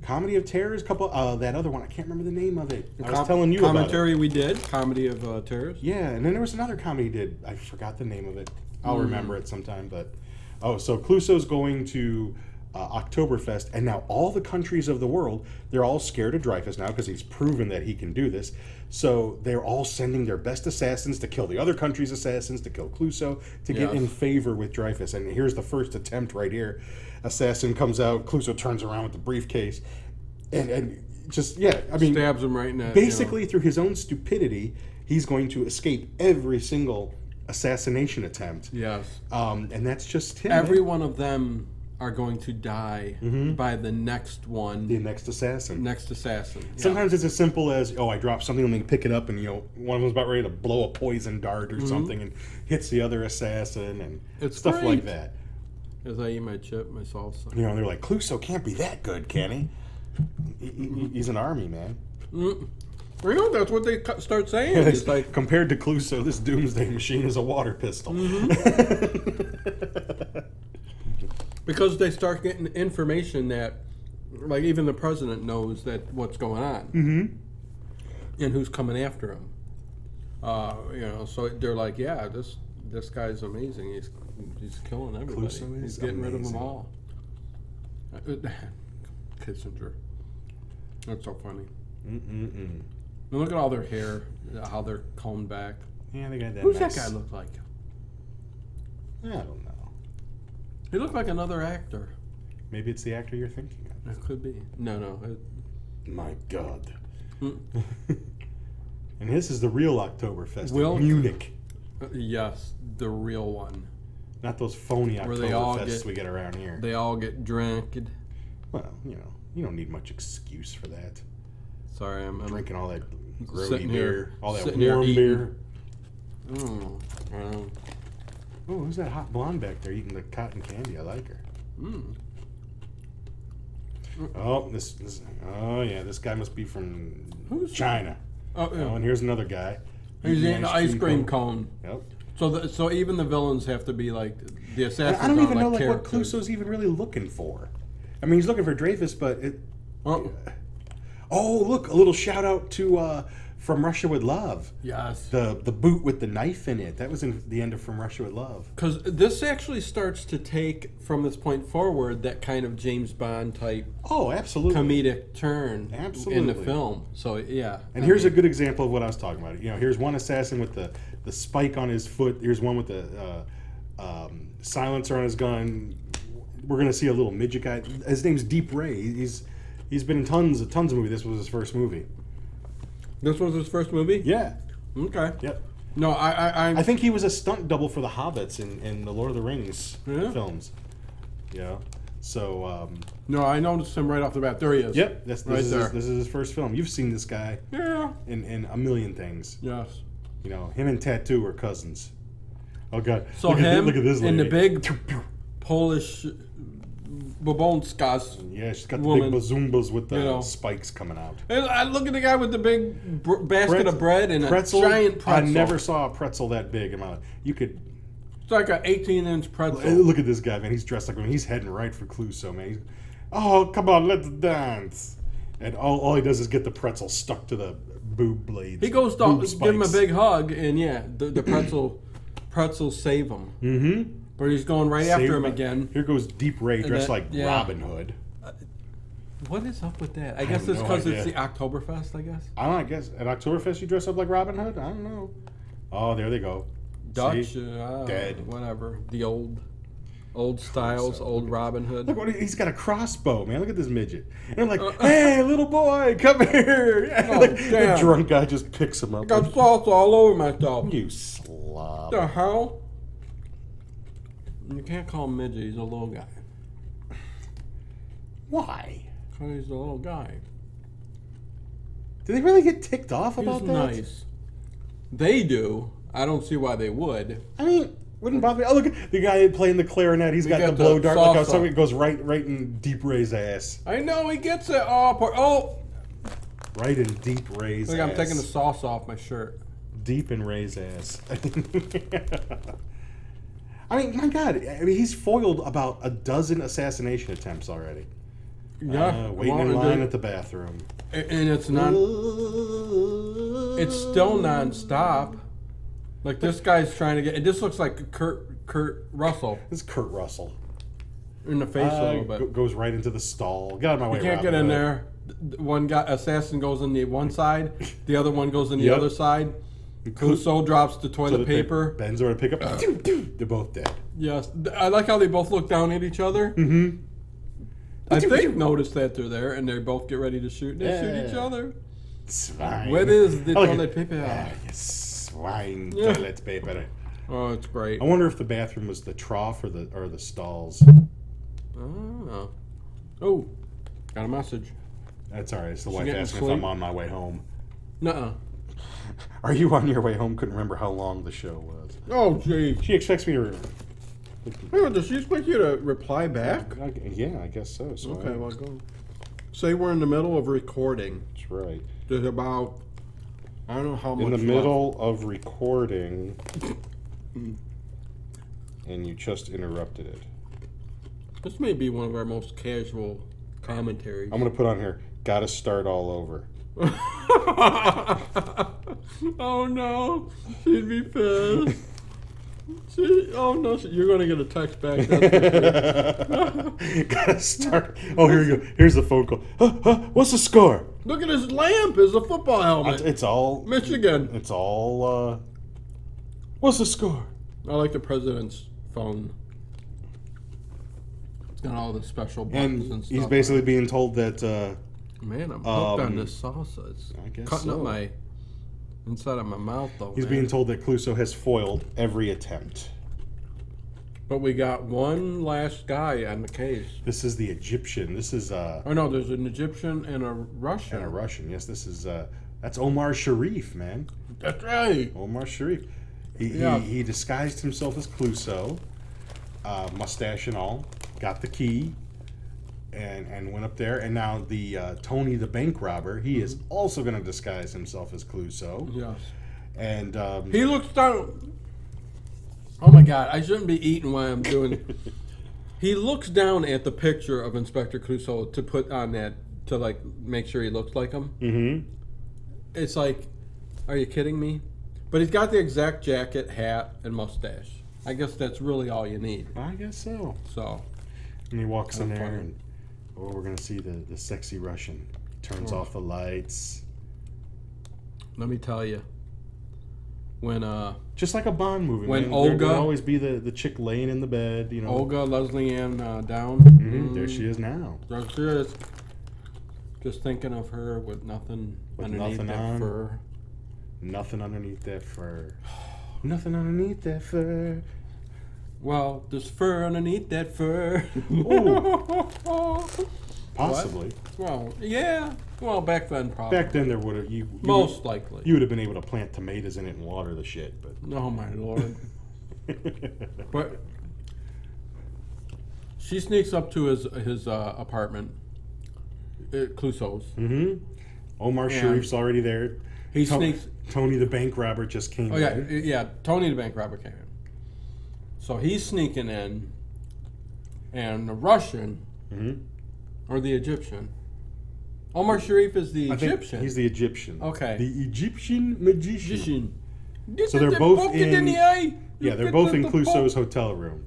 Speaker 2: Comedy of Terrors, couple uh, that other one, I can't remember the name of it. I was
Speaker 1: Com-
Speaker 2: telling you about it.
Speaker 1: commentary we did comedy of uh, terrors.
Speaker 2: Yeah, and then there was another comedy he did. I forgot the name of it. I'll remember it sometime. But oh, so Cluso's going to. Uh, Oktoberfest, and now all the countries of the world, they're all scared of Dreyfus now because he's proven that he can do this. So they're all sending their best assassins to kill the other country's assassins, to kill Cluso, to get
Speaker 1: Yes.
Speaker 2: in favor with Dreyfus. And here's the first attempt right here. Assassin comes out, Cluso turns around with the briefcase, and, and just, yeah, I mean,
Speaker 1: Stabs him right in the you know.
Speaker 2: basically through his own stupidity he's going to escape every single assassination attempt
Speaker 1: yes.
Speaker 2: um, and that's just him
Speaker 1: Every one of them are going to die
Speaker 2: Mm-hmm.
Speaker 1: by the next one,
Speaker 2: the next assassin
Speaker 1: next assassin. Yeah.
Speaker 2: sometimes it's as simple as oh i drop something and they pick it up and you know one of them's about ready to blow a poison dart or something and hits the other assassin and
Speaker 1: Mm-hmm. It's
Speaker 2: stuff like
Speaker 1: great.
Speaker 2: that
Speaker 1: As I eat my chip, my salsa.
Speaker 2: you know they're like cluso can't be that good can he He- he- he's an army man
Speaker 1: Mm. I know that's what they cu- start saying. It's like
Speaker 2: compared to Cluso, this Doomsday Machine is a water pistol.
Speaker 1: Mm-hmm. because they start getting information that, like, even the president knows that what's going on
Speaker 2: Mm-hmm.
Speaker 1: and who's coming after him. Uh, you know, so they're like, yeah, this this guy's amazing. He's he's killing everybody.
Speaker 2: Cluso
Speaker 1: he's
Speaker 2: is
Speaker 1: getting rid of them
Speaker 2: amazing.
Speaker 1: all. Kissinger. That's so funny.
Speaker 2: Mm-mm-mm.
Speaker 1: And look at all their hair, how they're combed back.
Speaker 2: Yeah, they got that.
Speaker 1: Who's
Speaker 2: nice-
Speaker 1: that guy look like?
Speaker 2: I don't know.
Speaker 1: He looked like another actor.
Speaker 2: Maybe it's the actor you're thinking of.
Speaker 1: It could be. No, no. It,
Speaker 2: My God.
Speaker 1: Mm.
Speaker 2: and this is the real Oktoberfest
Speaker 1: Will-
Speaker 2: in Munich,
Speaker 1: uh, yes, the real one.
Speaker 2: not those phony
Speaker 1: Where they all
Speaker 2: Oktoberfests
Speaker 1: get-
Speaker 2: we get around here.
Speaker 1: They all get drunk.
Speaker 2: well, you know, you don't need much excuse for that.
Speaker 1: Sorry, I'm. I'm
Speaker 2: Drinking all that grody
Speaker 1: Um, Sitting
Speaker 2: beer,
Speaker 1: here-
Speaker 2: all that
Speaker 1: sitting here
Speaker 2: warm
Speaker 1: eating.
Speaker 2: beer.
Speaker 1: mm, um,
Speaker 2: Oh, who's that hot blonde back there eating the cotton candy? I like her.
Speaker 1: mm.
Speaker 2: Oh, this, this oh yeah, this guy must be from
Speaker 1: Who's-
Speaker 2: China.
Speaker 1: Oh, yeah.
Speaker 2: Oh, and here's another guy.
Speaker 1: He's
Speaker 2: eating
Speaker 1: eating an ice cream cone.
Speaker 2: Yep.
Speaker 1: So, the, so even the villains have to be like the
Speaker 2: And
Speaker 1: assassins.
Speaker 2: I don't
Speaker 1: are
Speaker 2: even know like what
Speaker 1: characters.
Speaker 2: Cluso's even really looking for. I mean, he's looking for Dreyfus, but it.
Speaker 1: Oh,
Speaker 2: Oh, look, a little shout out to uh, From Russia with Love.
Speaker 1: yes.
Speaker 2: The the boot with the knife in it. That was in the end of From Russia with Love.
Speaker 1: Because this actually starts to take from this point forward that kind of James Bond type
Speaker 2: Oh, absolutely.
Speaker 1: comedic turn in the
Speaker 2: Absolutely.
Speaker 1: film. So yeah.
Speaker 2: And
Speaker 1: I
Speaker 2: here's
Speaker 1: mean,
Speaker 2: a good example of what I was talking about. You know, here's one assassin with the, the spike on his foot. Here's one with the uh, um, silencer on his gun. We're gonna see a little midget guy. His name's Deep Ray. He's he's been in tons of tons of movies. This was his first movie.
Speaker 1: this was his first movie.
Speaker 2: Yeah.
Speaker 1: Okay.
Speaker 2: Yep.
Speaker 1: No, I, I, I,
Speaker 2: I think he was a stunt double for the Hobbits in, in the Lord of the Rings
Speaker 1: Yeah.
Speaker 2: films. Yeah. So um,
Speaker 1: no, I noticed him right off the bat. There he is.
Speaker 2: yep, that's, this,
Speaker 1: Right
Speaker 2: is
Speaker 1: there.
Speaker 2: his, this is his first film. You've seen this guy
Speaker 1: Yeah.
Speaker 2: in, in a million things.
Speaker 1: Yes.
Speaker 2: You know, him and Tattoo are cousins. Oh God!
Speaker 1: So
Speaker 2: look at, thi-
Speaker 1: him
Speaker 2: look at this
Speaker 1: and the
Speaker 2: lady.
Speaker 1: big Polish uh, Babonskas.
Speaker 2: Yeah, she's got the
Speaker 1: woman,
Speaker 2: big bazoombas with the
Speaker 1: you know.
Speaker 2: spikes coming out.
Speaker 1: And I look at the guy with the big br- basket
Speaker 2: Pretz-
Speaker 1: of bread and
Speaker 2: pretzel,
Speaker 1: a giant pretzel.
Speaker 2: I never saw a pretzel that big. in my life. you could
Speaker 1: It's like an 18 inch pretzel.
Speaker 2: Hey, Look at this guy, man. He's dressed like one. He's heading right for Cluso, man. He's, oh, come on, let's dance. And all, all he does is get the pretzel stuck to the boob blades.
Speaker 1: he goes to
Speaker 2: boob
Speaker 1: give him a
Speaker 2: spikes.
Speaker 1: big hug, and yeah, the, the pretzel pretzel save him. Mm-hmm. But he's going right
Speaker 2: Save
Speaker 1: after him
Speaker 2: my-
Speaker 1: again.
Speaker 2: Here goes Deep Ray dressed
Speaker 1: that-
Speaker 2: like
Speaker 1: yeah.
Speaker 2: Robin Hood.
Speaker 1: What is up with that? I, guess
Speaker 2: have
Speaker 1: it's
Speaker 2: no
Speaker 1: because it's the
Speaker 2: idea.
Speaker 1: Oktoberfest. I guess
Speaker 2: I don't know, I guess at Oktoberfest you dress up like Robin Hood? I don't know. Oh, there they go.
Speaker 1: Dutch,
Speaker 2: See?
Speaker 1: uh,
Speaker 2: Dead.
Speaker 1: whatever. The old, old styles,
Speaker 2: so
Speaker 1: old Robin Hood.
Speaker 2: Look what he- he's got a crossbow, man. Look at this midget. And I'm like, hey, little boy, come here.
Speaker 1: Uh, Oh,
Speaker 2: Like, the
Speaker 1: damn.
Speaker 2: drunk guy just picks him up.
Speaker 1: I got salsa all over myself.
Speaker 2: you slob.
Speaker 1: the hell? You can't call him midget. He's a little guy.
Speaker 2: Why?
Speaker 1: Cause he's a little guy.
Speaker 2: Do they really get ticked off
Speaker 1: He's
Speaker 2: about that?
Speaker 1: nice. They do. I don't see why they would.
Speaker 2: I mean, wouldn't bother me. Oh, look, the guy playing the clarinet. He's got,
Speaker 1: got
Speaker 2: the
Speaker 1: the
Speaker 2: blow dart. Like I was
Speaker 1: salsa.
Speaker 2: talking, it goes right, right in Deep Ray's ass.
Speaker 1: I know he gets it all. Part. Oh,
Speaker 2: Right in Deep Ray's
Speaker 1: look!
Speaker 2: ass.
Speaker 1: I'm taking the sauce off my shirt.
Speaker 2: deep in Ray's ass. I mean, my God! I mean, he's foiled about a dozen assassination attempts already.
Speaker 1: Yeah,
Speaker 2: Uh, waiting
Speaker 1: well,
Speaker 2: in
Speaker 1: it
Speaker 2: line
Speaker 1: did-
Speaker 2: at the bathroom.
Speaker 1: a- and it's non. It's still non-stop. Like this guy's trying to get. And this looks like Kurt Kurt Russell
Speaker 2: It's Kurt Russell.
Speaker 1: in the face a
Speaker 2: Uh,
Speaker 1: little bit.
Speaker 2: go- goes right into the stall. Get out of my way!
Speaker 1: You can't
Speaker 2: Robin
Speaker 1: get in
Speaker 2: Hood.
Speaker 1: there. Th- One guy, assassin goes in the one side, the other one goes in the
Speaker 2: Yep.
Speaker 1: other side.
Speaker 2: Clu-
Speaker 1: Clouseau drops the toilet
Speaker 2: Toilet
Speaker 1: paper. Uh.
Speaker 2: pa- Bends over to pick up. Doo, doo. They're both dead.
Speaker 1: Yes, Th- I like how they both look down at each other. Mm-hmm. I think noticed that they're there, and they both get ready to shoot. and They shoot each
Speaker 2: Yeah.
Speaker 1: other.
Speaker 2: It's fine.
Speaker 1: Where is the
Speaker 2: I like
Speaker 1: toilet
Speaker 2: it.
Speaker 1: paper?
Speaker 2: Ah, you swine
Speaker 1: Yeah.
Speaker 2: toilet paper.
Speaker 1: Oh, it's great.
Speaker 2: I wonder if the bathroom was the trough or the or the stalls.
Speaker 1: Oh, oh, got a message.
Speaker 2: That's all right. It's the
Speaker 1: She
Speaker 2: wife
Speaker 1: getting
Speaker 2: asking if
Speaker 1: sleep?
Speaker 2: I'm on my way home.
Speaker 1: Nuh-uh.
Speaker 2: Are you on your way home? Couldn't remember how long the show was.
Speaker 1: Oh, gee.
Speaker 2: She expects me to.
Speaker 1: Oh, does she expect you to reply back?
Speaker 2: I gu- yeah, I guess so. so I-
Speaker 1: Okay, well, go. Say we're in the middle of recording.
Speaker 2: that's right.
Speaker 1: There's about I don't know how
Speaker 4: in
Speaker 1: much
Speaker 4: the
Speaker 1: left.
Speaker 4: middle of recording
Speaker 1: Mm.
Speaker 4: and you just interrupted it.
Speaker 1: This may be one of our most casual commentaries.
Speaker 4: I'm going to put on here, gotta start all over.
Speaker 1: oh no, she'd be pissed. She, oh no, she, you're gonna get a text back. That's for sure.
Speaker 2: Gotta start. Oh, here you go. Here's the phone call. Huh, huh, what's the score?
Speaker 1: Look at his lamp. It's a football helmet.
Speaker 2: It's, it's all.
Speaker 1: Michigan.
Speaker 2: It's all. Uh, what's the score?
Speaker 1: I like the president's phone. It's got all the special buttons and,
Speaker 2: And
Speaker 1: stuff.
Speaker 2: he's basically being told that. Uh,
Speaker 1: man. I'm hooked on
Speaker 2: um,
Speaker 1: this salsa. It's
Speaker 2: I guess
Speaker 1: cutting up
Speaker 2: so.
Speaker 1: my inside of my mouth though.
Speaker 2: he's
Speaker 1: man.
Speaker 2: being told that Cluso has foiled every attempt.
Speaker 1: But we got one last guy on the case.
Speaker 2: This is the Egyptian. This is uh,
Speaker 1: Oh no, there's an Egyptian and a Russian.
Speaker 2: and a Russian. Yes, this is uh, that's Omar Sharif, man.
Speaker 1: That's right.
Speaker 2: Omar Sharif. He,
Speaker 1: Yeah.
Speaker 2: he, he disguised himself as Cluso, uh, mustache and all, got the key, and, and went up there. And now the uh, Tony the bank robber, he is
Speaker 1: Mm-hmm.
Speaker 2: also going to disguise himself as Cluso.
Speaker 1: Yes.
Speaker 2: And um,
Speaker 1: He looks down. Oh my God! I shouldn't be eating while I'm doing. he looks down at the picture of Inspector Clouseau to put on that to like make sure he looks like him.
Speaker 2: mhm.
Speaker 1: It's like, are you kidding me? But he's got the exact jacket, hat, and mustache. I guess that's really all you need.
Speaker 2: I guess so.
Speaker 1: So
Speaker 2: And he walks in
Speaker 1: Kinda
Speaker 2: there,
Speaker 1: funny.
Speaker 2: and oh, we're going to see the, the sexy Russian. Turns
Speaker 1: Oh.
Speaker 2: off the lights.
Speaker 1: let me tell you, when uh,
Speaker 2: Just like a Bond movie.
Speaker 1: When
Speaker 2: man. There- there'd
Speaker 1: Olga-
Speaker 2: always be the, the chick laying in the bed, you know.
Speaker 1: Olga Leslie Ann uh, down, mm,
Speaker 2: Mhm, There she is now.
Speaker 1: There she is. Just thinking of her with nothing
Speaker 2: With
Speaker 1: underneath
Speaker 2: nothing
Speaker 1: that
Speaker 2: on.
Speaker 1: fur.
Speaker 2: Nothing underneath that fur. Nothing underneath that fur.
Speaker 1: Well, there's fur underneath that fur.
Speaker 2: Ooh.
Speaker 1: Possibly.
Speaker 2: Possibly.
Speaker 1: well, yeah. Well, back then probably.
Speaker 2: Back then, there would have you, you
Speaker 1: Most likely.
Speaker 2: would- you would have been able to plant tomatoes in it and water the shit, but
Speaker 1: oh my lord. but she sneaks up to his his uh, apartment, at Clouseau's.
Speaker 2: hmm Omar
Speaker 1: Yeah.
Speaker 2: Sharif's already there.
Speaker 1: He
Speaker 2: To-
Speaker 1: sneaks.
Speaker 2: Tony the bank robber just came.
Speaker 1: Oh yeah,
Speaker 2: in.
Speaker 1: yeah. Tony the bank robber came in, so he's sneaking in, and the Russian
Speaker 2: Mhm.
Speaker 1: or the Egyptian. Omar Sharif is the
Speaker 2: I think
Speaker 1: Egyptian.
Speaker 2: He's the Egyptian.
Speaker 1: Okay.
Speaker 2: The Egyptian magician.
Speaker 1: Egyptian.
Speaker 2: So they're both
Speaker 1: Poke it
Speaker 2: in-
Speaker 1: the eye.
Speaker 2: Yeah, they're
Speaker 1: Look
Speaker 2: both
Speaker 1: at
Speaker 2: in
Speaker 1: the
Speaker 2: Clouseau's
Speaker 1: poke.
Speaker 2: hotel room.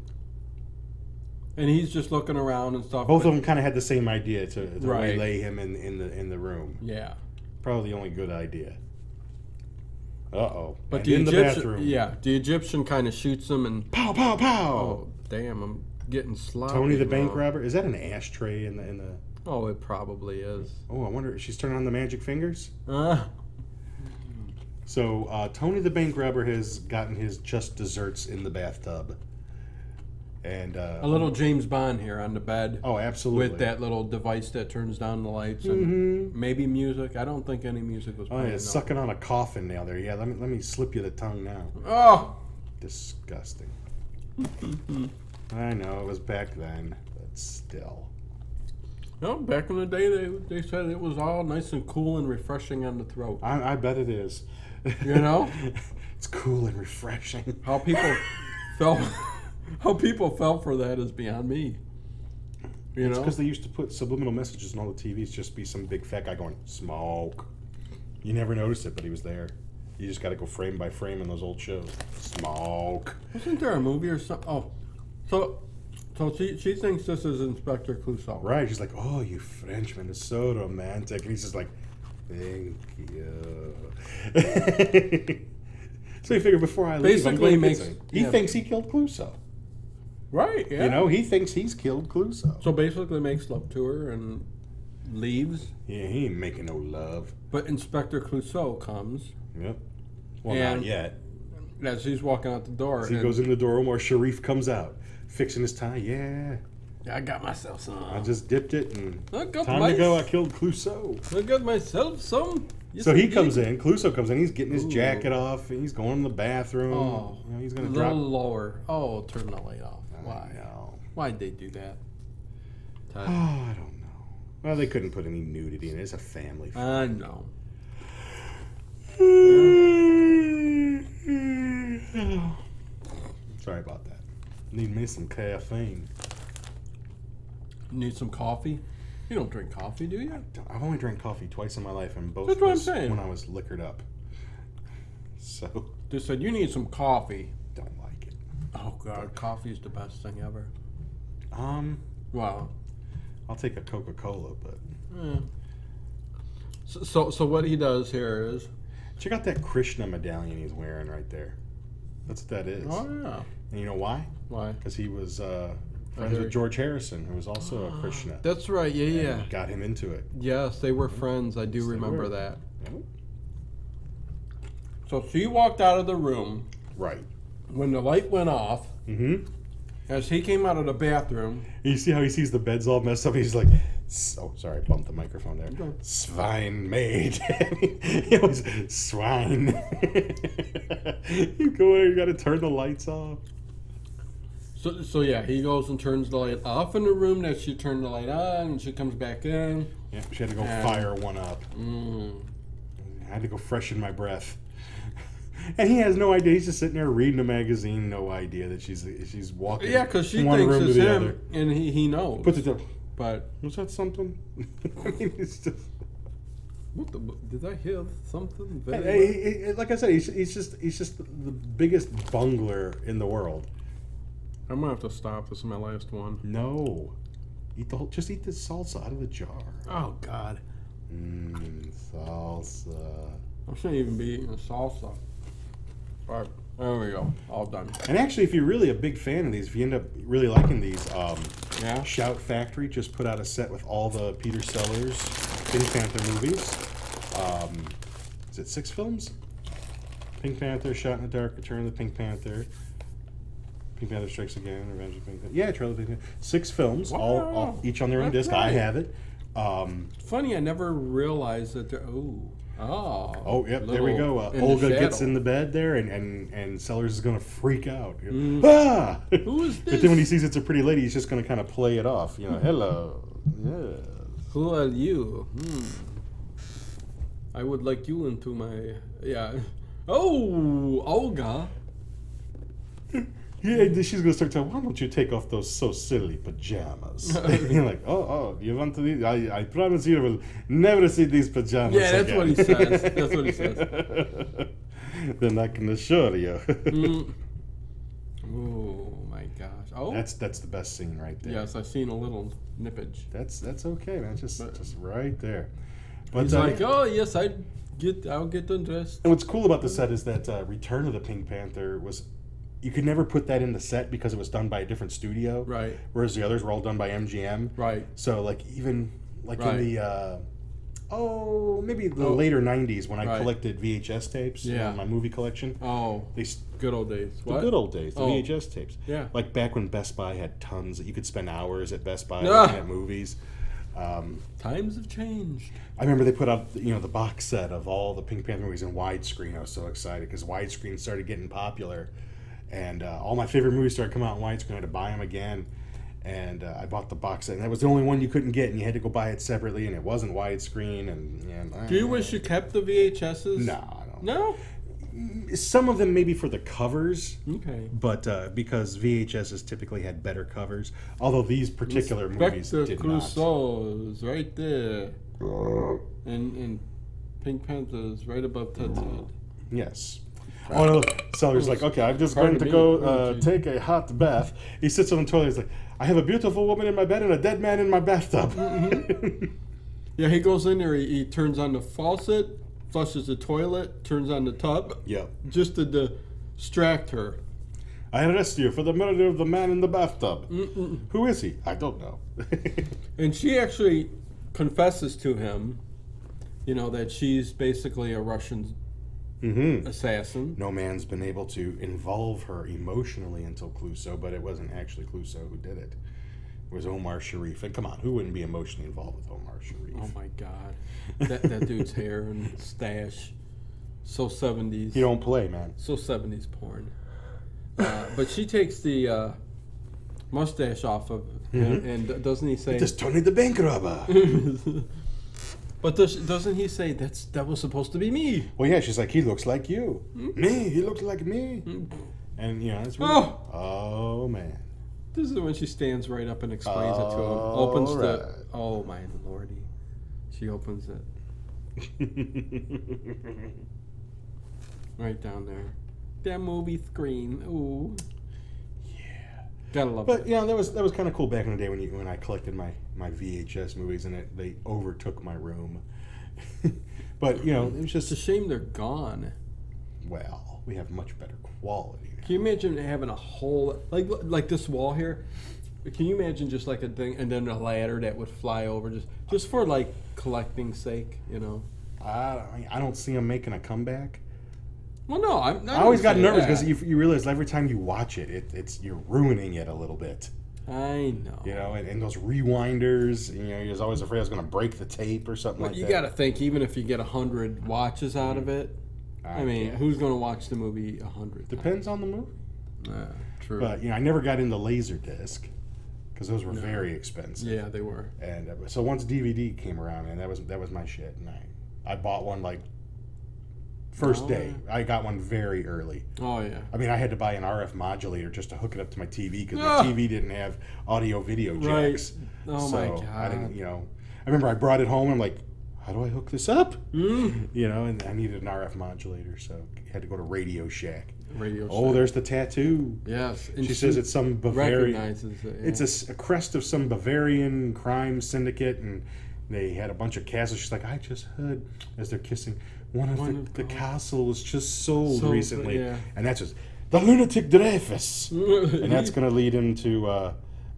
Speaker 1: And he's just looking around and stuff.
Speaker 2: Both
Speaker 1: but-
Speaker 2: of them kind of had the same idea to, to
Speaker 1: Right.
Speaker 2: waylay him in, in the in the room.
Speaker 1: Yeah,
Speaker 2: Probably the only good idea. Uh oh.
Speaker 1: but
Speaker 2: and
Speaker 1: the
Speaker 2: in
Speaker 1: Egyptian.
Speaker 2: the bathroom.
Speaker 1: Yeah, the Egyptian kind of shoots him and
Speaker 2: Pow pow
Speaker 1: oh,
Speaker 2: pow.
Speaker 1: damn, I'm getting sloppy.
Speaker 2: Tony the bank
Speaker 1: now.
Speaker 2: robber. Is that an ashtray in the in the?
Speaker 1: Oh, it probably is.
Speaker 2: Oh, I wonder. She's turning on the magic fingers.
Speaker 1: Uh,
Speaker 2: So uh, Tony the bank robber has gotten his just desserts in the bathtub, and uh,
Speaker 1: a little James Bond here on the bed.
Speaker 2: Oh, absolutely.
Speaker 1: with that little device that turns down the lights and
Speaker 2: hmm
Speaker 1: maybe music. I don't think any music was
Speaker 2: Oh,
Speaker 1: playing.
Speaker 2: yeah,
Speaker 1: no.
Speaker 2: sucking on a coffin nail there. Yeah, let me let me slip you the tongue now.
Speaker 1: Oh,
Speaker 2: Disgusting. I know it was back then, but still.
Speaker 1: no! Back in the day, they they said it was all nice and cool and refreshing on the throat.
Speaker 2: I, I bet it is.
Speaker 1: You know?
Speaker 2: it's cool and refreshing.
Speaker 1: How people fell, how people fell for that is beyond me. You
Speaker 2: It's
Speaker 1: know?
Speaker 2: because they used to put subliminal messages in all the TVs. Just be some big fat guy going smoke. You never noticed it, but he was there. You just got to go frame by frame in those old shows. Smoke.
Speaker 1: Wasn't there a movie or something? Oh, so so she she thinks this is Inspector Clouseau.
Speaker 2: Right? She's like, "Oh, you Frenchman is so romantic," and he's just like, "Thank you." so you figure before I leave, I'm
Speaker 1: Basically
Speaker 2: going to
Speaker 1: makes-
Speaker 2: get some- he
Speaker 1: yeah.
Speaker 2: thinks he killed Cluso.
Speaker 1: Right. Yeah.
Speaker 2: You know, he thinks he's killed Cluso.
Speaker 1: So basically makes love to her and leaves.
Speaker 2: yeah, he ain't making no love.
Speaker 1: But Inspector Clouseau comes
Speaker 2: Yep. Well,
Speaker 1: And-
Speaker 2: not yet.
Speaker 1: as he's walking out the door.
Speaker 2: As he
Speaker 1: and-
Speaker 2: goes in the door, Omar Sharif comes out, fixing his tie. Yeah,
Speaker 1: I got myself some.
Speaker 2: I just dipped it, and
Speaker 1: I got
Speaker 2: time to
Speaker 1: mice.
Speaker 2: go. I killed Clouseau.
Speaker 1: I got myself some. Yes,
Speaker 2: So he
Speaker 1: indeed.
Speaker 2: comes in. Clouseau comes in. He's getting his
Speaker 1: Ooh.
Speaker 2: jacket off, and he's going to the bathroom.
Speaker 1: Oh.
Speaker 2: You know, he's
Speaker 1: A
Speaker 2: gonna
Speaker 1: little
Speaker 2: drop. Uh,
Speaker 1: lower. Oh, turn the light off.
Speaker 2: I
Speaker 1: Why?
Speaker 2: know.
Speaker 1: Why'd they do that?
Speaker 2: Oh, I don't
Speaker 1: Uh,
Speaker 2: know. Well, they couldn't put any nudity in it. It's a family.
Speaker 1: I know.
Speaker 2: Sorry about that. Need me some caffeine.
Speaker 1: Need some coffee? You don't drink coffee, do you?
Speaker 2: I've only drank coffee twice in my life, and both
Speaker 1: That's what I'm
Speaker 2: was
Speaker 1: saying.
Speaker 2: when I was liquored up. So
Speaker 1: They said you need some coffee.
Speaker 2: don't like it.
Speaker 1: Oh God, coffee is the best thing ever.
Speaker 2: Um,
Speaker 1: Wow.
Speaker 2: I'll take a Coca Cola, but
Speaker 1: Yeah. Mm. So, so, so what he does here is.
Speaker 2: check out that Krishna medallion he's wearing right there. That's what that is.
Speaker 1: Oh yeah.
Speaker 2: And you know why?
Speaker 1: Why?
Speaker 2: Because he was uh,
Speaker 1: I
Speaker 2: friends
Speaker 1: hear
Speaker 2: with
Speaker 1: you.
Speaker 2: George Harrison, who was also a Krishna.
Speaker 1: That's right. Yeah, Oh, yeah.
Speaker 2: and Got him into it.
Speaker 1: Yes, they were friends. I do
Speaker 2: Mm-hmm. Yes, they
Speaker 1: remember
Speaker 2: were.
Speaker 1: that. So she walked out of the room
Speaker 2: Right.
Speaker 1: when the light went off.
Speaker 2: Mm-hmm.
Speaker 1: As he came out of the bathroom,
Speaker 2: You see how he sees the beds all messed up? He's like, "S- oh, sorry, bumped the microphone there.
Speaker 1: Okay.
Speaker 2: Swine made. he always, swine. you go in, you gotta turn the lights off.
Speaker 1: so, so yeah, he goes and turns the light off in the room. That she turned the light on, and she comes back in.
Speaker 2: Yeah, she had to go
Speaker 1: Yeah.
Speaker 2: fire one up.
Speaker 1: Mm.
Speaker 2: I had to go freshen my breath. And he has no idea. He's just sitting there reading a magazine, no idea that she's she's walking
Speaker 1: Yeah, because she
Speaker 2: from one
Speaker 1: thinks
Speaker 2: room to
Speaker 1: it's
Speaker 2: the
Speaker 1: him,
Speaker 2: other.
Speaker 1: and he he knows.
Speaker 2: Puts it down.
Speaker 1: but
Speaker 2: Was that something? I mean, it's just.
Speaker 1: what the, did I hear something?
Speaker 2: Hey,
Speaker 1: Very
Speaker 2: hey, hey, hey, like I said, he's, he's just he's just the biggest bungler in the world.
Speaker 1: I'm gonna have to stop. This is my last one.
Speaker 2: No, eat the whole, just eat the salsa out of the jar.
Speaker 1: Oh God,
Speaker 2: Mmm, salsa.
Speaker 1: I shouldn't even be eating salsa. All right, there we go. All done.
Speaker 2: And actually, if you're really a big fan of these, if you end up really liking these, um,
Speaker 1: Yeah.
Speaker 2: Shout Factory just put out a set with all the Peter Sellers Pink Panther movies. Um, is it six films? Pink Panther, Shot in the Dark, Return of the Pink Panther, Pink Panther Strikes Again, Revenge of the Pink Panther. Yeah, Trail of the Pink Panther. Six films, all, all
Speaker 1: Wow.
Speaker 2: each on their own
Speaker 1: That's
Speaker 2: disc. I
Speaker 1: right.
Speaker 2: have it. Um,
Speaker 1: Funny, I never realized that. There, oh, oh,
Speaker 2: oh, yep, there we
Speaker 1: little
Speaker 2: go. Uh,
Speaker 1: the
Speaker 2: Olga gets
Speaker 1: shadow.
Speaker 2: in the bed there, and, and, and Sellers is going to freak out. You know, Ah!
Speaker 1: Mm. Who is
Speaker 2: But then when he
Speaker 1: this?
Speaker 2: sees it's a pretty lady, he's just going to kind of play it off. You know, hello. Yes.
Speaker 1: Who are you? Hmm. I would like you into my yeah. Oh, Olga.
Speaker 2: Yeah, and then she's going to start telling, why don't you take off those so silly pajamas? And you're like, oh, oh, you want to leave? I, I promise you will never see these pajamas
Speaker 1: Yeah, that's
Speaker 2: again."
Speaker 1: what he says. That's what he says.
Speaker 2: then I can assure you.
Speaker 1: Mm. Oh my gosh. Oh,
Speaker 2: That's that's the best scene right there.
Speaker 1: yes, I've seen a little nippage.
Speaker 2: That's that's okay, man. Just just right there. But
Speaker 1: He's
Speaker 2: uh,
Speaker 1: like, oh yes, I get, I'll get undressed.
Speaker 2: And what's cool about the set is that uh, Return of the Pink Panther was, you could never put that in the set because it was done by a different studio,
Speaker 1: Right,
Speaker 2: whereas the others were all done by MGM.
Speaker 1: right.
Speaker 2: So like even like
Speaker 1: Right.
Speaker 2: in the, uh, oh maybe the
Speaker 1: Oh.
Speaker 2: later '90s when I
Speaker 1: Right.
Speaker 2: collected VHS tapes
Speaker 1: Yeah.
Speaker 2: in my movie collection,
Speaker 1: Oh,
Speaker 2: they s-
Speaker 1: good old days.
Speaker 2: the
Speaker 1: What?
Speaker 2: good old days, the
Speaker 1: Oh.
Speaker 2: VHS tapes.
Speaker 1: Yeah.
Speaker 2: Like back when Best Buy had tons, you could spend hours at Best Buy
Speaker 1: Ah.
Speaker 2: looking at movies. Um,
Speaker 1: Times have changed.
Speaker 2: I remember they put out you know the box set of all the Pink Panther movies in widescreen. I was so excited because widescreen started getting popular, and uh, all my favorite movies started coming out in widescreen. I had to buy them again, and uh, I bought the box set, and that was the only one you couldn't get, and you had to go buy it separately, and it wasn't widescreen. And, and eh.
Speaker 1: Do you wish you kept the VHSs?
Speaker 2: Uh, No, I don't.
Speaker 1: No.
Speaker 2: Some of them maybe for the covers.
Speaker 1: Okay.
Speaker 2: But uh, because VHSs typically had better covers, although these particular movies
Speaker 1: Inspector
Speaker 2: did not.
Speaker 1: Clouseau is right there, and and Pink Panther is right above Ted's head.
Speaker 2: Yes. Oh no! Seller's like, okay, I'm just
Speaker 1: Pardon
Speaker 2: going to
Speaker 1: me.
Speaker 2: go
Speaker 1: Oh,
Speaker 2: uh,
Speaker 1: geez.
Speaker 2: take a hot bath. He sits on the toilet. He's like, I have a beautiful woman in my bed and a dead man in my bathtub. Mm-hmm.
Speaker 1: Yeah, he goes in there. He, he turns on the faucet, flushes the toilet, turns on the tub,
Speaker 2: yep.
Speaker 1: just to distract her.
Speaker 2: I arrest you for the murder of the man in the bathtub. Who is he? I don't know.
Speaker 1: And she actually confesses to him, you know, that she's basically a Russian
Speaker 2: hmm
Speaker 1: assassin.
Speaker 2: No man's been able to involve her emotionally until Clouseau, but it wasn't actually Clouseau who did it. It was Omar Sharif. And come on, who wouldn't be emotionally involved with Omar Sharif?
Speaker 1: Oh my God, that that dude's hair and stash, so seventies.
Speaker 2: He don't play, man.
Speaker 1: So 70s porn. Uh, but she takes the uh, mustache off of him, and doesn't he say,
Speaker 2: Just Tony the bank robber.
Speaker 1: But does, doesn't he say that's that was supposed to be me?
Speaker 2: Well, yeah, she's like, he looks like you.
Speaker 1: Hmm?
Speaker 2: Me, he looks like me. And, you know, it's really.
Speaker 1: Oh.
Speaker 2: Oh, man.
Speaker 1: This is when she stands right up and explains it to him. Opens the.
Speaker 4: Alright.
Speaker 1: Oh my lordy, she opens it right down there. That movie screen. Ooh. Gotta love
Speaker 2: but
Speaker 1: it.
Speaker 2: you know, that was that was kind of cool back in the day when you when I collected my my VHS movies and it, they overtook my room. but you know, it was
Speaker 1: It's a
Speaker 2: just
Speaker 1: shame they're gone.
Speaker 2: well, we have much better quality. now.
Speaker 1: Can you imagine having a whole like like this wall here? Can you imagine just like a thing and then a ladder that would fly over just just for like collecting sake, you know?
Speaker 2: I don't- I, mean, I don't see them making a comeback.
Speaker 1: Well, no, I'm.
Speaker 2: I always got
Speaker 1: say
Speaker 2: nervous
Speaker 1: that.
Speaker 2: because you, you realize every time you watch it, it it's you're ruining it a little bit.
Speaker 1: I know.
Speaker 2: You know, and, and those rewinders. You know, you're always afraid I was going to break the tape or something
Speaker 1: But
Speaker 2: like
Speaker 1: you
Speaker 2: that.
Speaker 1: got to think, even if you get a hundred watches out of it, I, mean,
Speaker 2: can't.
Speaker 1: who's going to watch the movie a hundred?
Speaker 2: depends on the movie.
Speaker 1: Uh, true.
Speaker 2: But you know, I never got into laser disc because those were very expensive.
Speaker 1: yeah, they were.
Speaker 2: And uh, so once DVD came around, man, that was that was my shit. And I, I bought one like first
Speaker 1: Oh,
Speaker 2: day. I got one very early.
Speaker 1: Oh yeah.
Speaker 2: I mean, I had to buy an RF modulator just to hook it up to my TV because
Speaker 1: Ah.
Speaker 2: my TV didn't have audio video
Speaker 1: Right.
Speaker 2: jacks.
Speaker 1: Oh
Speaker 2: so
Speaker 1: my
Speaker 2: I didn't,
Speaker 1: god.
Speaker 2: you know. I remember I brought it home. I'm like, how do I hook this up?
Speaker 1: Mm.
Speaker 2: You know, and I needed an RF modulator, so I had to go to Radio Shack.
Speaker 1: Radio.
Speaker 2: Oh,
Speaker 1: Shack.
Speaker 2: there's the tattoo.
Speaker 1: Yes. And
Speaker 2: She says it's some Bavarian.
Speaker 1: recognizes it. yeah.
Speaker 2: It's a s- a, crest of some Bavarian crime syndicate, and they had a bunch of castles. She's like, I just heard as they're kissing, one of
Speaker 1: One
Speaker 2: the,
Speaker 1: of
Speaker 2: the
Speaker 1: the-
Speaker 2: castle was just sold,
Speaker 1: Sold,
Speaker 2: recently,
Speaker 1: yeah.
Speaker 2: and that's just the lunatic Dreyfus, and that's
Speaker 1: that's
Speaker 2: going to lead him to. Uh,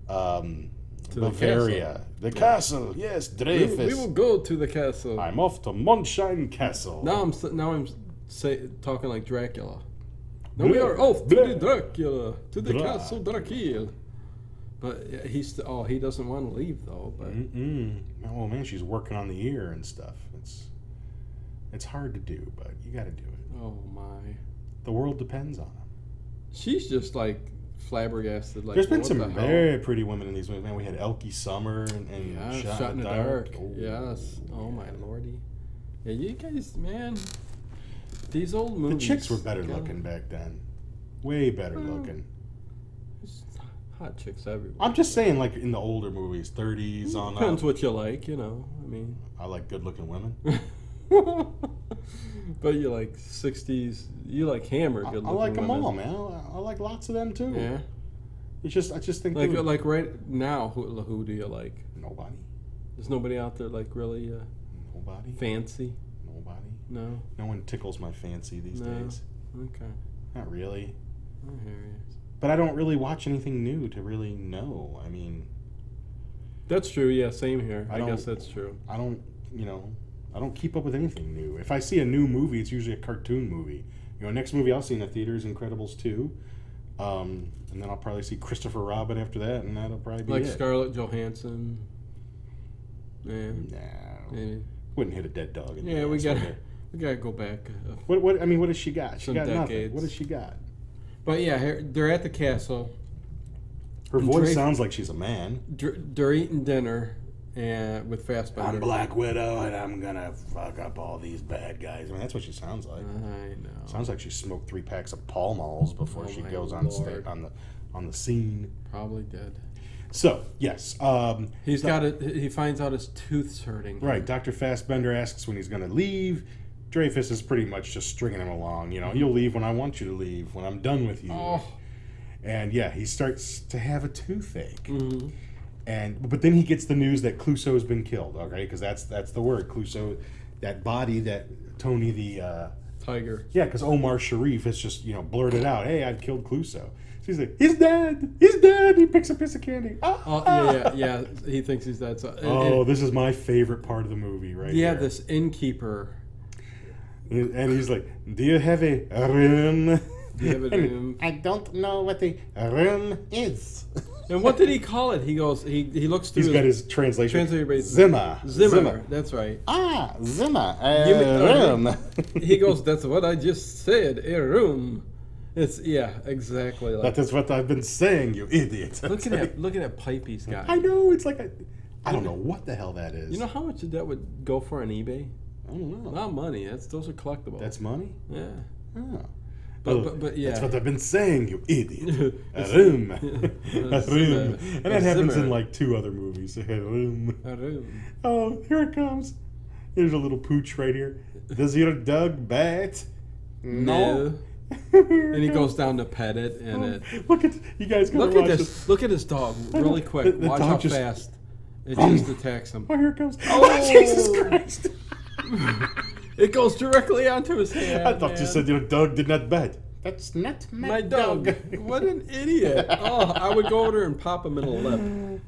Speaker 2: um,
Speaker 1: To the
Speaker 2: Bavaria, the castle, yes,
Speaker 1: we, we
Speaker 2: Dreyfus.
Speaker 1: will go to the castle.
Speaker 2: I'm off to Munchine Castle.
Speaker 1: Now I'm s- now I'm s- say, talking like Dracula. Now we
Speaker 2: Blah,
Speaker 1: are off to
Speaker 2: blah.
Speaker 1: the Dracula, to the
Speaker 2: Dra-
Speaker 1: castle Dracula. But yeah, he's st- oh he doesn't want to leave though. But
Speaker 2: Mm-mm. Oh man, she's working on the ear and stuff. It's it's hard to do, but you got to do it.
Speaker 1: oh my,
Speaker 2: The world depends on them.
Speaker 1: she's just like flabbergasted. Like
Speaker 2: There's been
Speaker 1: what
Speaker 2: some
Speaker 1: the hell?
Speaker 2: very pretty women in these movies. Man, we had Elkie Summer and, and
Speaker 1: yeah,
Speaker 2: Shot, in the Dark. Oh.
Speaker 1: Yes. Oh my lordy. Yeah, you guys, man. These old
Speaker 2: The
Speaker 1: movies. Hmm.
Speaker 2: chicks were better
Speaker 1: God,
Speaker 2: looking back then. Way better
Speaker 1: Well.
Speaker 2: looking.
Speaker 1: there's Hot chicks everywhere.
Speaker 2: I'm just saying, like in the older movies, 30s on uh,
Speaker 1: Depends
Speaker 2: up.
Speaker 1: what you like, you know. I mean.
Speaker 2: I like good looking women.
Speaker 1: but you like '60s. You like hammer.
Speaker 2: I, I
Speaker 1: Good looking.
Speaker 2: like them
Speaker 1: women.
Speaker 2: all, man. I, I like lots of them too.
Speaker 1: Yeah.
Speaker 2: It's just, I just think
Speaker 1: Like uh,
Speaker 2: dude,
Speaker 1: like right now, who who do you like?
Speaker 2: nobody,
Speaker 1: There's nobody out there like really uh,
Speaker 2: nobody,
Speaker 1: fancy.
Speaker 2: nobody.
Speaker 1: No.
Speaker 2: No one tickles my fancy these
Speaker 1: No.
Speaker 2: days.
Speaker 1: Okay.
Speaker 2: Not really.
Speaker 1: I hear you.
Speaker 2: But I don't really watch anything new to really know. I mean,
Speaker 1: That's true. Yeah. Same here.
Speaker 2: I
Speaker 1: I, guess
Speaker 2: don't-
Speaker 1: that's true.
Speaker 2: I don't, you know, I don't keep up with anything new. If I see a new movie, it's usually a cartoon movie. You know, next movie I'll see in the theater is Incredibles 2. Um, and then I'll probably see Christopher Robin after that, and that'll probably be
Speaker 1: Like
Speaker 2: it.
Speaker 1: Scarlett Johansson. Yeah.
Speaker 2: nah,
Speaker 1: Maybe.
Speaker 2: wouldn't hit a dead dog. In the
Speaker 1: Yeah. We
Speaker 2: ass,
Speaker 1: got
Speaker 2: would
Speaker 1: to
Speaker 2: it?
Speaker 1: we gotta go back. Uh,
Speaker 2: What? What? I mean, what has she got? She
Speaker 1: Some
Speaker 2: got nothing.
Speaker 1: decades.
Speaker 2: What has she got?
Speaker 1: but yeah, here- they're at the castle.
Speaker 2: Her
Speaker 1: And
Speaker 2: voice
Speaker 1: Drake-
Speaker 2: sounds like she's a man.
Speaker 1: Dr- They're eating dinner, and with Fastbender.
Speaker 2: Black Widow, and I'm gonna fuck up all these bad guys. I mean, that's what she sounds like.
Speaker 1: I know.
Speaker 2: Sounds like she smoked three packs of Pall Malls before
Speaker 1: Oh
Speaker 2: she
Speaker 1: my
Speaker 2: goes on sta-
Speaker 1: lord.
Speaker 2: on the on the scene.
Speaker 1: Probably did.
Speaker 2: So yes, um,
Speaker 1: He's got it. He finds out his tooth's hurting.
Speaker 2: right. Doctor Fassbender asks when he's going to leave. Dreyfus is pretty much just stringing him along. You know, you'll leave when I want you to leave. When I'm done with you.
Speaker 1: Oh.
Speaker 2: And yeah, he starts to have a toothache.
Speaker 1: Mhm.
Speaker 2: And but then he gets the news that Clouseau has been killed. Okay, because that's that's the word Clouseau, that body that Tony the. Uh,
Speaker 1: Tiger.
Speaker 2: Yeah, because Omar Sharif has just, you know, blurted out, hey, I've killed Cluso. So he's like, he's dead. He's dead. He picks a piece of candy. Ah!
Speaker 1: Oh yeah, yeah, yeah. He thinks he's that. So, and-
Speaker 2: Oh,
Speaker 1: and-
Speaker 2: this is my favorite part of the movie right
Speaker 1: yeah.
Speaker 2: here.
Speaker 1: This innkeeper.
Speaker 2: And he's like, do you have a room?
Speaker 1: Do you have a
Speaker 2: And
Speaker 1: room?
Speaker 2: I don't know what a room is.
Speaker 1: And what did he call it? He goes. He he looks through.
Speaker 2: He's got his translation.
Speaker 1: Translated by-
Speaker 2: Zimmer.
Speaker 1: Zimmer. That's right.
Speaker 2: Ah, Zimmer.
Speaker 1: You mean a
Speaker 2: A room.
Speaker 1: He goes. That's what I just said. A room. It's yeah, exactly. Like
Speaker 2: That is what I've been saying, you idiot.
Speaker 1: looking at looking at pipe he's got.
Speaker 2: I know it's like a, I don't know what the hell that is.
Speaker 1: You know how much that would go for on eBay?
Speaker 2: I don't know.
Speaker 1: Not money. That's those are collectibles.
Speaker 2: That's money.
Speaker 1: yeah.
Speaker 2: Oh.
Speaker 1: But
Speaker 2: Oh,
Speaker 1: but, but
Speaker 2: That's
Speaker 1: yeah.
Speaker 2: what I've been saying, you idiot.
Speaker 1: It's-
Speaker 2: a room. a
Speaker 1: Zimmer.
Speaker 2: room. And
Speaker 1: A
Speaker 2: that happens
Speaker 1: Zimmer.
Speaker 2: in like two other movies. A room.
Speaker 1: A room.
Speaker 2: Oh, here it comes. Here's a little pooch right here. Does your dog bat? No.
Speaker 1: And he goes down to pet it, and it.
Speaker 2: Look at you guys. Gotta
Speaker 1: Look at
Speaker 2: watch
Speaker 1: this.
Speaker 2: this.
Speaker 1: Look at his dog,
Speaker 2: I know.
Speaker 1: really quick.
Speaker 2: The- the
Speaker 1: Watch
Speaker 2: dog
Speaker 1: how
Speaker 2: just-
Speaker 1: fast it just attacks him.
Speaker 2: Oh, here it comes. Oh,
Speaker 1: Oh!
Speaker 2: Jesus Christ!
Speaker 1: It goes directly onto his hand.
Speaker 2: I thought you
Speaker 1: man.
Speaker 2: said your dog did not bat.
Speaker 4: That's not
Speaker 1: my dog. what an idiot! Oh, I would go over and pop him in the lip, and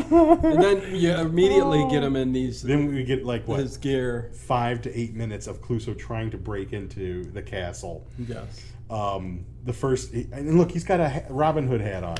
Speaker 1: then you immediately get him in these
Speaker 2: Then we get like what
Speaker 1: his gear.
Speaker 2: five to eight minutes of Cluso trying to break into the castle.
Speaker 1: Yes.
Speaker 2: Um, the first and look, he's got a ha- Robin Hood hat on.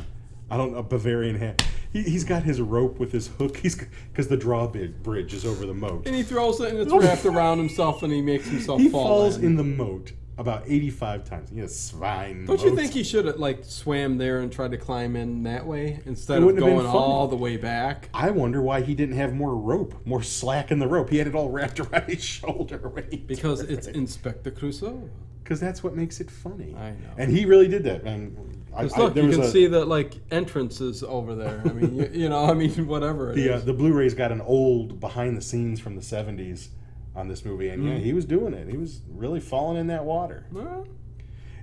Speaker 2: I don't a Bavarian hat. He, he's got his rope with his hook. He's because the drawbridge bridge is over the moat.
Speaker 1: And he throws it, and it's wrapped around himself, and he makes himself
Speaker 2: He
Speaker 1: fall
Speaker 2: falls
Speaker 1: in.
Speaker 2: in. the moat about eighty-five times. Yes, swine.
Speaker 1: Don't you
Speaker 2: moat.
Speaker 1: think he should have like swam there and tried to climb in that way instead
Speaker 2: It
Speaker 1: of
Speaker 2: wouldn't have been
Speaker 1: going
Speaker 2: fun.
Speaker 1: all the way back?
Speaker 2: I wonder why he didn't have more rope, more slack in the rope. He had it all wrapped around his shoulder. When he
Speaker 1: Because it's Inspector Clouseau.
Speaker 2: because that's what makes it funny.
Speaker 1: I know.
Speaker 2: And he really did that. And I,
Speaker 1: 'Cause
Speaker 2: I-
Speaker 1: look,
Speaker 2: there
Speaker 1: you
Speaker 2: was
Speaker 1: can
Speaker 2: a-
Speaker 1: see that like entrances over there. I mean, you, you know, I mean, whatever. it
Speaker 2: the uh,
Speaker 1: is.
Speaker 2: the Blu-ray's got an old behind the scenes from the '70s on this movie, and
Speaker 1: Mm.
Speaker 2: yeah, he was doing it. He was really falling in that water.
Speaker 1: Well,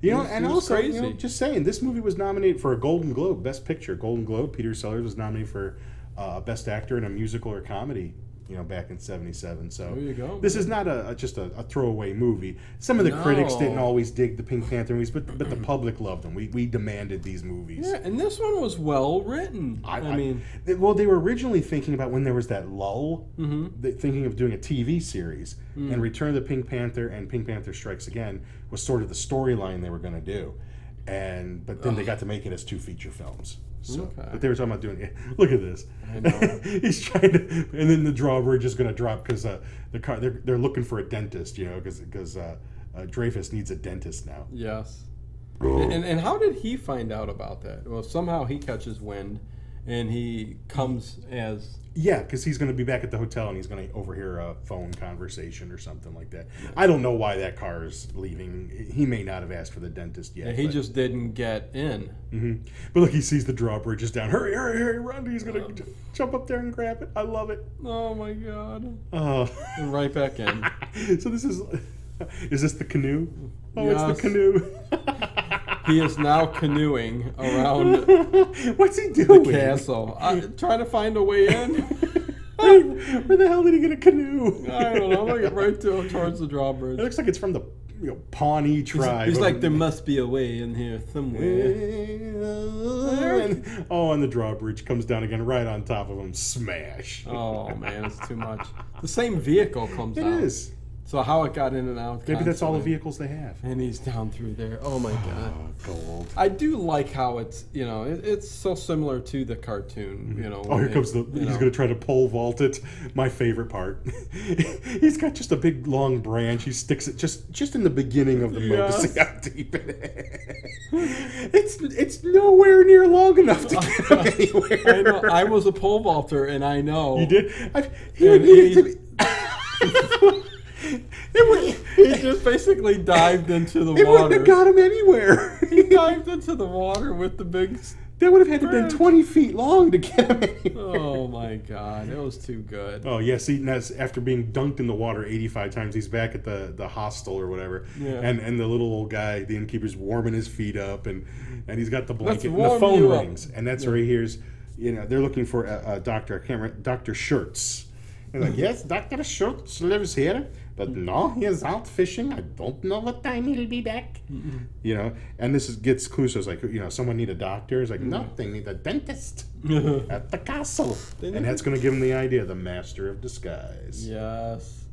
Speaker 2: You know,
Speaker 1: was-
Speaker 2: and
Speaker 1: he was
Speaker 2: also, you know,
Speaker 1: crazy.
Speaker 2: just saying, this movie was nominated for a Golden Globe Best Picture. Golden Globe. Peter Sellers was nominated for uh, Best Actor in a Musical or Comedy. You know, back in '77. So
Speaker 1: There you go,
Speaker 2: This is not a, a just a, a throwaway movie. Some of the critics
Speaker 1: No.
Speaker 2: didn't always dig the Pink Panther movies, but but the public loved them. We we demanded these movies.
Speaker 1: yeah, and this one was well written. I, mean,
Speaker 2: they- well, they were originally thinking about when there was that lull,
Speaker 1: Mhm.
Speaker 2: they, thinking of doing a TV series.
Speaker 1: Mm.
Speaker 2: And Return of the Pink Panther and Pink Panther Strikes Again was sort of the storyline they were going to do, and but then they got to make it as two feature films. So,
Speaker 1: Okay.
Speaker 2: but they were talking about doing it. Look at this.
Speaker 1: I know.
Speaker 2: He's trying to, and then the drawbridge is going to drop because uh, the car they're, they're looking for a dentist, you know, because because uh, uh, Dreyfus needs a dentist now.
Speaker 1: yes. And, and and how did he find out about that? Well, somehow he catches wind, and he comes as
Speaker 2: Yeah, because he's going to be back at the hotel and he's going to overhear a phone conversation or something like that. I don't know why that car is leaving. He may not have asked for the dentist yet.
Speaker 1: and he
Speaker 2: but,
Speaker 1: just didn't get in.
Speaker 2: hmm But look, he sees the drawbridge is down. Hurry, hurry, hurry, run! He's going to
Speaker 1: Um,
Speaker 2: j jump up there and grab it. I love it.
Speaker 1: Oh my god!
Speaker 2: Oh.
Speaker 1: And right back in.
Speaker 2: so this is. Is this the canoe? Oh, it's
Speaker 1: Yes.
Speaker 2: the canoe.
Speaker 1: He is now canoeing around
Speaker 2: What's he doing?
Speaker 1: castle, I, trying to find a way in.
Speaker 2: Where, where the hell did he get a canoe?
Speaker 1: I don't know. I'm gonna get right to towards the drawbridge.
Speaker 2: It looks like it's from the you know, Pawnee tribe.
Speaker 1: He's
Speaker 2: of-
Speaker 1: like, there must be a way in here somewhere.
Speaker 2: And- oh, and the drawbridge comes down again, right on top of him. Smash!
Speaker 1: Oh man, it's too much. The same vehicle comes
Speaker 2: It
Speaker 1: out.
Speaker 2: is.
Speaker 1: So how it got in and out?
Speaker 2: Maybe that's all the
Speaker 1: constantly.
Speaker 2: vehicles they have.
Speaker 1: And he's down through there. Oh my god.
Speaker 2: Oh, gold.
Speaker 1: I do like how it's you know it, it's so similar to the cartoon. You know.
Speaker 2: Oh,
Speaker 1: when
Speaker 2: here
Speaker 1: they-
Speaker 2: comes the.
Speaker 1: you
Speaker 2: He's
Speaker 1: know.
Speaker 2: going to try to pole vault it. My favorite part. he's got just a big long branch. He sticks it just just in the beginning of the moat to
Speaker 1: Yes.
Speaker 2: see how deep it is. it's it's nowhere near long enough to get him anywhere.
Speaker 1: I, know, I was a pole vaulter, and I know
Speaker 2: You did. I, he
Speaker 1: And
Speaker 2: needed
Speaker 1: he-
Speaker 2: to be. it would.
Speaker 1: He just basically dived into the
Speaker 2: It wouldn't
Speaker 1: water.
Speaker 2: have got him anywhere.
Speaker 1: dived into the water with the big. s-
Speaker 2: that would have had to been
Speaker 1: Frick.
Speaker 2: twenty feet long to get him anywhere.
Speaker 1: Oh my god, that was too good.
Speaker 2: Oh yeah, see, and that's after being dunked in the water eighty-five times, he's back at the, the hostel or whatever,
Speaker 1: Yeah.
Speaker 2: and and the little old guy, the innkeeper's warming his feet up, and and he's got the blanket, and the
Speaker 1: warm
Speaker 2: phone
Speaker 1: you up.
Speaker 2: rings, and that's where he hears, you know, they're looking for a, a doctor, I can't remember, Doctor Schurz. And like, yes, Doctor Schurz lives here, but no, he is out fishing. I don't know what time he'll be back. You know, and this is, gets Cluso's like, you know, someone need a doctor. He's like,
Speaker 1: Mm-hmm.
Speaker 2: no, they need a dentist at the castle.
Speaker 1: need-
Speaker 2: And that's going to give him the idea the master of disguise.
Speaker 1: yes,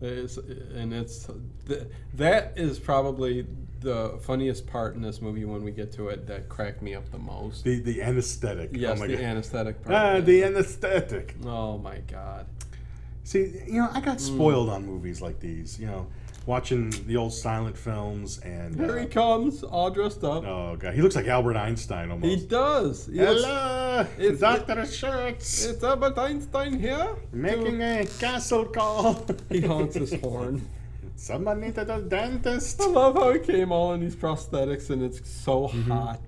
Speaker 1: it's, and it's th- that is probably the funniest part in this movie when we get to it that cracked me up the most.
Speaker 2: The the anesthetic.
Speaker 1: yes,
Speaker 2: oh my
Speaker 1: the
Speaker 2: god.
Speaker 1: anesthetic part.
Speaker 2: Ah, the anesthetic.
Speaker 1: oh my god.
Speaker 2: See, you know, I got
Speaker 1: Mm.
Speaker 2: spoiled on movies like these, you know, watching the old silent films and
Speaker 1: Here he
Speaker 2: uh,
Speaker 1: comes, all dressed up.
Speaker 2: Oh god, he looks like Albert Einstein
Speaker 1: He
Speaker 2: almost.
Speaker 1: does. He looks-
Speaker 2: Hello. Ah,
Speaker 1: It's-
Speaker 2: Dr. Schurz
Speaker 1: It's Albert Einstein here.
Speaker 2: making a castle call.
Speaker 1: He honks his horn.
Speaker 2: Someone needed a dentist.
Speaker 1: I love how he came all in these prosthetics and it's so
Speaker 2: Mm-hmm.
Speaker 1: hot.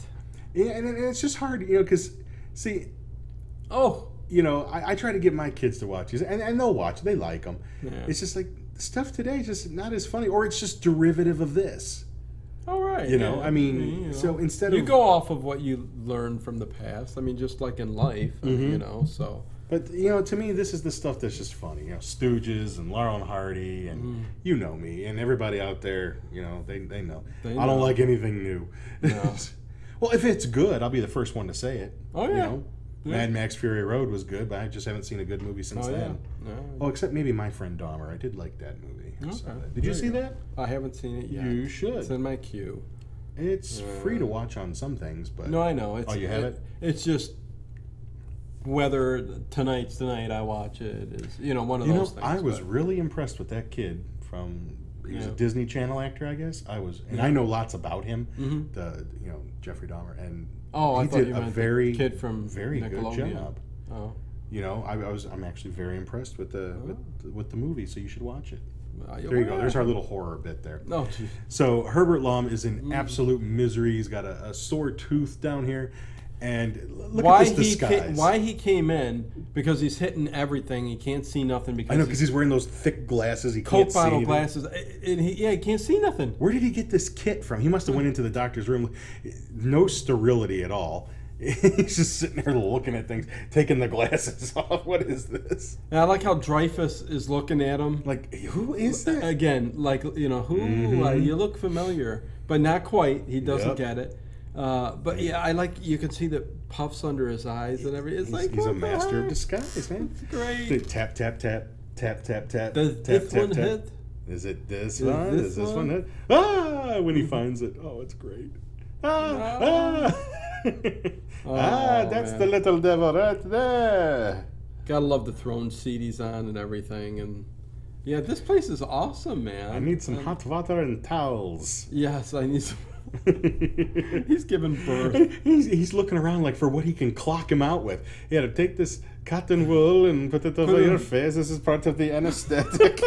Speaker 2: Yeah, and, and it's just hard, you know, because, see,
Speaker 1: Oh,
Speaker 2: you know, I, I try to get my kids to watch these, and, and they'll watch. They like them.
Speaker 1: Yeah.
Speaker 2: It's just like stuff today is just not as funny, or it's just derivative of this.
Speaker 1: all right.
Speaker 2: You know,
Speaker 1: yeah,
Speaker 2: I mean,
Speaker 1: you know.
Speaker 2: so instead
Speaker 1: you
Speaker 2: of
Speaker 1: go off of what you learn from the past. I mean, just like in life, I mean,
Speaker 2: Mm-hmm.
Speaker 1: you know. So
Speaker 2: but you know, to me, this is the stuff that's just funny. You know, Stooges and Laurel and Hardy, and
Speaker 1: Mm-hmm.
Speaker 2: you know me, and everybody out there, you know, they they know.
Speaker 1: They
Speaker 2: I don't
Speaker 1: know.
Speaker 2: like anything new.
Speaker 1: No.
Speaker 2: well, if it's good, I'll be the first one to say it.
Speaker 1: Oh,
Speaker 2: You
Speaker 1: yeah.
Speaker 2: know?
Speaker 1: Yeah.
Speaker 2: Mad Max Fury Road was good, but I just haven't seen a good movie since
Speaker 1: oh
Speaker 2: then.
Speaker 1: yeah.
Speaker 2: Oh, except maybe My Friend Dahmer. I did like that movie. I saw
Speaker 1: Okay.
Speaker 2: that. Did you
Speaker 1: There
Speaker 2: see
Speaker 1: you go.
Speaker 2: that?
Speaker 1: I haven't seen it yet.
Speaker 2: You should.
Speaker 1: It's in my queue.
Speaker 2: It's
Speaker 1: Uh,
Speaker 2: free to watch on some things, but
Speaker 1: No, I know. It's,
Speaker 2: Oh, you have it?
Speaker 1: It's just whether tonight's the night I watch it is you know one of
Speaker 2: you know,
Speaker 1: those things.
Speaker 2: I was
Speaker 1: but-
Speaker 2: really impressed with that kid from. He was a
Speaker 1: Yeah.
Speaker 2: Disney Channel actor, I guess. I was, and I know lots about him. The you know Jeffrey Dahmer, and
Speaker 1: mm-hmm. Oh, I
Speaker 2: he
Speaker 1: thought
Speaker 2: did
Speaker 1: you
Speaker 2: a
Speaker 1: meant the
Speaker 2: very
Speaker 1: kid from
Speaker 2: very good
Speaker 1: Nickelodeon.
Speaker 2: job.
Speaker 1: Oh,
Speaker 2: You know, I, I was I'm actually very impressed with the with, with the movie, so you should watch it.
Speaker 1: well,
Speaker 2: There you go.
Speaker 1: Oh. yeah.
Speaker 2: There's our little horror bit there.
Speaker 1: Oh, geez.
Speaker 2: So Herbert Lom is in
Speaker 1: Mm.
Speaker 2: absolute misery. He's got a, a sore tooth down here, and l- look
Speaker 1: why
Speaker 2: at this
Speaker 1: he
Speaker 2: disguise.
Speaker 1: came, why he came in because he's hitting everything. He can't see nothing because
Speaker 2: I know
Speaker 1: he's
Speaker 2: because he's wearing those thick glasses. He can't
Speaker 1: Coke
Speaker 2: see
Speaker 1: bottle
Speaker 2: anything.
Speaker 1: glasses, eh, and he yeah he can't see nothing.
Speaker 2: Where did he get this kit from? He must have went into the doctor's room. No sterility at all. he's just sitting there looking at things, taking the glasses off. What is this?
Speaker 1: And I like how Dreyfus is looking at him
Speaker 2: Like who is that?
Speaker 1: again, like you know who uh, you look familiar, but not quite. He doesn't
Speaker 2: Yep.
Speaker 1: get it. Uh, but yeah, I like you can see the puffs under his eyes and everything. It's
Speaker 2: He's,
Speaker 1: like
Speaker 2: he's a
Speaker 1: what the
Speaker 2: master of
Speaker 1: heck?
Speaker 2: disguise, man.
Speaker 1: It's great.
Speaker 2: Dude, Tap tap tap tap tap tap.
Speaker 1: Does
Speaker 2: tap,
Speaker 1: this
Speaker 2: tap,
Speaker 1: one
Speaker 2: tap.
Speaker 1: hit?
Speaker 2: Is it this one?
Speaker 1: this
Speaker 2: Is this one?
Speaker 1: one?
Speaker 2: it? Ah! When he finds it, oh, it's great. Ah! Ah! ah!
Speaker 1: Oh,
Speaker 2: That's
Speaker 1: man.
Speaker 2: the little devil right there.
Speaker 1: Gotta love the thrown CDs on and everything. And yeah, this place is awesome, man.
Speaker 2: I need some
Speaker 1: Um,
Speaker 2: hot water and towels.
Speaker 1: Yes, I need some.
Speaker 2: he's
Speaker 1: He's giving birth.
Speaker 2: He's, he's looking around like for what he can clock him out with. Yeah, to take this cotton wool and put it over
Speaker 1: Put it-
Speaker 2: your face. This is part of the anesthetic.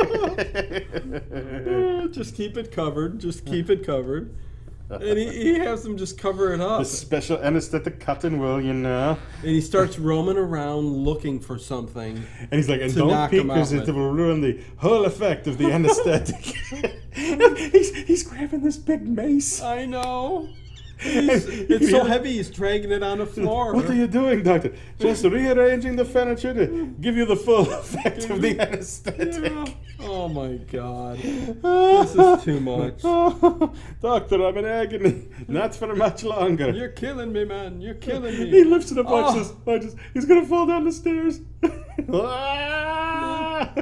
Speaker 1: Eh, just keep it covered. Just keep it covered. And he, he has them just cover it
Speaker 2: the
Speaker 1: up.
Speaker 2: special anesthetic cotton wool, you know.
Speaker 1: And he starts roaming around looking for something.
Speaker 2: And he's like, and
Speaker 1: To
Speaker 2: don't
Speaker 1: knock
Speaker 2: peek
Speaker 1: him out
Speaker 2: because it
Speaker 1: with.
Speaker 2: will ruin the whole effect of the anesthetic. he's, he's grabbing this big mace.
Speaker 1: I know.
Speaker 2: He's-
Speaker 1: It's so heavy, he's dragging it on the floor.
Speaker 2: What are you doing, doctor? Just rearranging the furniture to give you the full effect of the anesthetic.
Speaker 1: Yeah. Oh my god.
Speaker 2: This
Speaker 1: is too much.
Speaker 2: Doctor, I'm in agony. Not for much longer.
Speaker 1: You're killing me, man. You're killing me.
Speaker 2: he lifts it up,
Speaker 1: Oh.
Speaker 2: watches, watches. He's gonna fall down the stairs. Ah!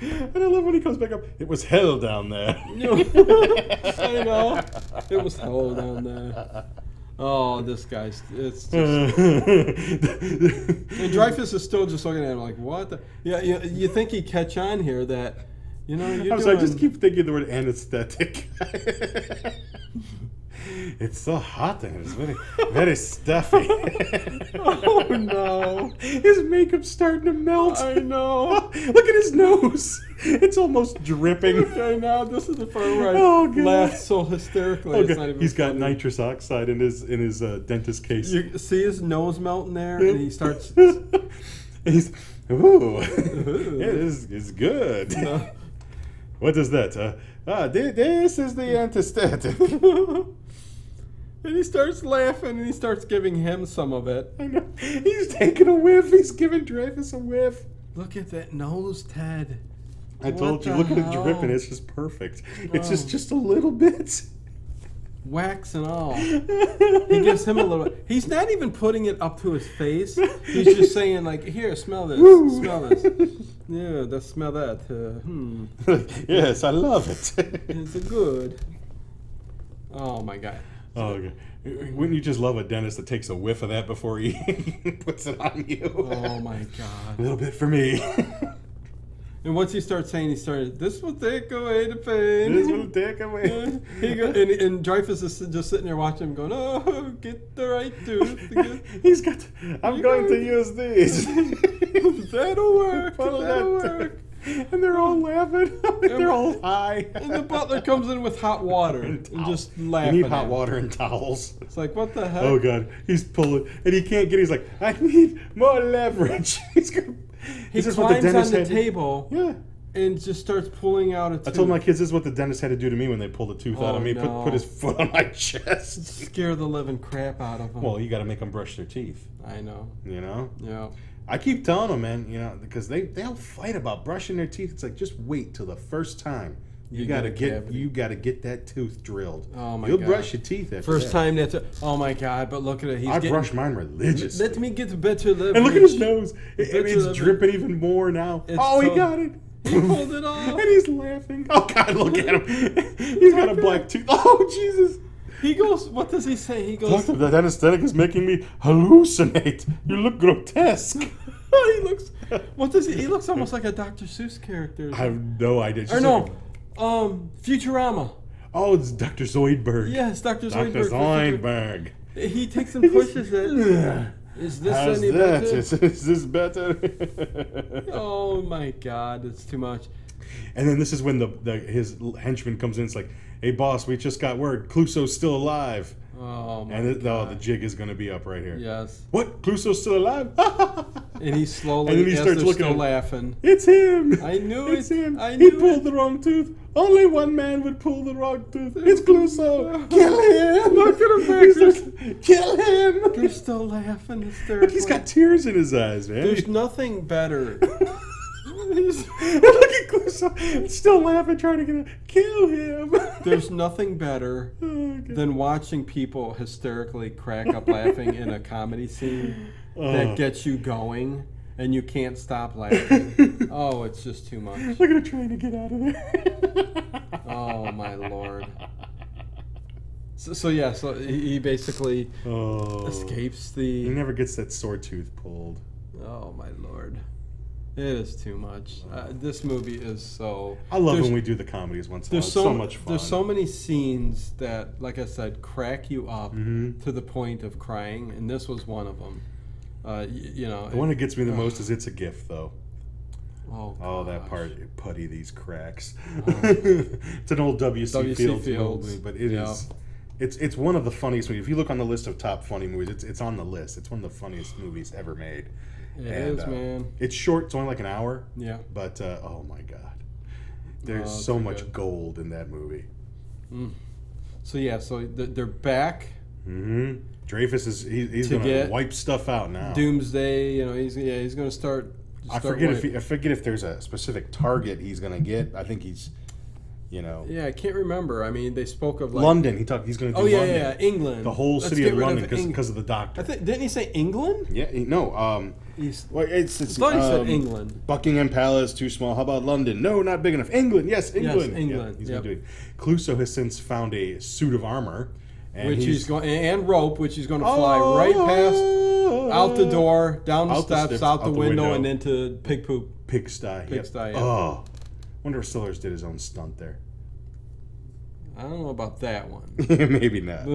Speaker 2: and I love when he comes back up. It was hell down there.
Speaker 1: I know. It was hell down there. Oh, this guy's. It's just. And Dreyfus is still just looking at him like, what? The? Yeah, you, you think he'd catch on here that, you know, you're
Speaker 2: I'm
Speaker 1: doing.
Speaker 2: sorry, I just keep thinking the word anesthetic. it's so hot and it's very, very stuffy.
Speaker 1: Oh no!
Speaker 2: His makeup's starting to melt.
Speaker 1: I know.
Speaker 2: Look at his nose. It's almost dripping.
Speaker 1: I know. This is the part where I
Speaker 2: Oh, God.
Speaker 1: laugh so hysterically.
Speaker 2: Okay,
Speaker 1: It's not even
Speaker 2: Oh, He's got
Speaker 1: funny.
Speaker 2: nitrous oxide in his in his uh, dentist case.
Speaker 1: You see his nose melting there, and he starts.
Speaker 2: And he's ooh, yeah, this is good.
Speaker 1: No.
Speaker 2: What is that? Uh, ah, thi- this is the anesthetic.
Speaker 1: And he starts laughing, and he starts giving him some of it.
Speaker 2: I know. He's taking a whiff. He's giving Dreyfus a whiff.
Speaker 1: Look at that nose, Ted.
Speaker 2: I
Speaker 1: What
Speaker 2: told you.
Speaker 1: the
Speaker 2: Look at it
Speaker 1: hell?
Speaker 2: dripping. It's just perfect. It's just
Speaker 1: Oh.
Speaker 2: just a little bit.
Speaker 1: Wax and all. He gives him a little. He's not even putting it up to his face. He's just saying like, "Here, smell this.
Speaker 2: Woo.
Speaker 1: Smell this. Yeah, that smell that. Uh, hmm,
Speaker 2: yes, I love it.
Speaker 1: it's a good." Oh my god.
Speaker 2: Oh, okay. Wouldn't you just love a dentist that takes a whiff of that before he puts it on you?
Speaker 1: Oh my
Speaker 2: A
Speaker 1: god.
Speaker 2: little bit for me.
Speaker 1: And once he starts saying, he started, this will take away the
Speaker 2: This
Speaker 1: pain.
Speaker 2: will take away.
Speaker 1: he go, and, and Dreyfus is just sitting there watching him going, oh, get the right tooth. Get,
Speaker 2: He's got. I'm
Speaker 1: You
Speaker 2: going to
Speaker 1: guys-
Speaker 2: use these.
Speaker 1: that'll work.
Speaker 2: Funnel
Speaker 1: That'll,
Speaker 2: that-
Speaker 1: work.
Speaker 2: And they're all laughing. they're all high.
Speaker 1: And the butler comes in with hot water and,
Speaker 2: towel.
Speaker 1: just
Speaker 2: You
Speaker 1: laughing.
Speaker 2: need
Speaker 1: at
Speaker 2: hot
Speaker 1: him.
Speaker 2: water and towels.
Speaker 1: It's like, what the heck?
Speaker 2: Oh god, he's pulling, and he can't get. He's like, I need more leverage. he's gonna.
Speaker 1: He
Speaker 2: this is what the
Speaker 1: climbs on
Speaker 2: dentist
Speaker 1: the
Speaker 2: had-
Speaker 1: table
Speaker 2: Yeah.
Speaker 1: and just starts pulling out a tooth.
Speaker 2: I told my kids this is what the dentist had to do to me when they pulled a tooth out
Speaker 1: Oh,
Speaker 2: of me.
Speaker 1: no.
Speaker 2: Put, put his foot on my chest.
Speaker 1: Scare the living crap out of him.
Speaker 2: Well, you got to make them brush their teeth.
Speaker 1: I know.
Speaker 2: You know,
Speaker 1: Yeah.
Speaker 2: I keep telling them, man. You know, because they they'll fight about brushing their teeth. It's like just wait till the first time you,
Speaker 1: You get
Speaker 2: got to
Speaker 1: a
Speaker 2: get
Speaker 1: cavity.
Speaker 2: you got to get that tooth drilled.
Speaker 1: Oh, my
Speaker 2: You'll
Speaker 1: God.
Speaker 2: brush your teeth after
Speaker 1: First
Speaker 2: that.
Speaker 1: time that's a, oh my god! But look at it. He's
Speaker 2: I
Speaker 1: getting,
Speaker 2: brush mine religiously.
Speaker 1: Let me get better leverage.
Speaker 2: And look at his nose. It,
Speaker 1: It's
Speaker 2: it's
Speaker 1: a-
Speaker 2: dripping even more now.
Speaker 1: It's
Speaker 2: oh, he
Speaker 1: so-
Speaker 2: got it.
Speaker 1: He pulled it off.
Speaker 2: and he's laughing. Oh, God, look at him. He's got a black tooth. Oh, Jesus.
Speaker 1: He goes. What does he say? He goes.
Speaker 2: Doctor, that anesthetic is making me hallucinate. You look grotesque.
Speaker 1: he looks. What does he? He looks almost like a Dr. Seuss character.
Speaker 2: I have no idea. It's
Speaker 1: or
Speaker 2: just
Speaker 1: no,
Speaker 2: like a-
Speaker 1: um, Futurama.
Speaker 2: oh, it's Dr. Zoidberg.
Speaker 1: Yes, Dr.
Speaker 2: Dr.
Speaker 1: Zoidberg.
Speaker 2: Zoidberg.
Speaker 1: He takes and pushes it. Is this
Speaker 2: How's
Speaker 1: any
Speaker 2: that?
Speaker 1: better?
Speaker 2: Is, is this better?
Speaker 1: Oh my God! It's too much.
Speaker 2: And then this is when the, the his henchman comes in. It's like, hey, boss, we just got word. Cluso's still alive.
Speaker 1: Oh my
Speaker 2: And it, no,
Speaker 1: God.
Speaker 2: the jig is going to be up right here.
Speaker 1: Yes.
Speaker 2: What? Cluso's still alive?
Speaker 1: And he slowly
Speaker 2: And then he
Speaker 1: as
Speaker 2: starts
Speaker 1: they're
Speaker 2: looking
Speaker 1: still
Speaker 2: at-
Speaker 1: laughing.
Speaker 2: it's him.
Speaker 1: I knew
Speaker 2: it's
Speaker 1: it.
Speaker 2: him.
Speaker 1: I
Speaker 2: he
Speaker 1: knew
Speaker 2: pulled the wrong tooth. Only one man would pull the wrong tooth. It's Cluso. Kill him.
Speaker 1: Look at him back
Speaker 2: He's like, Kill
Speaker 1: They're
Speaker 2: him.
Speaker 1: still laughing
Speaker 2: Look,
Speaker 1: hysterically.
Speaker 2: he's got tears in his eyes, man.
Speaker 1: There's nothing better.
Speaker 2: Look at Cluso. Still laughing, trying to get him. Kill him.
Speaker 1: There's nothing better
Speaker 2: Oh, God.
Speaker 1: than watching people hysterically crack up laughing in a comedy scene
Speaker 2: Uh.
Speaker 1: that gets you going and you can't stop laughing. oh, it's just too much.
Speaker 2: Look at him trying to get out of there.
Speaker 1: Oh my lord. So, so yeah, so he he basically
Speaker 2: oh.
Speaker 1: escapes
Speaker 2: He
Speaker 1: the.
Speaker 2: never gets that sore tooth pulled.
Speaker 1: Oh my lord. It is too much. Uh, this movie is so.
Speaker 2: I love
Speaker 1: there's-
Speaker 2: when we do the comedies once in a while.
Speaker 1: There's
Speaker 2: It's
Speaker 1: so,
Speaker 2: so much fun.
Speaker 1: There's so many scenes that, like I said, crack you up
Speaker 2: Mm-hmm.
Speaker 1: to the point of crying, and this was one of them. Uh, y- you know,
Speaker 2: The one that gets me the most is it's a gift, though.
Speaker 1: oh,
Speaker 2: Oh, that
Speaker 1: gosh.
Speaker 2: part, putty these cracks. it's an old W.C.
Speaker 1: W.C.
Speaker 2: Fields,
Speaker 1: Fields,
Speaker 2: movie, but it is.
Speaker 1: yeah.
Speaker 2: It's it's one of the funniest movies. If you look on the list of top funny movies, it's it's on the list. It's one of the funniest movies ever made.
Speaker 1: It
Speaker 2: And,
Speaker 1: is,
Speaker 2: uh,
Speaker 1: man.
Speaker 2: It's short. It's only like an hour,
Speaker 1: Yeah.
Speaker 2: but uh, oh my god, there's
Speaker 1: it's
Speaker 2: so
Speaker 1: Oh, pretty
Speaker 2: much
Speaker 1: good.
Speaker 2: gold in that movie.
Speaker 1: So yeah, so th- they're back.
Speaker 2: Mm-hmm. Dreyfus is he, he's
Speaker 1: To
Speaker 2: gonna
Speaker 1: get-
Speaker 2: wipe stuff out now.
Speaker 1: Doomsday. You know, he's yeah, he's gonna start.
Speaker 2: Oh. I
Speaker 1: start
Speaker 2: forget if
Speaker 1: wiping-
Speaker 2: he, I forget if there's a specific target he's gonna get. I think he's, you know,
Speaker 1: Yeah, I can't remember. I mean, they spoke of like.
Speaker 2: London. He talked. He's gonna do
Speaker 1: Oh yeah,
Speaker 2: London.
Speaker 1: yeah, yeah, England.
Speaker 2: the whole
Speaker 1: Let's
Speaker 2: city
Speaker 1: get
Speaker 2: of
Speaker 1: rid
Speaker 2: London because
Speaker 1: Eng-
Speaker 2: of the
Speaker 1: I
Speaker 2: doctor.
Speaker 1: think didn't he say England?
Speaker 2: yeah, he- no. Um,
Speaker 1: He's,
Speaker 2: well, it's
Speaker 1: I
Speaker 2: it's.
Speaker 1: thought he
Speaker 2: um,
Speaker 1: said England.
Speaker 2: Buckingham Palace too small. How about London? No, not big enough. England, yes, England. Yeah,
Speaker 1: England,
Speaker 2: he's
Speaker 1: yep.
Speaker 2: gonna do it. Cluso has since found a suit of armor, and
Speaker 1: Which he's,
Speaker 2: he's, Oh!
Speaker 1: going and rope, which he's going to fly right past out the door, down the
Speaker 2: Out the
Speaker 1: steps,
Speaker 2: steps,
Speaker 1: out, the,
Speaker 2: out the
Speaker 1: window,
Speaker 2: window.
Speaker 1: and into pig poop.
Speaker 2: pigsty. yep.
Speaker 1: Pigsty, yeah.
Speaker 2: Oh, wonder if Sellers did his own stunt there.
Speaker 1: I don't know about that one.
Speaker 2: Maybe not.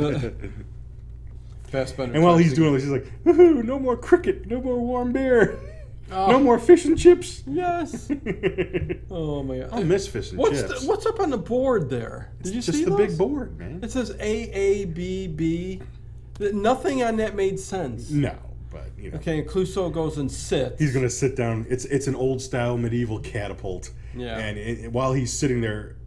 Speaker 1: Fassbender.
Speaker 2: And while
Speaker 1: tries
Speaker 2: he's
Speaker 1: to-
Speaker 2: doing all this, he's like, "Woohoo! No more cricket, no more warm beer,
Speaker 1: Oh.
Speaker 2: no more fish and chips."
Speaker 1: yes.
Speaker 2: I
Speaker 1: Oh my god.
Speaker 2: miss fish and
Speaker 1: what's
Speaker 2: chips.
Speaker 1: The, what's up on the board there? Did
Speaker 2: it's
Speaker 1: you
Speaker 2: just
Speaker 1: see
Speaker 2: the
Speaker 1: those?
Speaker 2: big board, man.
Speaker 1: It says A A B B. Th- Nothing on that made sense.
Speaker 2: no, but you know,
Speaker 1: Okay, and Clouseau goes and sits.
Speaker 2: he's gonna sit down. It's it's an old style medieval catapult.
Speaker 1: Yeah.
Speaker 2: And it, while he's sitting there,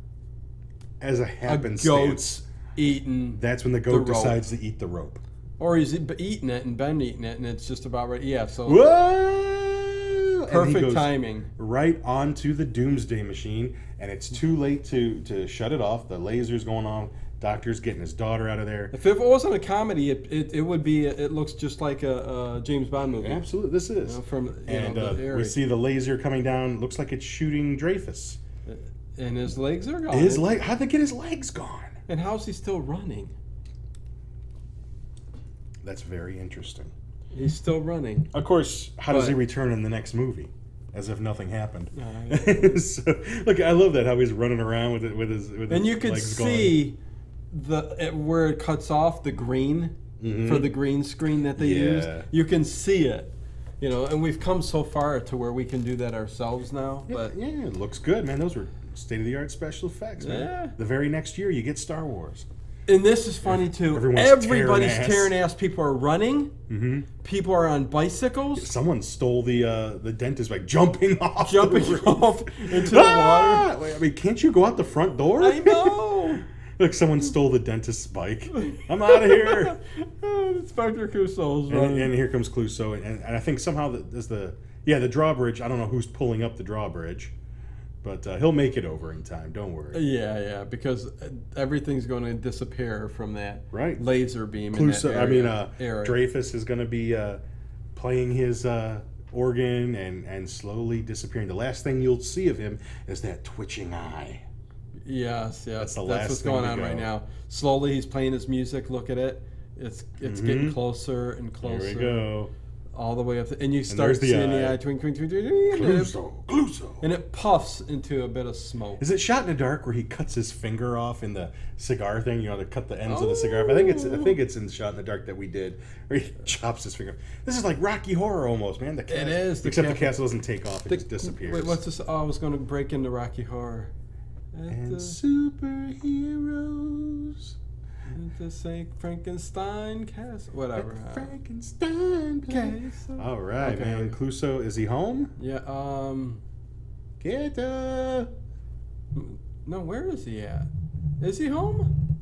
Speaker 2: as a happenstance,
Speaker 1: goat's eating,
Speaker 2: that's when the goat
Speaker 1: rope.
Speaker 2: decides to eat the rope.
Speaker 1: or he's e- eating it and Ben eating it, and it's just about right. Yeah, so
Speaker 2: Whoa!
Speaker 1: perfect timing.
Speaker 2: right onto the doomsday machine and it's too late to to shut it off the laser's going on doctor's getting his daughter out of there
Speaker 1: If it wasn't a comedy, it, it, it would be. It looks just like a, a James Bond movie.
Speaker 2: absolutely this is
Speaker 1: You know, from you
Speaker 2: and
Speaker 1: know,
Speaker 2: uh,
Speaker 1: the
Speaker 2: we
Speaker 1: area.
Speaker 2: see the laser coming down looks like it's shooting dreyfus
Speaker 1: and his legs are gone.
Speaker 2: his leg how'd they get his legs gone
Speaker 1: and how's he still running?
Speaker 2: that's very interesting
Speaker 1: He's still running.
Speaker 2: of course how does
Speaker 1: But-
Speaker 2: he return in the next movie as if nothing happened.
Speaker 1: Yeah,
Speaker 2: so, look, I love that how he's running around with it with his with
Speaker 1: and
Speaker 2: his
Speaker 1: you could
Speaker 2: legs gone.
Speaker 1: see the it, where it cuts off the green
Speaker 2: Mm-hmm.
Speaker 1: for the green screen that they used.
Speaker 2: Yeah.
Speaker 1: You can see it, you know. And we've come so far to where we can do that ourselves now. But
Speaker 2: yeah, it looks good, man. Those were state of the art special effects, man.
Speaker 1: Yeah.
Speaker 2: The very next year, you get Star Wars.
Speaker 1: and this is funny too.
Speaker 2: Everyone's
Speaker 1: Everybody's
Speaker 2: tearing ass.
Speaker 1: tearing ass. People are running.
Speaker 2: Mhm.
Speaker 1: People are on bicycles,
Speaker 2: Someone stole the uh, the dentist by jumping off, the
Speaker 1: jumping
Speaker 2: roof.
Speaker 1: off into the water.
Speaker 2: Ah! Wait, I mean, can't you go out the front door?
Speaker 1: I know.
Speaker 2: Like someone stole the dentist's bike. I'm out of here.
Speaker 1: Inspector Clouseau's
Speaker 2: and,
Speaker 1: running.
Speaker 2: and here comes Clouseau, and, and I think somehow the, there's the yeah the drawbridge. I don't know who's pulling up the drawbridge, but uh, he'll make it over in time. Don't worry.
Speaker 1: yeah, yeah, because uh, everything's going to disappear from that
Speaker 2: Right.
Speaker 1: laser beam. in that
Speaker 2: Clouseau, I mean,
Speaker 1: area-
Speaker 2: uh,
Speaker 1: area.
Speaker 2: Dreyfus is going to be uh, playing his uh, organ and and slowly disappearing. The last thing you'll see of him is that twitching eye.
Speaker 1: Yes, yes. That's,
Speaker 2: the last
Speaker 1: what's
Speaker 2: thing
Speaker 1: going
Speaker 2: to
Speaker 1: on right
Speaker 2: go.
Speaker 1: now. Slowly he's playing his music. Look at it. It's it's getting closer and
Speaker 2: Mm-hmm. There
Speaker 1: closer.
Speaker 2: we go.
Speaker 1: All the way up. The, and you start
Speaker 2: there's the uh,
Speaker 1: seeing the
Speaker 2: eye.
Speaker 1: eye twinkle, twinkle, twinkle, twinkle, and, it,
Speaker 2: Clouseau, Clouseau.
Speaker 1: and it puffs into a bit of smoke.
Speaker 2: Is it shot in the dark where he cuts his finger off in the cigar thing? You know, to cut the ends of the cigar. off? I think it's I think it's in shot in the dark that we did where he chops his finger. This is like Rocky Horror almost, man. The castle,
Speaker 1: is, the
Speaker 2: except the
Speaker 1: castle-
Speaker 2: castle doesn't take off; it
Speaker 1: The-
Speaker 2: just disappears.
Speaker 1: Wait, what's this? Oh, I was going to break into Rocky Horror. At
Speaker 2: and
Speaker 1: the-
Speaker 2: superheroes,
Speaker 1: at the St. Frankenstein Castle. Whatever.
Speaker 2: at
Speaker 1: uh,
Speaker 2: Frankenstein place.
Speaker 1: Castle.
Speaker 2: All right,
Speaker 1: Okay.
Speaker 2: man. Cluso, is he home?
Speaker 1: Yeah, um.
Speaker 2: Get uh,
Speaker 1: No, where is he at? Is he home?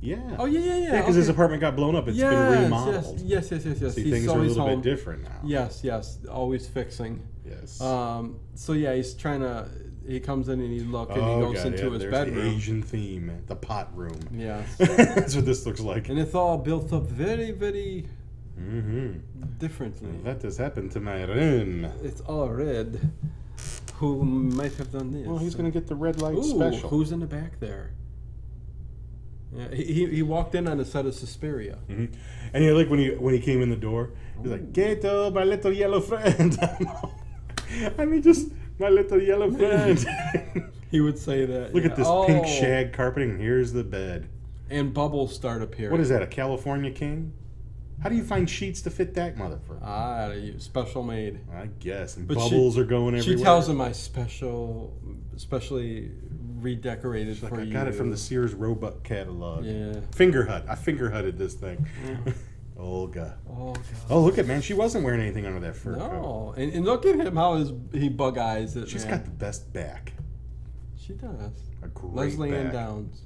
Speaker 2: yeah.
Speaker 1: Oh, yeah, yeah, yeah.
Speaker 2: yeah, because his
Speaker 1: okay.
Speaker 2: apartment got blown up. It's
Speaker 1: yes,
Speaker 2: been remodeled.
Speaker 1: Yes, yes, yes, yes, yes.
Speaker 2: See,
Speaker 1: he's
Speaker 2: things are a
Speaker 1: always
Speaker 2: little
Speaker 1: home.
Speaker 2: bit different now.
Speaker 1: Yes, yes. Always fixing.
Speaker 2: Yes.
Speaker 1: Um, so yeah, he's trying to. He comes in and he look and
Speaker 2: Oh,
Speaker 1: he goes
Speaker 2: God,
Speaker 1: into
Speaker 2: yeah,
Speaker 1: his
Speaker 2: there's the
Speaker 1: bedroom.
Speaker 2: Asian theme, the pot room.
Speaker 1: Yes,
Speaker 2: That's what this looks like.
Speaker 1: and it's all built up very, very
Speaker 2: Mm-hmm.
Speaker 1: differently.
Speaker 2: That has happened to my room.
Speaker 1: It's all red. Who might have done this?
Speaker 4: Well, he's going to get the red light
Speaker 1: Ooh,
Speaker 4: special.
Speaker 1: who's in the back there? Yeah, he, he he walked in on the set of Suspiria.
Speaker 2: hmm And you know, like when he when he came in the door, he's like, "Gato, my little yellow friend." I mean, just my little yellow friend.
Speaker 1: He would say that.
Speaker 2: Look
Speaker 1: yeah.
Speaker 2: at this pink
Speaker 1: Oh,
Speaker 2: shag carpeting. and Here's the bed.
Speaker 1: And bubbles start appearing.
Speaker 2: What is that? A California king? How do you find sheets to fit that motherfucker?
Speaker 1: Ah, you- special made.
Speaker 2: I guess. And
Speaker 1: But she-
Speaker 2: bubbles are going everywhere.
Speaker 1: She tells him I special, specially redecorated
Speaker 2: She's like,
Speaker 1: for
Speaker 2: I
Speaker 1: you.
Speaker 2: got it from the Sears Roebuck catalog.
Speaker 1: Yeah.
Speaker 2: Finger hut. I finger hutted this thing. Olga.
Speaker 1: Oh god.
Speaker 2: Oh, look at man. She wasn't wearing anything under that fur coat.
Speaker 1: No, and, and look at him how his he bug eyes it.
Speaker 2: She's
Speaker 1: man.
Speaker 2: got the best back.
Speaker 1: She does.
Speaker 2: A great
Speaker 1: Leslie
Speaker 2: back.
Speaker 1: Ann Downs.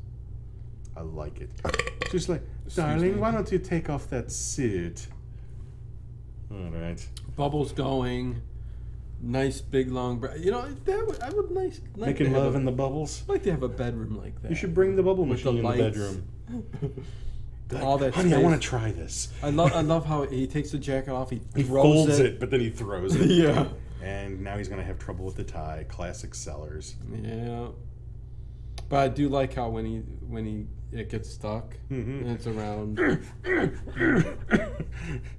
Speaker 2: I like it. She's like, darling,
Speaker 1: me.
Speaker 2: why don't you take off that suit? All right.
Speaker 1: Bubbles going. Nice big long breath. You know that would, I would nice like
Speaker 2: Making
Speaker 1: to have
Speaker 2: love
Speaker 1: a-
Speaker 2: in the bubbles.
Speaker 1: I'd like to have a bedroom like that.
Speaker 2: You should bring the bubble
Speaker 1: With the
Speaker 2: machine in the
Speaker 1: lights.
Speaker 2: bedroom. Like,
Speaker 1: All that
Speaker 2: Honey, I
Speaker 1: space."
Speaker 2: want to try this.
Speaker 1: I love I love how he takes the jacket off. He,
Speaker 2: He
Speaker 1: throws
Speaker 2: folds it. but then he throws it.
Speaker 1: Yeah.
Speaker 2: And now he's gonna have trouble with the tie. Classic Sellers.
Speaker 1: Yeah. But I do like how when he when he it gets stuck
Speaker 2: Mhm.
Speaker 1: and it's around.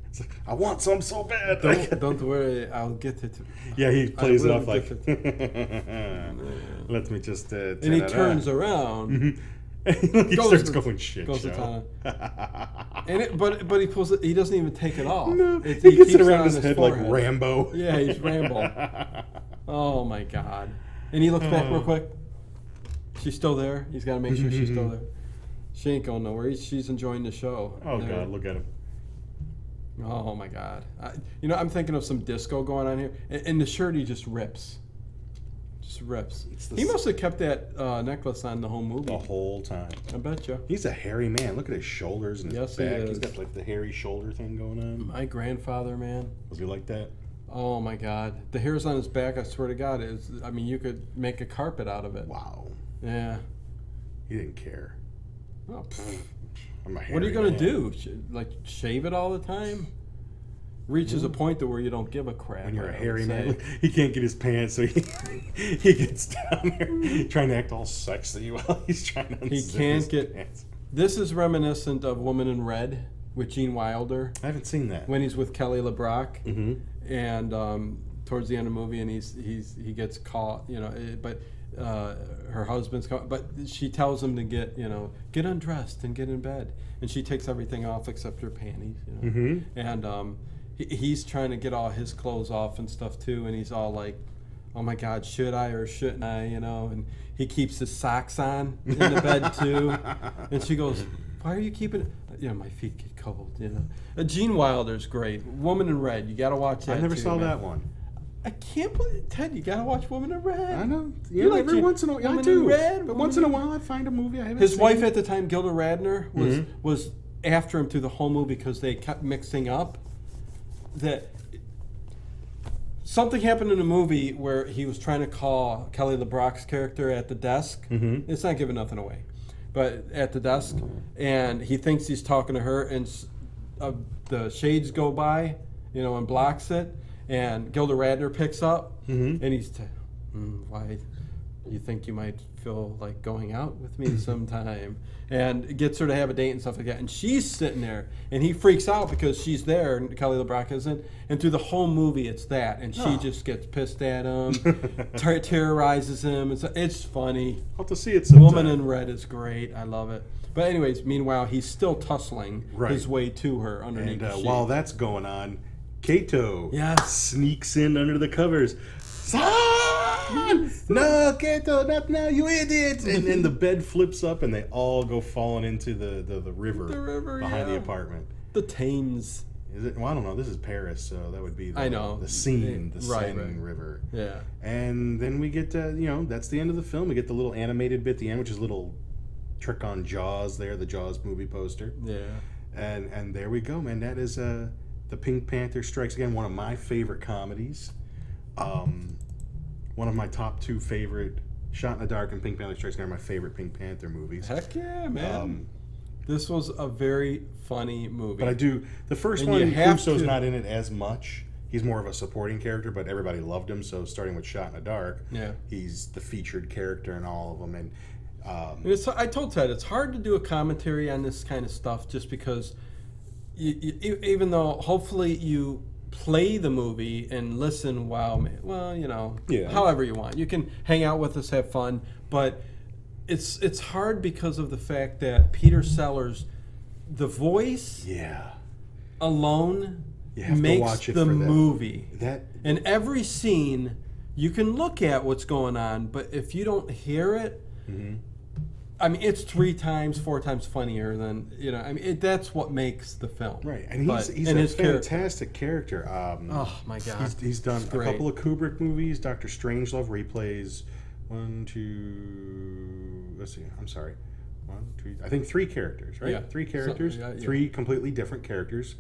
Speaker 2: It's like, I want some so bad.
Speaker 1: don't, don't worry, I'll get it.
Speaker 2: yeah, he plays it
Speaker 1: will
Speaker 2: off like.
Speaker 1: get
Speaker 2: Let Mm-hmm. me just. Uh,
Speaker 1: And he turns around,
Speaker 2: he
Speaker 1: Goes
Speaker 2: starts
Speaker 1: to-
Speaker 2: going shit
Speaker 1: goes to
Speaker 2: show.
Speaker 1: and it, but but he pulls it. He doesn't even take it off.
Speaker 2: no,
Speaker 1: It's-
Speaker 2: he gets it
Speaker 1: keeps
Speaker 2: around
Speaker 1: on
Speaker 2: his, head
Speaker 1: forehead.
Speaker 2: like Rambo.
Speaker 1: Yeah, he's Rambo. Oh my god! And he looks back
Speaker 2: Mm.
Speaker 1: real quick. She's still there. He's got to make sure she's
Speaker 2: Mm-hmm.
Speaker 1: still there. She ain't going nowhere. He's- She's enjoying the show.
Speaker 2: oh
Speaker 1: There-
Speaker 2: god, look at him.
Speaker 1: Oh my God! I, you know, I'm thinking of some disco going on here, and, and the shirt he just rips, just rips.
Speaker 2: It's Oh. the
Speaker 1: He
Speaker 2: s-
Speaker 1: must have kept that uh, necklace on the whole movie.
Speaker 2: The whole time.
Speaker 1: I bet you.
Speaker 2: He's a hairy man. Look at his shoulders and his
Speaker 1: Yes, he
Speaker 2: back.
Speaker 1: is.
Speaker 2: He's got like the hairy shoulder thing going on.
Speaker 1: My grandfather, man.
Speaker 2: Was he like that?
Speaker 1: Oh my God! The hairs on his back. I swear to God, is I mean, you could make a carpet out of it.
Speaker 2: Wow.
Speaker 1: Yeah.
Speaker 2: He didn't care.
Speaker 1: Oh, pff.
Speaker 2: I'm a hairy
Speaker 1: what are you gonna
Speaker 2: man.
Speaker 1: do? Sh- Like shave it all the time? Reaches a point to where you don't give a crap.
Speaker 2: Mm-hmm. When you're a
Speaker 1: I would
Speaker 2: hairy man,
Speaker 1: say.
Speaker 2: look, he can't get his pants, so he he gets down there trying to act all sexy while he's trying to.
Speaker 1: He
Speaker 2: unzip
Speaker 1: can't
Speaker 2: his
Speaker 1: get-
Speaker 2: Pants.
Speaker 1: This is reminiscent of Woman in Red with Gene Wilder.
Speaker 2: I haven't seen that.
Speaker 1: when he's with Kelly LeBrock,
Speaker 2: mm-hmm.
Speaker 1: and um, towards the end of the movie, and he's he's he gets caught, you know. eh, But uh, her husband's caught, but she tells him to get you know get undressed and get in bed, and she takes everything off except her panties, you know.
Speaker 2: Mm-hmm.
Speaker 1: And um, he, he's trying to get all his clothes off and stuff too, and he's all like. Oh my God! Should I or shouldn't I? You know, and he keeps his socks on in the bed too. And she goes, "Why are you keeping?" it?" You know, my feet get cold. You know, uh, Gene Wilder's great. Woman in Red, you gotta watch that.
Speaker 2: I never
Speaker 1: too,
Speaker 2: saw
Speaker 1: man.
Speaker 2: that one.
Speaker 1: I can't believe Ted. You gotta watch Woman in Red.
Speaker 2: I know.
Speaker 1: You
Speaker 2: Yeah,
Speaker 1: like
Speaker 2: every
Speaker 1: your
Speaker 2: once in a while,
Speaker 1: woman
Speaker 2: I
Speaker 1: in
Speaker 2: do.
Speaker 1: red,
Speaker 2: but
Speaker 1: woman
Speaker 2: once in a
Speaker 1: in-
Speaker 2: while, I find a movie I haven't.
Speaker 1: His
Speaker 2: seen.
Speaker 1: wife at the time, Gilda Radner, was
Speaker 2: Mhm.
Speaker 1: was after him through the whole movie because they kept mixing up. That something happened in the movie where he was trying to call Kelly LeBrock's character at the desk.
Speaker 2: Mhm.
Speaker 1: It's not giving nothing away, but at the desk, and he thinks he's talking to her, and s- uh, the shades go by, you know, and blocks it, and Gilda Radner picks up,
Speaker 2: Mhm.
Speaker 1: and he's, t- mm, why, you think you might feel like going out with me sometime, and gets her to have a date and stuff like that, and she's sitting there, and he freaks out because she's there, and Kelly LeBrock isn't, and through the whole movie it's that, and she
Speaker 2: Oh.
Speaker 1: just gets pissed at him, ter- terrorizes him, and so it's funny.
Speaker 2: I'll have to see it. Sometime.
Speaker 1: Woman in Red is great. I love it. But anyways, meanwhile, he's still tussling
Speaker 2: Right.
Speaker 1: his way to her underneath
Speaker 2: And
Speaker 1: the
Speaker 2: uh,
Speaker 1: sheet.
Speaker 2: while that's going on, Kato
Speaker 1: Yes.
Speaker 2: sneaks in under the covers. Son! No, Kato, not now, you idiot! And then the bed flips up and they all go falling into the, the, the river
Speaker 1: The river,
Speaker 2: behind the
Speaker 1: yeah.
Speaker 2: apartment.
Speaker 1: the Thames.
Speaker 2: Is it? Well, I don't know. This is Paris, so that would be the,
Speaker 1: I know.
Speaker 2: the scene, the
Speaker 1: Right,
Speaker 2: Seine
Speaker 1: right.
Speaker 2: River.
Speaker 1: Yeah.
Speaker 2: And then we get, uh, you know, that's the end of the film. We get the little animated bit at the end, which is a little trick on Jaws there, the Jaws movie poster.
Speaker 1: Yeah.
Speaker 2: And and there we go, man. That is uh, the Pink Panther Strikes Again, one of my favorite comedies. Um, one of my top two favorite Shot in the Dark and Pink Panther Strikes Again are my favorite Pink Panther movies.
Speaker 1: Heck yeah, man.
Speaker 2: Um,
Speaker 1: this was a very funny movie.
Speaker 2: but I do the first
Speaker 1: And you
Speaker 2: one.
Speaker 1: have
Speaker 2: Crusoe's
Speaker 1: to-
Speaker 2: not in it as much. He's more of a supporting character, but everybody loved him. So starting with Shot in the Dark,
Speaker 1: yeah.
Speaker 2: he's the featured character in all of them. And um,
Speaker 1: And it's, I told Ted it's hard to do a commentary on this kind of stuff just because, you, you, even though hopefully you play the movie and listen while, ma- well, you know,
Speaker 4: Yeah.
Speaker 1: however you want, you can hang out with us, have fun, but it's it's hard because of the fact that Peter Sellers, the voice
Speaker 2: yeah,
Speaker 1: alone,
Speaker 2: You have to
Speaker 1: makes
Speaker 2: watch it
Speaker 1: the
Speaker 2: for that.
Speaker 1: movie.
Speaker 2: that
Speaker 1: And every scene, you can look at what's going on, but if you don't hear it, Mm-hmm. I mean, it's three times, four times funnier than you know. I mean, it, that's what makes the film,
Speaker 2: right, and he's
Speaker 1: But-
Speaker 2: he's
Speaker 1: and
Speaker 2: a
Speaker 1: his character-
Speaker 2: fantastic character. Um,
Speaker 1: Oh my god!
Speaker 2: He's, he's done
Speaker 1: It's
Speaker 2: a
Speaker 1: great.
Speaker 2: couple of Kubrick movies, Doctor Strangelove replays. One, two. Let's see. I'm sorry. One, two. I think three characters, right?
Speaker 1: Yeah.
Speaker 2: Three
Speaker 1: So-
Speaker 2: characters.
Speaker 1: yeah, yeah.
Speaker 2: Three completely different characters.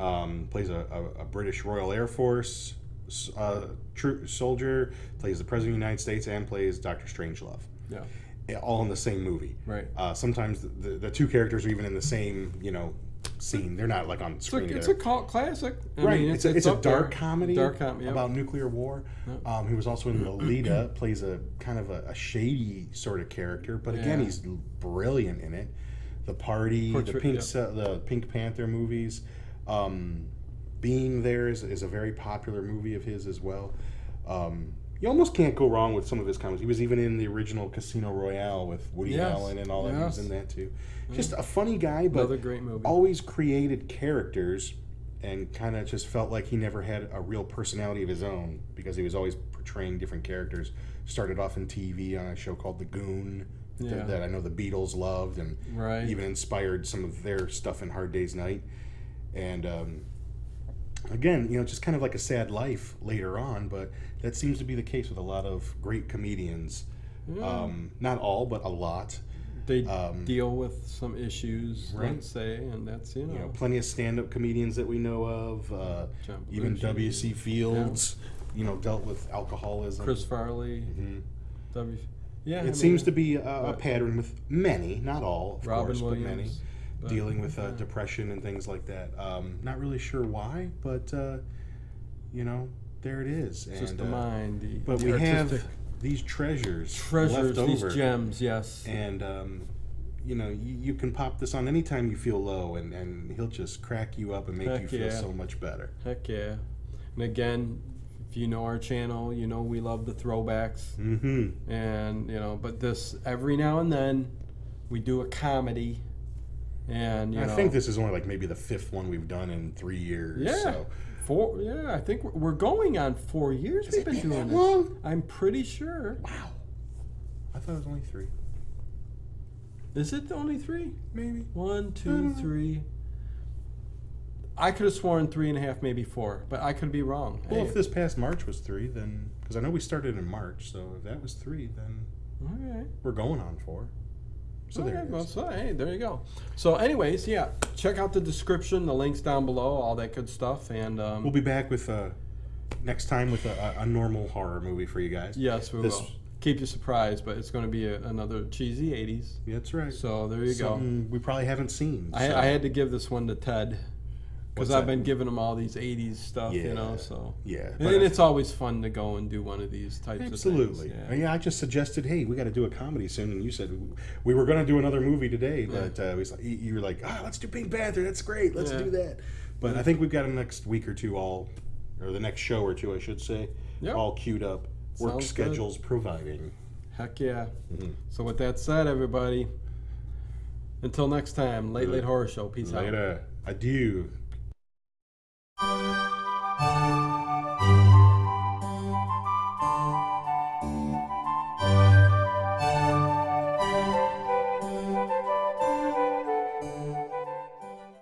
Speaker 2: Um, plays a, a, a British Royal Air Force s- uh, troop soldier. Plays the President of the United States and plays Doctor Strangelove.
Speaker 1: Yeah.
Speaker 2: Yeah, All in the same movie.
Speaker 1: Right.
Speaker 2: Uh, sometimes the, the, the two characters are even in the same, you know, scene. They're not like on
Speaker 1: It's a,
Speaker 2: screen.
Speaker 1: it's
Speaker 2: together
Speaker 1: a cult classic. I
Speaker 2: right.
Speaker 1: mean,
Speaker 2: it's, a, it's a
Speaker 1: up there.
Speaker 2: dark comedy
Speaker 1: Dark comedy.
Speaker 2: about nuclear war.
Speaker 1: Yep.
Speaker 2: Um, he was also in Lolita, plays a kind of a, a shady sort of character, but again,
Speaker 1: Yeah.
Speaker 2: he's brilliant in it. The Party, the
Speaker 1: Portray-
Speaker 2: Pink,
Speaker 1: yep.
Speaker 2: Sa- the Pink Panther movies. Um, Being There is, is a very popular movie of his as well. Um, you almost can't go wrong with some of his comedies. He was even in the original Casino Royale with Woody
Speaker 1: Yes.
Speaker 2: Allen and all that. He was
Speaker 1: Yes. Mm.
Speaker 2: in that too. Just a funny guy, but
Speaker 1: Another great movie.
Speaker 2: always created characters and kind of just felt like he never had a real personality of his own because he was always portraying different characters. Started off in TV on a show called The Goon th-
Speaker 1: Yeah.
Speaker 2: that I know the Beatles loved and
Speaker 1: right.
Speaker 2: even inspired some of their stuff in Hard Day's Night. And um, again, you know, just kind of like a sad life later on, but that seems to be the case with a lot of great comedians.
Speaker 1: Yeah.
Speaker 2: Um, not all, but a lot.
Speaker 1: they
Speaker 2: um,
Speaker 1: deal with some issues,
Speaker 2: Right.
Speaker 1: let's say, and that's you know,
Speaker 2: You know, plenty of stand-up comedians that we know of. Uh,
Speaker 1: John
Speaker 2: even
Speaker 1: Belushi,
Speaker 2: W.C. Fields, you know, dealt with alcoholism.
Speaker 1: Chris Farley,
Speaker 2: Mhm.
Speaker 1: W. Yeah, I
Speaker 2: It
Speaker 1: mean,
Speaker 2: seems to be a, a
Speaker 1: but-
Speaker 2: pattern with many, not all, of
Speaker 1: Robin
Speaker 2: course,
Speaker 1: Williams
Speaker 2: but many,
Speaker 1: but-
Speaker 2: dealing with uh,
Speaker 1: yeah.
Speaker 2: depression and things like that. Um, not really sure why, but uh, you know, there it is.
Speaker 1: It's just
Speaker 2: And,
Speaker 1: the
Speaker 2: uh,
Speaker 1: mind, the,
Speaker 2: But
Speaker 1: the
Speaker 2: we
Speaker 1: artistic
Speaker 2: have these treasures,
Speaker 1: treasures,
Speaker 2: left over,
Speaker 1: these gems, yes.
Speaker 2: and um, you know, you, you can pop this on anytime you feel low, and, and he'll just crack you up and make
Speaker 1: Heck
Speaker 2: you feel
Speaker 1: yeah.
Speaker 2: so much better.
Speaker 1: Heck yeah. And again, If you know our channel, you know we love the throwbacks,
Speaker 2: Mm-hmm.
Speaker 1: and you know. But this every now and then, we do a comedy, and you
Speaker 2: I
Speaker 1: know,
Speaker 2: think this is only like maybe the fifth one we've done in three years.
Speaker 1: Yeah.
Speaker 2: So.
Speaker 1: four. Yeah, I think we're, we're going on four years. we've been doing this.
Speaker 2: Long?
Speaker 1: I'm pretty sure.
Speaker 2: Wow. I thought it was only three.
Speaker 1: Is it only three?
Speaker 2: Maybe.
Speaker 1: One,
Speaker 2: I
Speaker 1: two,
Speaker 2: don't know.
Speaker 1: three. I could have sworn three and a half, maybe four, but I could be wrong.
Speaker 2: Well,
Speaker 1: Hey,
Speaker 2: if this past March was three, then because I know we started in March, so if that was three, then
Speaker 1: okay.
Speaker 2: we're going on four. So
Speaker 1: Okay,
Speaker 2: there it is.
Speaker 1: well, so, hey, there you go. So, anyways, yeah, check out the description, the links down below, all that good stuff, and um,
Speaker 2: We'll be back with uh, next time with a, a, a normal horror movie for you guys.
Speaker 1: yes, we
Speaker 2: this-
Speaker 1: will keep you surprised, but it's going to be a, another cheesy '80s.
Speaker 2: That's right.
Speaker 1: So there you go.
Speaker 2: Something we probably haven't seen. so-
Speaker 1: I, I had to give this one to Ted because
Speaker 2: What's
Speaker 1: I've
Speaker 2: that?
Speaker 1: been giving him all these '80s stuff, you know.
Speaker 2: Yeah.
Speaker 1: So,
Speaker 2: yeah,
Speaker 1: and,
Speaker 2: but-
Speaker 1: it's always fun to go and do one of these types of
Speaker 2: absolutely.
Speaker 1: things.
Speaker 2: Yeah. I just suggested, hey, we got to do a comedy soon, and you said we were going to do another movie today, but uh, we was like, you you were like, ah, let's do Pink Panther. That's great. Let's
Speaker 1: Yeah.
Speaker 2: do that. But I think we've got a next week or two all, or the next show or two, I should say,
Speaker 1: Yep.
Speaker 2: all queued up. Work
Speaker 1: Sounds good.
Speaker 2: schedules providing.
Speaker 1: Heck yeah.
Speaker 2: Mhm.
Speaker 1: So with that said, everybody, until next time, Late Late Horror Show. Peace out.
Speaker 2: Later. Adieu.